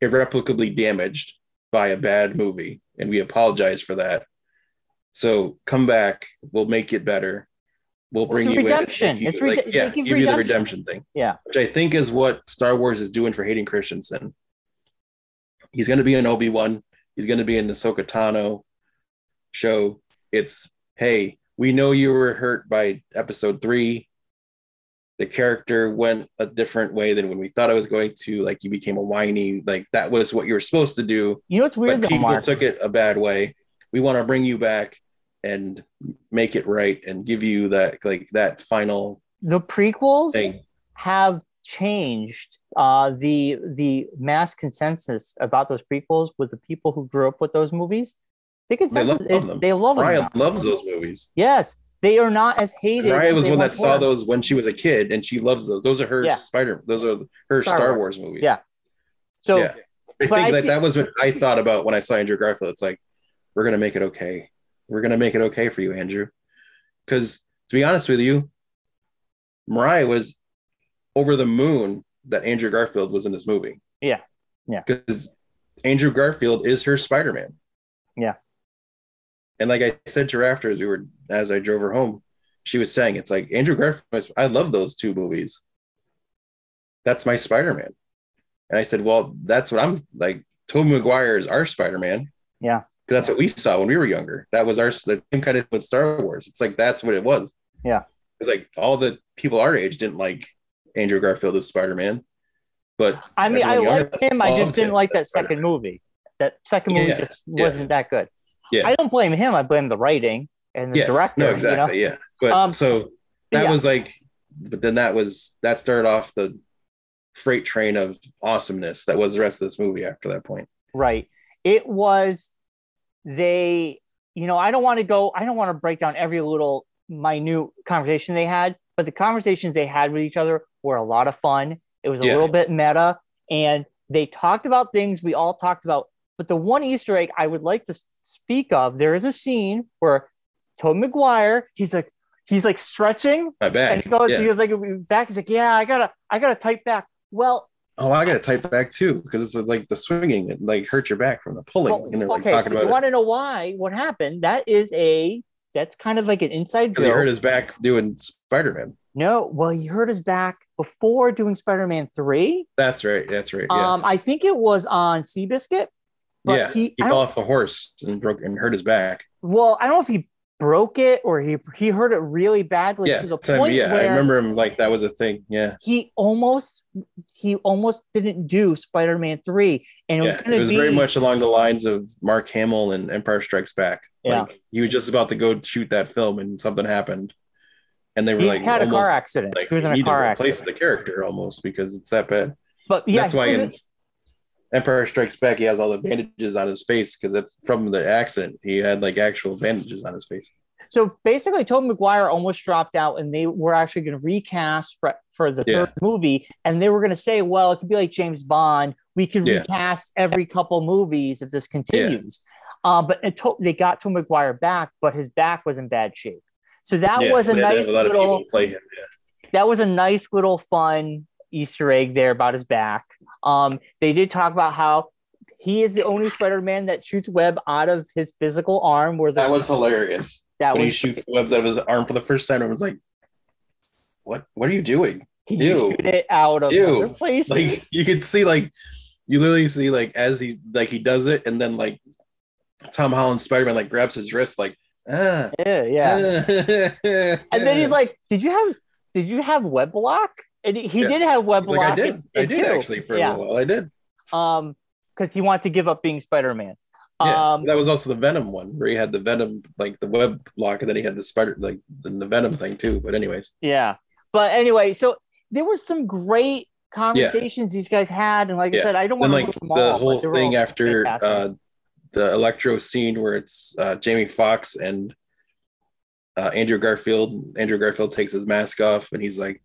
Speaker 1: irreparably damaged by a bad movie, and we apologize for that. So come back. We'll make it better. We'll bring
Speaker 2: a
Speaker 1: you in and make
Speaker 2: redemption.
Speaker 1: you-
Speaker 2: It's rede-
Speaker 1: like, yeah,
Speaker 2: they give
Speaker 1: give you the
Speaker 2: redemption.
Speaker 1: redemption thing
Speaker 2: Yeah.
Speaker 1: which I think is what Star Wars is doing for Hayden Christensen. He's going to be in Obi Wan. He's going to be in the Sokotano show. It's hey, we know you were hurt by Episode Three. The character went a different way than when we thought it was going to. Like you became a whiny. Like that was what you were supposed to do,
Speaker 2: You know what's weird
Speaker 1: but
Speaker 2: though,
Speaker 1: people
Speaker 2: Mark?
Speaker 1: took it a bad way. We want to bring you back and make it right and give you that like that final
Speaker 2: the prequels
Speaker 1: thing.
Speaker 2: have changed uh, the the mass consensus about those prequels with the people who grew up with those movies. The consensus
Speaker 1: love
Speaker 2: is
Speaker 1: them.
Speaker 2: they love them.
Speaker 1: Ryan
Speaker 2: now.
Speaker 1: loves those movies.
Speaker 2: Yes, they are not as hated.
Speaker 1: Mariah
Speaker 2: as
Speaker 1: was
Speaker 2: they
Speaker 1: one that
Speaker 2: once
Speaker 1: saw
Speaker 2: were.
Speaker 1: those when she was a kid, and she loves those. Those are her
Speaker 2: Yeah.
Speaker 1: Spider. Those are her
Speaker 2: Star
Speaker 1: Star,
Speaker 2: Wars.
Speaker 1: Wars. movies.
Speaker 2: Yeah. So
Speaker 1: yeah. I
Speaker 2: but
Speaker 1: think
Speaker 2: I
Speaker 1: that
Speaker 2: see-
Speaker 1: that was what I thought about when I saw Andrew Garfield. It's like we're gonna make it okay. We're gonna make it okay for you, Andrew. Because to be honest with you, Mariah was over the moon that Andrew Garfield was in this movie.
Speaker 2: Yeah. Yeah.
Speaker 1: Because Andrew Garfield is her Spider Man.
Speaker 2: Yeah.
Speaker 1: And like I said to her after, as we were as I drove her home, she was saying, "It's like Andrew Garfield. I love those two movies. That's my Spider Man." And I said, "Well, that's what I'm like. Tobey Maguire is our Spider Man.
Speaker 2: Yeah.
Speaker 1: that's what we saw when we were younger. That was our the same kind of with Star Wars. It's like that's what it was.
Speaker 2: Yeah.
Speaker 1: it's like all the people our age didn't like Andrew Garfield as Spider Man, but
Speaker 2: I mean, I
Speaker 1: everyone
Speaker 2: liked
Speaker 1: else
Speaker 2: him. I just
Speaker 1: loved
Speaker 2: didn't
Speaker 1: him
Speaker 2: like that
Speaker 1: as Spider-Man.
Speaker 2: second movie. That second movie
Speaker 1: Yeah,
Speaker 2: just
Speaker 1: yeah.
Speaker 2: wasn't that good.
Speaker 1: Yeah.
Speaker 2: I don't blame him. I blame the writing and the
Speaker 1: Yes,
Speaker 2: director.
Speaker 1: No,
Speaker 2: You know?
Speaker 1: exactly. Yeah, but
Speaker 2: Um,
Speaker 1: so that
Speaker 2: yeah.
Speaker 1: was like, but then that was that started off the freight train of awesomeness that was the rest of this movie after that point.
Speaker 2: Right. It was they, you know, I don't want to go, I don't want to break down every little minute conversation they had, but the conversations they had with each other were a lot of fun. It was a
Speaker 1: Yeah.
Speaker 2: little bit meta and they talked about things we all talked about. But the one Easter egg I would like to s- speak of, there is a scene where Toad McGuire, he's like, he's like stretching
Speaker 1: My
Speaker 2: and
Speaker 1: back.
Speaker 2: he
Speaker 1: <laughs>
Speaker 2: goes,
Speaker 1: Yeah.
Speaker 2: he goes like back. He's like, yeah, I gotta, I gotta type back. Well,
Speaker 1: Oh, I gotta type back too because it's uh, like the swinging that like hurt your back from the pulling,
Speaker 2: Well,
Speaker 1: and they're like
Speaker 2: okay,
Speaker 1: talking
Speaker 2: so
Speaker 1: about
Speaker 2: you
Speaker 1: it.
Speaker 2: want to know why? What happened? That is a that's kind of like an inside
Speaker 1: because he hurt
Speaker 2: joke.
Speaker 1: his back doing Spider Man.
Speaker 2: No, well, he hurt his back before doing Spider-Man three.
Speaker 1: That's right. That's right. Yeah,
Speaker 2: Um, I think it was on Seabiscuit, but
Speaker 1: yeah.
Speaker 2: he,
Speaker 1: He,
Speaker 2: I
Speaker 1: fell
Speaker 2: don't,
Speaker 1: off a horse and broke and hurt his back.
Speaker 2: well, I don't know if he broke it or he he hurt it really badly
Speaker 1: yeah,
Speaker 2: to the
Speaker 1: So,
Speaker 2: point
Speaker 1: yeah.
Speaker 2: where
Speaker 1: I remember him like that was a thing. Yeah,
Speaker 2: he almost he almost didn't do Spider-Man three, and it was
Speaker 1: Yeah,
Speaker 2: going
Speaker 1: it
Speaker 2: to
Speaker 1: was
Speaker 2: be
Speaker 1: very much along the lines of Mark Hamill and Empire Strikes Back.
Speaker 2: Yeah.
Speaker 1: Like, he was just about to go shoot that film, and something happened, and they were
Speaker 2: He
Speaker 1: like
Speaker 2: had a car
Speaker 1: almost,
Speaker 2: accident.
Speaker 1: Like,
Speaker 2: he was in
Speaker 1: need
Speaker 2: a
Speaker 1: to
Speaker 2: car
Speaker 1: replace
Speaker 2: accident.
Speaker 1: the character almost because it's that bad.
Speaker 2: But yeah,
Speaker 1: That's why
Speaker 2: he was
Speaker 1: in- Empire Strikes Back, he has all the bandages on his face because it's from the accident. He had like actual bandages on his face.
Speaker 2: So basically, Tobey Maguire almost dropped out, and they were actually going to recast for, for the
Speaker 1: Yeah.
Speaker 2: third movie, and they were going to say, "Well, it could be like James Bond. We can
Speaker 1: Yeah.
Speaker 2: recast every couple movies if this continues." Uh, but it to- they got Tobey Maguire back, but his back was in bad shape. So that
Speaker 1: Yeah,
Speaker 2: was a
Speaker 1: they have
Speaker 2: nice
Speaker 1: lot of
Speaker 2: little.
Speaker 1: people play him, yeah.
Speaker 2: That was a nice little fun Easter egg there about his back. Um, they did talk about how he is the only Spider-Man that shoots web out of his physical arm, where the,
Speaker 1: That was hilarious.
Speaker 2: that
Speaker 1: when he
Speaker 2: was-
Speaker 1: shoots the web out of his arm for the first time, everyone's like, "What? What are you
Speaker 2: <laughs>
Speaker 1: doing?"
Speaker 2: he
Speaker 1: Ew.
Speaker 2: shoot it out of
Speaker 1: Ew.
Speaker 2: other
Speaker 1: <laughs>
Speaker 2: places.
Speaker 1: Like you could see, like you literally see, like as he like he does it, and then like Tom Holland Spider Man like grabs his wrist, like ah, <laughs>
Speaker 2: yeah, yeah. And then he's like, "Did you have? Did you have web block?" And he, he
Speaker 1: Yeah.
Speaker 2: did have web
Speaker 1: He's like,
Speaker 2: block.
Speaker 1: I did, I
Speaker 2: in
Speaker 1: did
Speaker 2: two.
Speaker 1: actually for a
Speaker 2: Yeah.
Speaker 1: little while, I did.
Speaker 2: Um, because he wanted to give up being Spider-Man.
Speaker 1: Yeah,
Speaker 2: Um,
Speaker 1: that was also the Venom one where he had the Venom like the web block, and then he had the spider like the, the Venom thing too. But anyways,
Speaker 2: yeah. But anyway, so there was some great conversations these guys had, and like I
Speaker 1: Yeah.
Speaker 2: said, I don't
Speaker 1: then
Speaker 2: want
Speaker 1: like
Speaker 2: to
Speaker 1: the
Speaker 2: them all. but
Speaker 1: whole
Speaker 2: they were
Speaker 1: thing
Speaker 2: all
Speaker 1: after
Speaker 2: fantastic.
Speaker 1: uh, the electro scene where it's uh, Jamie Fox and uh, Andrew Garfield. Andrew Garfield takes his mask off and he's like,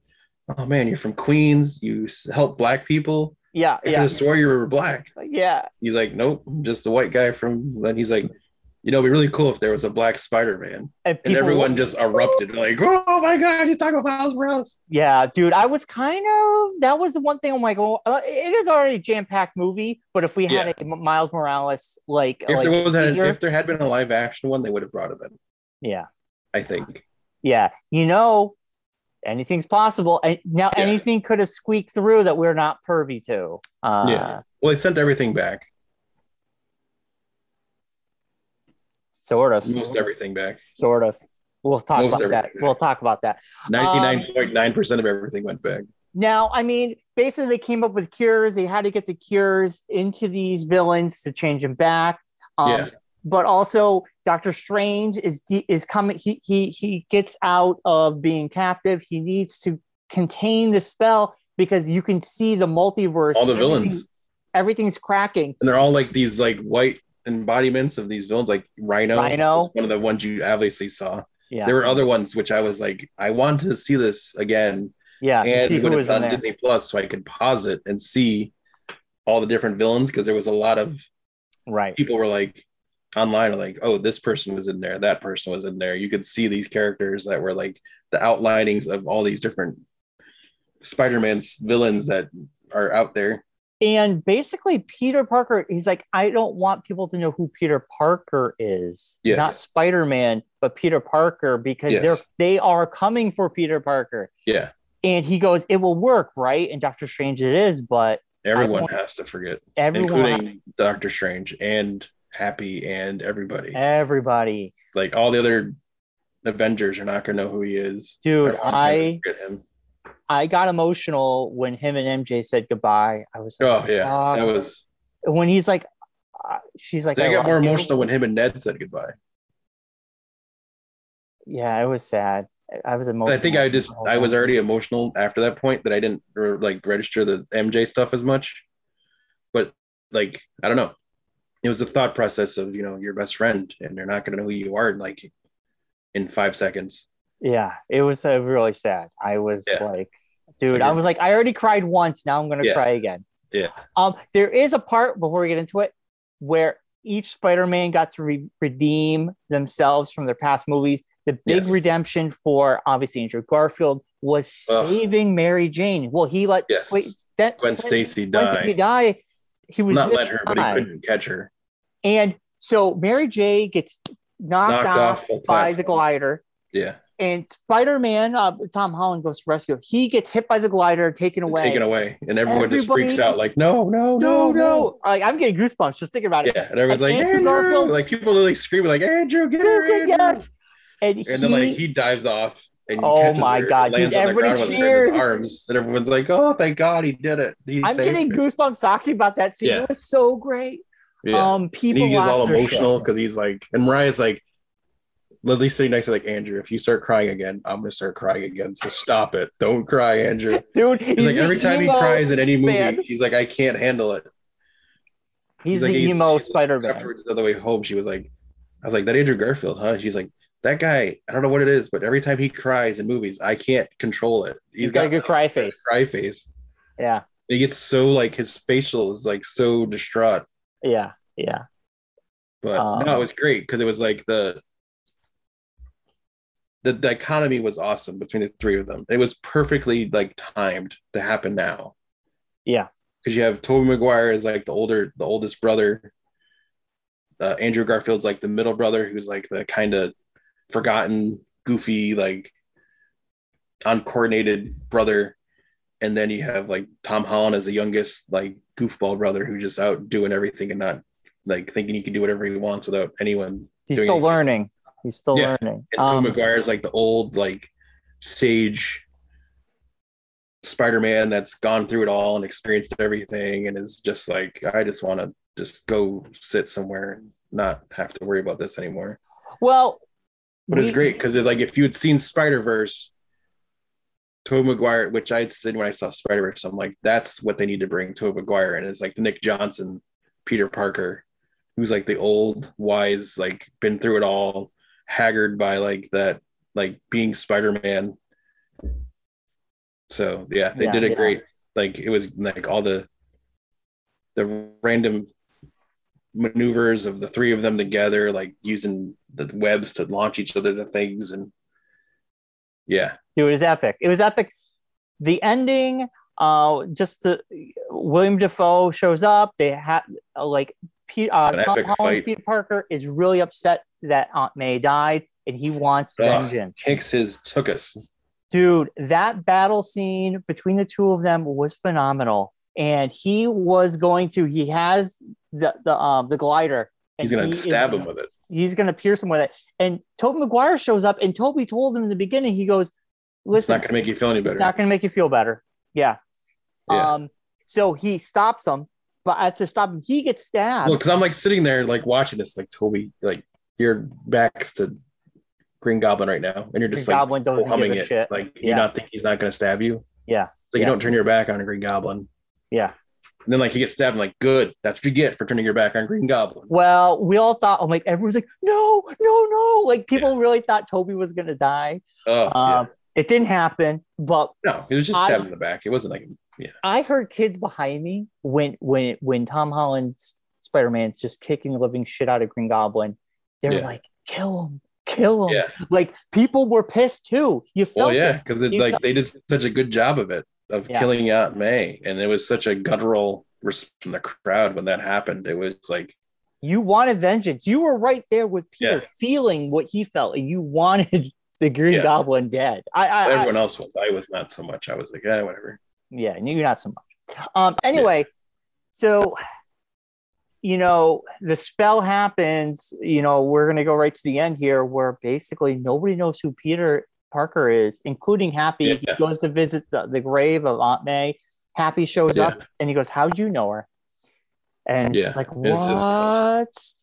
Speaker 1: "Oh man, you're from Queens. You s- help black people.
Speaker 2: yeah,
Speaker 1: I could
Speaker 2: yeah,
Speaker 1: have swore you were black."
Speaker 2: yeah,
Speaker 1: He's like, "Nope, I'm just a white guy from." Then he's like, "You know, it'd be really cool if there was a black Spider Man."
Speaker 2: and,
Speaker 1: And
Speaker 2: people-
Speaker 1: everyone just erupted, like, "Oh my god, you talking about Miles Morales?"
Speaker 2: Yeah, dude, I was kind of that was the one thing I'm like, well, uh, it is already a jam packed movie, but if we had a M- Miles Morales like,
Speaker 1: If
Speaker 2: like
Speaker 1: there was, an,
Speaker 2: teaser-
Speaker 1: if there had been a live action one, they would have brought it in.
Speaker 2: yeah.
Speaker 1: I think.
Speaker 2: yeah, you know, anything's possible. And now
Speaker 1: Yeah.
Speaker 2: anything could have squeaked through that we're not privy to. Uh,
Speaker 1: Yeah. Well, they sent everything back,
Speaker 2: Sort of.
Speaker 1: most everything back.
Speaker 2: Sort of. We'll talk
Speaker 1: Most
Speaker 2: about that.
Speaker 1: everything.
Speaker 2: We'll talk about that.
Speaker 1: Ninety-nine point nine percent of everything went back.
Speaker 2: Now, I mean, basically, they came up with cures. They had to get the cures into these villains to change them back. Um,
Speaker 1: Yeah.
Speaker 2: But also, Doctor Strange is de- is coming. He he he gets out of being captive. He needs to contain the spell because you can see the multiverse.
Speaker 1: All the
Speaker 2: Everything-
Speaker 1: villains,
Speaker 2: everything's cracking.
Speaker 1: and they're all like these like white embodiments of these villains, like Rhino.
Speaker 2: Rhino.
Speaker 1: is one of the ones you obviously saw.
Speaker 2: Yeah,
Speaker 1: There were other ones which I was like, I want to see this again,
Speaker 2: yeah.
Speaker 1: and
Speaker 2: see
Speaker 1: it
Speaker 2: who
Speaker 1: would have
Speaker 2: was in
Speaker 1: on
Speaker 2: there.
Speaker 1: Disney Plus, so I could pause it and see all the different villains because there was a lot of
Speaker 2: Right.
Speaker 1: people were like online are like oh this person was in there that person was in there you could see these characters that were like the outlinings of all these different spider-man's villains that are out there
Speaker 2: And basically, Peter Parker. He's like, I don't want people to know who Peter Parker is,
Speaker 1: Yes.
Speaker 2: not Spider Man, but Peter Parker, because
Speaker 1: Yes.
Speaker 2: they're they are coming for Peter Parker.
Speaker 1: yeah
Speaker 2: And he goes, it will work, right? And Doctor Strange, it is, but
Speaker 1: everyone
Speaker 2: want-
Speaker 1: has to forget
Speaker 2: everyone,
Speaker 1: including doctor strange and happy and everybody
Speaker 2: everybody,
Speaker 1: like all the other avengers are not going to know who he is
Speaker 2: dude,
Speaker 1: Everyone's gonna
Speaker 2: I
Speaker 1: forget him.
Speaker 2: I got emotional when him and MJ said goodbye. I was like,
Speaker 1: oh yeah that
Speaker 2: "Fuck."
Speaker 1: was
Speaker 2: when he's like, uh, she's like,
Speaker 1: See, i got
Speaker 2: love
Speaker 1: more
Speaker 2: you."
Speaker 1: emotional when him and ned said goodbye
Speaker 2: Yeah, it was sad. I- I was
Speaker 1: But
Speaker 2: emotional.
Speaker 1: I think I just
Speaker 2: the whole
Speaker 1: I was
Speaker 2: time.
Speaker 1: already emotional after that point that I didn't re- like register the MJ stuff as much. But like I don't know, it was the thought process of you know your best friend and they're not going to know who you are in like in five seconds.
Speaker 2: Yeah, it was uh, really sad. I was
Speaker 1: Yeah.
Speaker 2: like, dude,
Speaker 1: like
Speaker 2: I
Speaker 1: you're-
Speaker 2: was like, I already cried once. Now I'm gonna
Speaker 1: Yeah.
Speaker 2: cry again.
Speaker 1: Yeah.
Speaker 2: Um, there is a part before we get into it where each Spider-Man got to re- redeem themselves from their past movies. The big
Speaker 1: Yes.
Speaker 2: redemption for obviously Andrew Garfield was
Speaker 1: Ugh.
Speaker 2: saving Mary Jane. Well, he let
Speaker 1: Yes.
Speaker 2: Squ- that-
Speaker 1: Gwen Stacy died.
Speaker 2: die. He was
Speaker 1: Not
Speaker 2: gonna
Speaker 1: let her, but he
Speaker 2: die.
Speaker 1: couldn't catch her.
Speaker 2: And so Mary J gets knocked,
Speaker 1: Knocked
Speaker 2: off,
Speaker 1: off a
Speaker 2: by the
Speaker 1: platform.
Speaker 2: glider
Speaker 1: Yeah,
Speaker 2: and Spider-Man, uh, Tom Holland goes to rescue. him. He gets hit by the glider, taken away.
Speaker 1: taken away, and everyone just
Speaker 2: Everybody-
Speaker 1: freaks out like no, no,
Speaker 2: No,
Speaker 1: Oh, no,
Speaker 2: no. Like, I'm getting goosebumps just thinking about it.
Speaker 1: Yeah, and everyone's
Speaker 2: And
Speaker 1: like
Speaker 2: Andrew
Speaker 1: Andrew,
Speaker 2: Garfield-
Speaker 1: like people are like screaming like Andrew, get her, Andrew.
Speaker 2: yes. And, he,
Speaker 1: And then like he dives off and
Speaker 2: Oh
Speaker 1: catches
Speaker 2: my
Speaker 1: her,
Speaker 2: God,
Speaker 1: lands
Speaker 2: dude,
Speaker 1: on the
Speaker 2: everybody
Speaker 1: ground with her in
Speaker 2: cheered.
Speaker 1: his arms, and everyone's like, "Oh, thank God, he did it." He
Speaker 2: I'm
Speaker 1: saved
Speaker 2: getting
Speaker 1: her.
Speaker 2: goosebumps talking about that scene.
Speaker 1: Yeah.
Speaker 2: It was so great.
Speaker 1: Yeah.
Speaker 2: Um,
Speaker 1: and
Speaker 2: people
Speaker 1: he gets
Speaker 2: lost
Speaker 1: all
Speaker 2: their shit.
Speaker 1: emotional because he's like, and Mariah's like, at least sitting next to like Andrew, if you start crying again, I'm gonna start crying again. So stop it. Don't cry,
Speaker 2: <laughs>
Speaker 1: Andrew.
Speaker 2: dude. He's,
Speaker 1: He's like every
Speaker 2: the
Speaker 1: time he
Speaker 2: emo-
Speaker 1: cries in any movie,
Speaker 2: man.
Speaker 1: he's like, I can't handle it.
Speaker 2: he's,
Speaker 1: like,
Speaker 2: the emo
Speaker 1: he's-
Speaker 2: Spider Man.
Speaker 1: Afterwards, the other way home, she was like, I was like, that Andrew Garfield, huh? She's like, that guy, I don't know what it is, but every time he cries in movies, I can't control it.
Speaker 2: He's got a good cry
Speaker 1: this
Speaker 2: face.
Speaker 1: Cry face.
Speaker 2: Yeah,
Speaker 1: He gets so like his facial is like so distraught.
Speaker 2: yeah, yeah.
Speaker 1: But
Speaker 2: Um,
Speaker 1: no, it was great because it was like the the dichotomy was awesome between the three of them. It was perfectly like timed to happen now.
Speaker 2: Yeah.
Speaker 1: Because you have Toby Maguire is like the older, the oldest brother. Uh, Andrew Garfield's like the middle brother who's like the kind of forgotten, goofy, like uncoordinated brother. And then you have like Tom Holland as the youngest, like goofball brother who just out doing everything and not like thinking he can do whatever he wants without anyone.
Speaker 2: He's
Speaker 1: doing
Speaker 2: still
Speaker 1: anything.
Speaker 2: learning. He's still
Speaker 1: Yeah.
Speaker 2: learning.
Speaker 1: And Tobey
Speaker 2: Um,
Speaker 1: Maguire's like the old, like sage Spider-Man that's gone through it all and experienced everything and is just like, I just want to just go sit somewhere and not have to worry about this anymore.
Speaker 2: well,
Speaker 1: But it's
Speaker 2: we-
Speaker 1: great because it's like if you had seen Spider-Verse, Tobey Maguire, which I had seen when I saw Spider-Verse, I'm like, that's what they need to bring Tobey Maguire in. It's like the Nick Johnson, Peter Parker, who's like the old, wise, like been through it all, haggard by like that, like being Spider-Man. So yeah, they
Speaker 2: Yeah,
Speaker 1: did a
Speaker 2: yeah.
Speaker 1: great like it was like all the the random maneuvers of the three of them together, like using the webs to launch each other to things. And yeah,
Speaker 2: dude, it was epic. It was epic. The ending, uh, just the, William Defoe shows up. They have like Pete, uh,
Speaker 1: An
Speaker 2: Tom
Speaker 1: epic
Speaker 2: Holland,
Speaker 1: fight.
Speaker 2: Peter Parker is really upset that Aunt May died, and he wants
Speaker 1: Ugh,
Speaker 2: vengeance.
Speaker 1: kicks his took us.
Speaker 2: dude that battle scene between the two of them was phenomenal and he was going to he has the the um the glider and
Speaker 1: He's gonna
Speaker 2: he is
Speaker 1: stab
Speaker 2: gonna-
Speaker 1: him with it.
Speaker 2: he's gonna pierce him with it and toby mcguire shows up and toby told him in the beginning he goes
Speaker 1: It's
Speaker 2: listen
Speaker 1: not gonna make you feel any better.
Speaker 2: it's not going to make you feel better. Yeah.
Speaker 1: Yeah.
Speaker 2: Um. So he stops him, but after stopping, he gets stabbed.
Speaker 1: because I'm like sitting there like watching this, like Toby, like your back's to Green Goblin right now, and you're
Speaker 2: Green
Speaker 1: just like
Speaker 2: Goblin doesn't give
Speaker 1: humming
Speaker 2: a
Speaker 1: it.
Speaker 2: shit.
Speaker 1: Like
Speaker 2: Yeah.
Speaker 1: you not think he's not gonna stab you.
Speaker 2: Yeah.
Speaker 1: It's like
Speaker 2: Yeah.
Speaker 1: you don't turn your back on a Green Goblin.
Speaker 2: Yeah.
Speaker 1: And then like he gets stabbed. i like good, that's what you get for turning your back on Green Goblin.
Speaker 2: Well, we all thought. Oh my! Everyone's like, no, no, no! Like people really thought Toby was going to die.
Speaker 1: Oh, yeah.
Speaker 2: Um. It didn't happen, but
Speaker 1: no, it was just
Speaker 2: I-
Speaker 1: stabbed in the back. It wasn't like
Speaker 2: I heard kids behind me when when when Tom Holland's Spider Man's just kicking the living shit out of Green Goblin. They were
Speaker 1: Yeah.
Speaker 2: like, "Kill him, kill him!"
Speaker 1: Yeah.
Speaker 2: Like people were pissed too. You felt
Speaker 1: Well, yeah,
Speaker 2: it.
Speaker 1: because it's
Speaker 2: You
Speaker 1: like
Speaker 2: felt-
Speaker 1: they did such a good job of it of
Speaker 2: Yeah.
Speaker 1: killing Aunt May, and it was such a guttural response from the crowd when that happened. It was like,
Speaker 2: You wanted vengeance. You were right there with Peter,
Speaker 1: Yeah.
Speaker 2: feeling what he felt, and you wanted <laughs> the Green
Speaker 1: Yeah.
Speaker 2: Goblin dead. I, I, I
Speaker 1: everyone else was. I was not so much. I was like, yeah, whatever.
Speaker 2: yeah, you're not so much. Um, anyway, so you know the spell happens. You know we're gonna go right to the end here, where basically nobody knows who Peter Parker is, including Happy. He
Speaker 1: Yeah.
Speaker 2: goes to visit the, the grave of Aunt May. Happy shows
Speaker 1: Yeah.
Speaker 2: up and he goes, "How'd you know her?" And
Speaker 1: Yeah,
Speaker 2: she's like,
Speaker 1: it's just-
Speaker 2: "What?"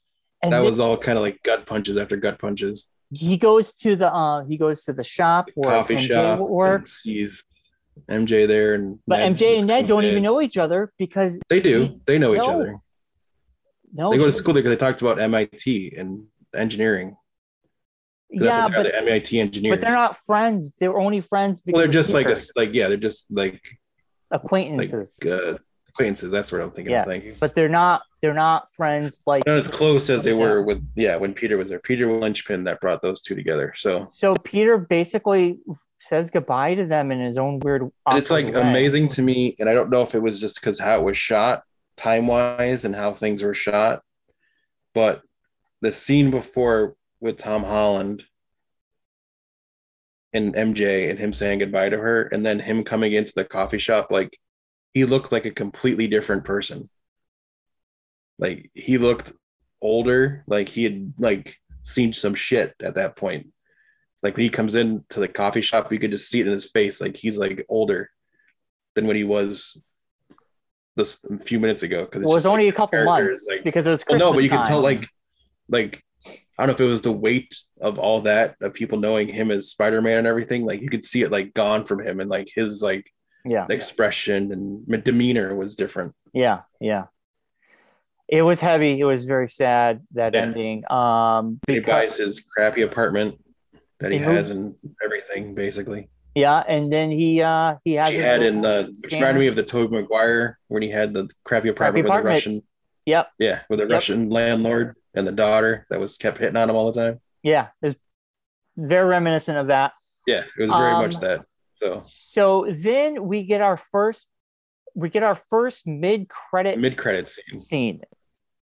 Speaker 2: And
Speaker 1: that
Speaker 2: then-
Speaker 1: was all kind of like gut punches after gut punches.
Speaker 2: he goes to the uh, he goes to the shop where
Speaker 1: Coffee
Speaker 2: MJ
Speaker 1: shop
Speaker 2: works,
Speaker 1: and sees MJ there, and
Speaker 2: but
Speaker 1: Ned's
Speaker 2: MJ
Speaker 1: just
Speaker 2: and Ned
Speaker 1: coming
Speaker 2: don't
Speaker 1: in.
Speaker 2: even know each other because
Speaker 1: They do. They know each
Speaker 2: No.
Speaker 1: other.
Speaker 2: no,
Speaker 1: They go to school because they talked about MIT and engineering. 'Cause
Speaker 2: yeah,
Speaker 1: that's what
Speaker 2: but
Speaker 1: they are, the MIT engineers.
Speaker 2: but they're not friends. They're only friends because
Speaker 1: Well, they're just
Speaker 2: of
Speaker 1: like a,
Speaker 2: Peter.
Speaker 1: like yeah, they're just like like
Speaker 2: acquaintances.
Speaker 1: uh, acquaintances. That's what I'm thinking. of. Thank
Speaker 2: yes,
Speaker 1: you.
Speaker 2: but they're not they're not friends like.
Speaker 1: not as close as they were with yeah when Peter was there. Peter was the linchpin that brought those two together. So
Speaker 2: So Peter basically says goodbye to them in his own weird.
Speaker 1: and it's like
Speaker 2: awkward way.
Speaker 1: amazing to me, and I don't know if it was just because how it was shot time wise and how things were shot, but the scene before with Tom Holland and MJ and him saying goodbye to her, and then him coming into the coffee shop like he looked like a completely different person. Like he looked older, like he had like seen some shit at that point. Like when he comes into the coffee shop, you could just see it in his face. Like he's like older than when he was this a few minutes ago. Because
Speaker 2: Well, it was only a couple months
Speaker 1: Like,
Speaker 2: because it was
Speaker 1: well, no,
Speaker 2: Christmas
Speaker 1: but you can
Speaker 2: time.
Speaker 1: tell like like I don't know if it was the weight of all that of people knowing him as Spider-Man and everything. Like you could see it like gone from him, and like his like
Speaker 2: Yeah.
Speaker 1: expression and demeanor was different.
Speaker 2: Yeah, yeah. It was heavy. It was very sad that
Speaker 1: Yeah.
Speaker 2: ending. Um,
Speaker 1: He
Speaker 2: because-
Speaker 1: buys his crappy apartment that he,
Speaker 2: He
Speaker 1: has and everything basically.
Speaker 2: yeah, and then he uh he has
Speaker 1: He
Speaker 2: his
Speaker 1: had
Speaker 2: little
Speaker 1: in uh, which
Speaker 2: scanner.
Speaker 1: reminded me of the Tobey Maguire when he had the crappy apartment, with the
Speaker 2: apartment.
Speaker 1: Russian,
Speaker 2: Yep.
Speaker 1: yeah, with the
Speaker 2: Yep.
Speaker 1: Russian landlord and the daughter that was kept hitting on him all the time.
Speaker 2: Yeah, it's very reminiscent of that.
Speaker 1: Yeah, it was very
Speaker 2: Um,
Speaker 1: much that. So
Speaker 2: So then we get our first we get our first mid credit
Speaker 1: mid credit scene,
Speaker 2: scene,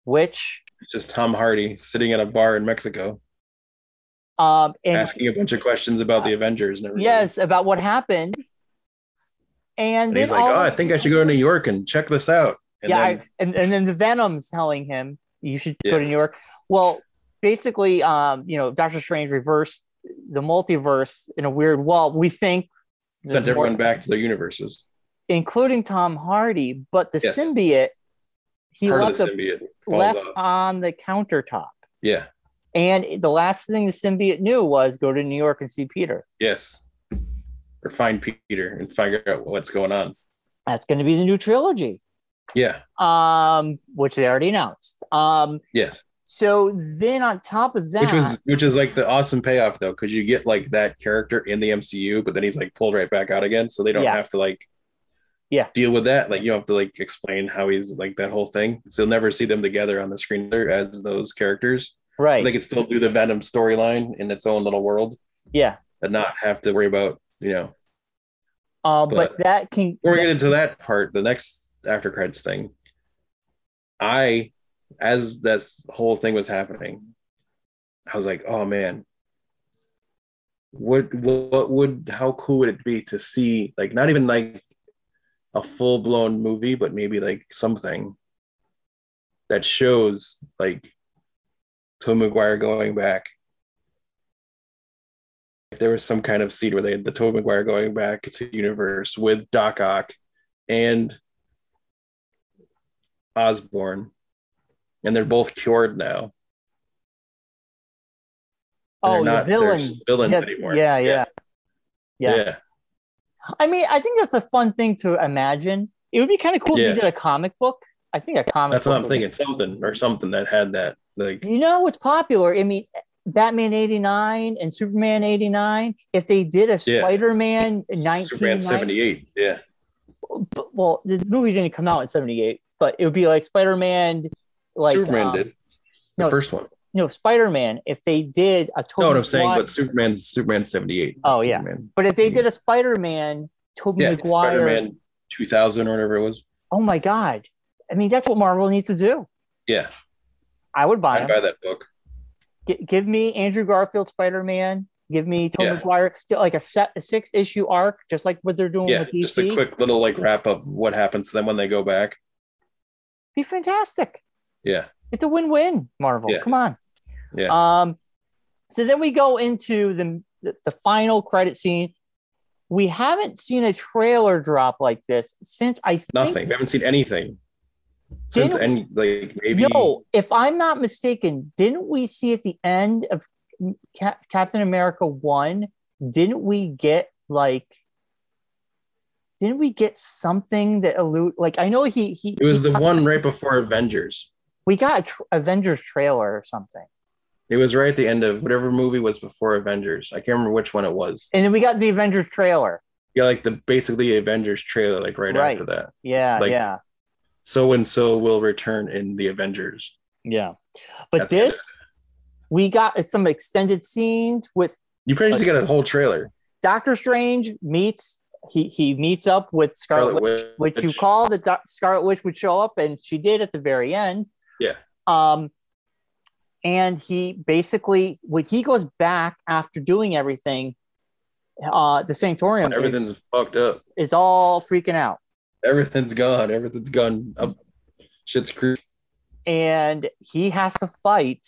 Speaker 2: which
Speaker 1: just Tom Hardy sitting at a bar in Mexico
Speaker 2: um and
Speaker 1: asking a bunch of questions about the Avengers and everything.
Speaker 2: yes about what happened. And,
Speaker 1: and
Speaker 2: then
Speaker 1: he's like,
Speaker 2: all of
Speaker 1: "Oh,
Speaker 2: a
Speaker 1: I think I should go to New York and check this out." And
Speaker 2: yeah,
Speaker 1: then
Speaker 2: I, and, and then the Venom's telling him you should go
Speaker 1: Yeah.
Speaker 2: to New York. Well, basically, um, you know, Doctor Strange reversed the multiverse in a weird. Well, we think,
Speaker 1: sent
Speaker 2: there's more-
Speaker 1: everyone back to their universes.
Speaker 2: including Tom Hardy, but the
Speaker 1: Yes.
Speaker 2: symbiote he
Speaker 1: Part of
Speaker 2: left
Speaker 1: the
Speaker 2: the,
Speaker 1: symbiote falls
Speaker 2: left
Speaker 1: off.
Speaker 2: on the countertop,
Speaker 1: Yeah.
Speaker 2: and the last thing the symbiote knew was go to New York and see Peter.
Speaker 1: Yes. Or find Peter and figure out what's going on.
Speaker 2: That's going to be the new trilogy,
Speaker 1: Yeah.
Speaker 2: um, which they already announced. Um,
Speaker 1: Yes.
Speaker 2: so then on top of that,
Speaker 1: Which was which is like the awesome payoff though, because you get like that character in the MCU, but then he's like pulled right back out again, so they don't
Speaker 2: Yeah.
Speaker 1: have to like
Speaker 2: Yeah.
Speaker 1: deal with that. Like you don't have to like explain how he's like that whole thing. So you'll never see them together on the screen there as those characters.
Speaker 2: right?
Speaker 1: They could still do the Venom storyline in its own little world
Speaker 2: yeah.
Speaker 1: and not have to worry about you know.
Speaker 2: Uh, but,
Speaker 1: But-
Speaker 2: that can
Speaker 1: Before we get into that part, the next after credits thing, I, as this whole thing was happening, I was like, oh man, what what would how cool would it be to see like not even like a full blown movie, but maybe like something that shows like Tom McGuire going back. If there was some kind of seed where they had the Tobey Maguire going back to universe with Doc Ock and Osborne, and they're both cured now. They're
Speaker 2: oh
Speaker 1: not-
Speaker 2: the
Speaker 1: they're
Speaker 2: villains
Speaker 1: villains
Speaker 2: yeah,
Speaker 1: anymore.
Speaker 2: Yeah, yeah, Yeah.
Speaker 1: yeah.
Speaker 2: I mean, I think that's a fun thing to imagine. It would be kind of cool
Speaker 1: Yeah.
Speaker 2: if you did a comic book. I think a comic.
Speaker 1: That's
Speaker 2: book
Speaker 1: what I'm
Speaker 2: would-
Speaker 1: thinking. Something or something that had that like
Speaker 2: You know what's popular? I mean, Batman '89 and Superman '89. If they did a
Speaker 1: Yeah.
Speaker 2: Spider-Man 19,
Speaker 1: Superman 78. Yeah.
Speaker 2: well, the movie didn't come out in '78, but it would be like Spider-Man, like
Speaker 1: Superman
Speaker 2: um,
Speaker 1: did. The
Speaker 2: no,
Speaker 1: first one.
Speaker 2: no Spider-Man. If they did a
Speaker 1: No,
Speaker 2: Tobey
Speaker 1: what I'm saying,
Speaker 2: Maguire-
Speaker 1: but Superman's Superman 78.
Speaker 2: Oh, yeah.
Speaker 1: Superman.
Speaker 2: but if they did a Spider-Man, Tobey
Speaker 1: Yeah,
Speaker 2: Maguire,
Speaker 1: Spider-Man 2000 or whatever it was.
Speaker 2: oh my god i mean that's what marvel needs to do
Speaker 1: Yeah,
Speaker 2: i would buy
Speaker 1: I
Speaker 2: him
Speaker 1: buy that book.
Speaker 2: G- give me andrew garfield spider-man give me tom
Speaker 1: Yeah.
Speaker 2: mcguire like a set a six issue arc just like what they're doing
Speaker 1: Yeah,
Speaker 2: with
Speaker 1: just a
Speaker 2: dc
Speaker 1: quick little like wrap up of what happens to them when they go back.
Speaker 2: be fantastic
Speaker 1: Yeah,
Speaker 2: it's a win-win marvel
Speaker 1: Yeah.
Speaker 2: come on
Speaker 1: yeah.
Speaker 2: um so then we go into the the final credit scene we haven't seen a trailer drop like this since i think
Speaker 1: Nothing. We haven't seen anything since
Speaker 2: Didn't-
Speaker 1: any like maybe
Speaker 2: No, if I'm not mistaken, didn't we see at the end of Cap- Captain America 1, didn't we get like didn't we get something that allude like I know he he
Speaker 1: it was
Speaker 2: he-
Speaker 1: the one right before Avengers.
Speaker 2: we got a tr- Avengers trailer or something.
Speaker 1: It was right at the end of whatever movie was before Avengers. I can't remember which one it was.
Speaker 2: And then we got the Avengers trailer.
Speaker 1: Yeah, like the basically Avengers trailer, like right,
Speaker 2: Right.
Speaker 1: after that.
Speaker 2: Yeah,
Speaker 1: Like-
Speaker 2: yeah.
Speaker 1: So and so will return in the Avengers.
Speaker 2: Yeah. But
Speaker 1: That's it.
Speaker 2: this we got some extended scenes with
Speaker 1: You pretty much got a whole trailer.
Speaker 2: Doctor Strange meets he he meets up with Scarlet
Speaker 1: Scarlet Witch,
Speaker 2: which you called that Doc- Scarlet Witch would show up, and she did at the very end.
Speaker 1: Yeah.
Speaker 2: Um, and he basically when he goes back after doing everything, uh, the Sanctorium
Speaker 1: Everything's
Speaker 2: is,
Speaker 1: fucked up.
Speaker 2: is all freaking out,
Speaker 1: Everything's gone. Everything's gone. Up. Shit's crew.
Speaker 2: and he has to fight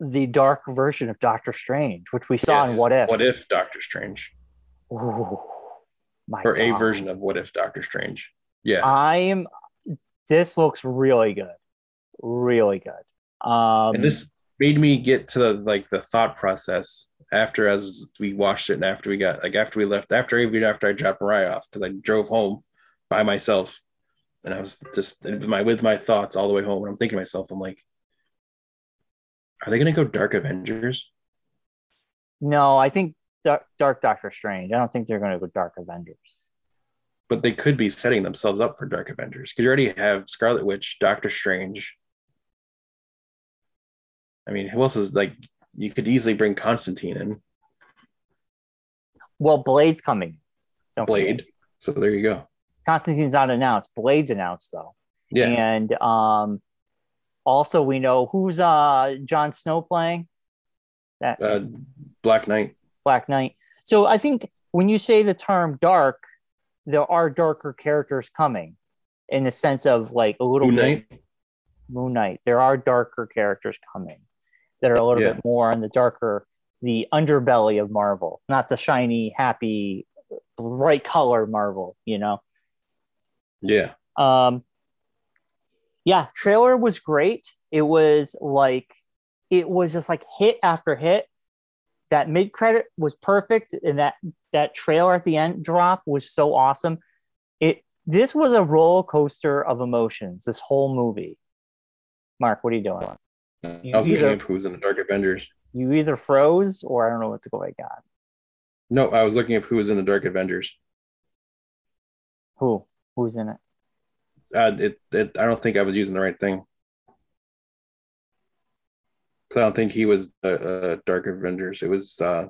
Speaker 2: the dark version of Doctor Strange, which we saw in What If.
Speaker 1: What if Doctor Strange?
Speaker 2: Ooh, my
Speaker 1: or a
Speaker 2: God.
Speaker 1: version of what if Doctor Strange. Yeah,
Speaker 2: I'm. This looks really good, really good. Um,
Speaker 1: and this made me get to the like the thought process after as we watched it and after we got like after we left after even after I dropped Mariah off because I drove home by myself and I was just with my with my thoughts all the way home and I'm thinking to myself I'm like are they gonna go Dark Avengers
Speaker 2: No, I think Dark, Dark Doctor Strange. I don't think they're going to go Dark Avengers.
Speaker 1: but they could be setting themselves up for Dark Avengers because you already have Scarlet Witch Doctor Strange I mean who else is like you could easily bring Constantine in
Speaker 2: Well, Blade's coming. Don't forget.
Speaker 1: Blade so there you go
Speaker 2: Constantine's not announced. Blade's announced though.
Speaker 1: yeah
Speaker 2: And um, also we know who's uh Jon Snow playing that
Speaker 1: uh, Black Knight
Speaker 2: Black Knight. So I think when you say the term dark, there are darker characters coming, in the sense of like a little
Speaker 1: Moon
Speaker 2: bit-
Speaker 1: Knight
Speaker 2: Moon Knight. There are darker characters coming that are a little
Speaker 1: Yeah.
Speaker 2: bit more on the darker, the underbelly of Marvel, not the shiny, happy, bright color Marvel. You know.
Speaker 1: yeah
Speaker 2: Um, yeah, trailer was great. It was like it was just like hit after hit. That mid credit was perfect, and that that trailer at the end drop was so awesome. It this was a roller coaster of emotions. This whole movie. Mark, what are you doing? You
Speaker 1: I was
Speaker 2: either-
Speaker 1: thinking of who's in the Dark Avengers.
Speaker 2: You either froze or I don't know what's going on.
Speaker 1: No, I was looking up who was in the Dark Avengers.
Speaker 2: Who? Who's in it?
Speaker 1: Uh, it, it, I don't think I was using the right thing. 'Cause I don't think he was the uh, Dark Avengers. It was uh,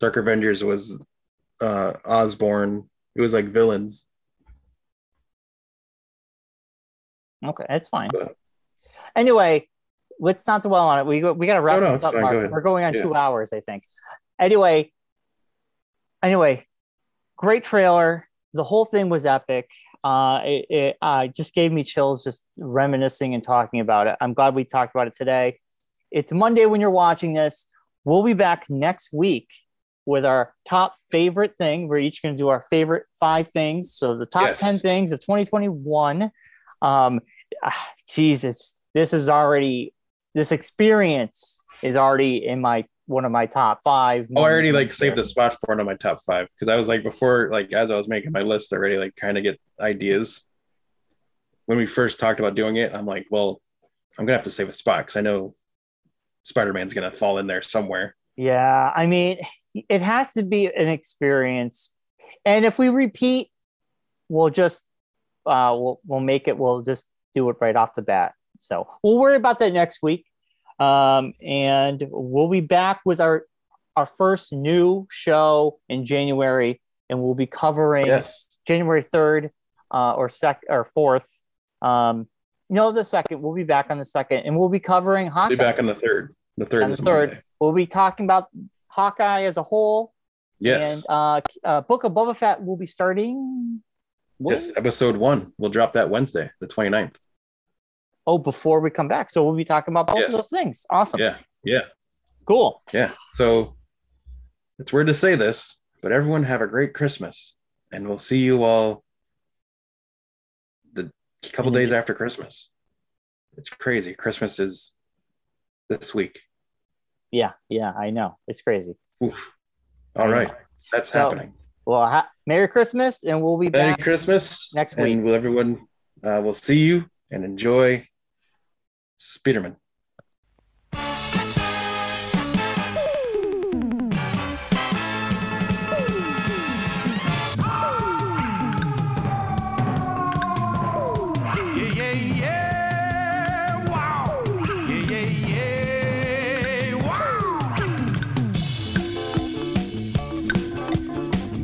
Speaker 1: Dark Avengers was uh, Osborn. It was like villains.
Speaker 2: Okay, that's fine.
Speaker 1: But-
Speaker 2: Anyway, let's not dwell on it. We we gotta wrap
Speaker 1: No, no,
Speaker 2: this
Speaker 1: it's
Speaker 2: up,
Speaker 1: fine.
Speaker 2: Mark.
Speaker 1: Go ahead.
Speaker 2: We're going on
Speaker 1: Yeah.
Speaker 2: two hours, I think. Anyway, anyway, great trailer. The whole thing was epic. Uh, it, it uh, just gave me chills just reminiscing and talking about it. I'm glad we talked about it today. It's Monday when you're watching this. We'll be back next week with our top favorite thing. We're each going to do our favorite five things. So the top
Speaker 1: Yes.
Speaker 2: 10 things of 2021. Um, ah, Jesus, this is already, this experience is already in my, one of my top five.
Speaker 1: Oh, I already like saved a spot for it on my top five because I was like before, like as I was making my list, I already like kind of get ideas. When we first talked about doing it, I'm like, well, I'm gonna have to save a spot because I know Spider Man's gonna fall in there somewhere.
Speaker 2: Yeah, I mean, it has to be an experience, and if we repeat, we'll just uh, we'll we'll make it. We'll just do it right off the bat. So we'll worry about that next week, um, and we'll be back with our our first new show in January, and we'll be covering January third uh, or sec or fourth. Um, no, the second. We'll be back on the second, and we'll be covering
Speaker 1: I'll
Speaker 2: Hawkeye.
Speaker 1: be back on the third. The third.
Speaker 2: On
Speaker 1: is
Speaker 2: the third.
Speaker 1: Monday.
Speaker 2: We'll be talking about Hawkeye as a whole.
Speaker 1: Yes.
Speaker 2: And uh, uh, Book of Boba Fett will be starting. what?
Speaker 1: yes. Episode one. We'll drop that Wednesday, the 29th.
Speaker 2: Oh, before we come back. So we'll be talking about both of
Speaker 1: Yes.
Speaker 2: those things. Awesome.
Speaker 1: Yeah. Yeah.
Speaker 2: Cool.
Speaker 1: Yeah. So it's weird to say this, but everyone have a great Christmas, and we'll see you all the couple days after Christmas. It's crazy. Christmas is this week.
Speaker 2: Yeah. Yeah. I know. It's crazy.
Speaker 1: Oof. All right, that's
Speaker 2: So,
Speaker 1: happening.
Speaker 2: Well, ha- Merry Christmas. And we'll be
Speaker 1: Merry
Speaker 2: back.
Speaker 1: Christmas
Speaker 2: next
Speaker 1: and will everyone? Uh, we'll see you and enjoy Spiderman.
Speaker 3: Yeah, yeah, yeah, wow. Yeah, yeah, yeah, wow.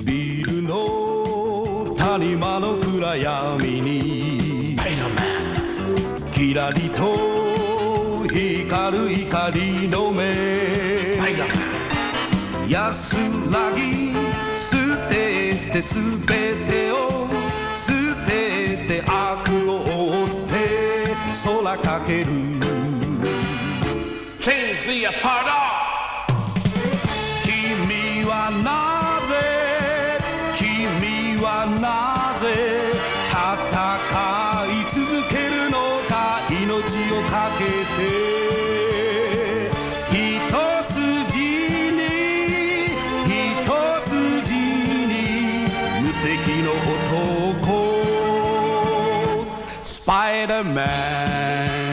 Speaker 3: ビルの谷間の暗闇にキラリと光る光の目安らぎ捨ててすべてを捨てて悪を追って空かける
Speaker 4: Change the apartheid.
Speaker 3: 君はなぜ君はなぜ戦い続けるのか命をかけて Spider Man.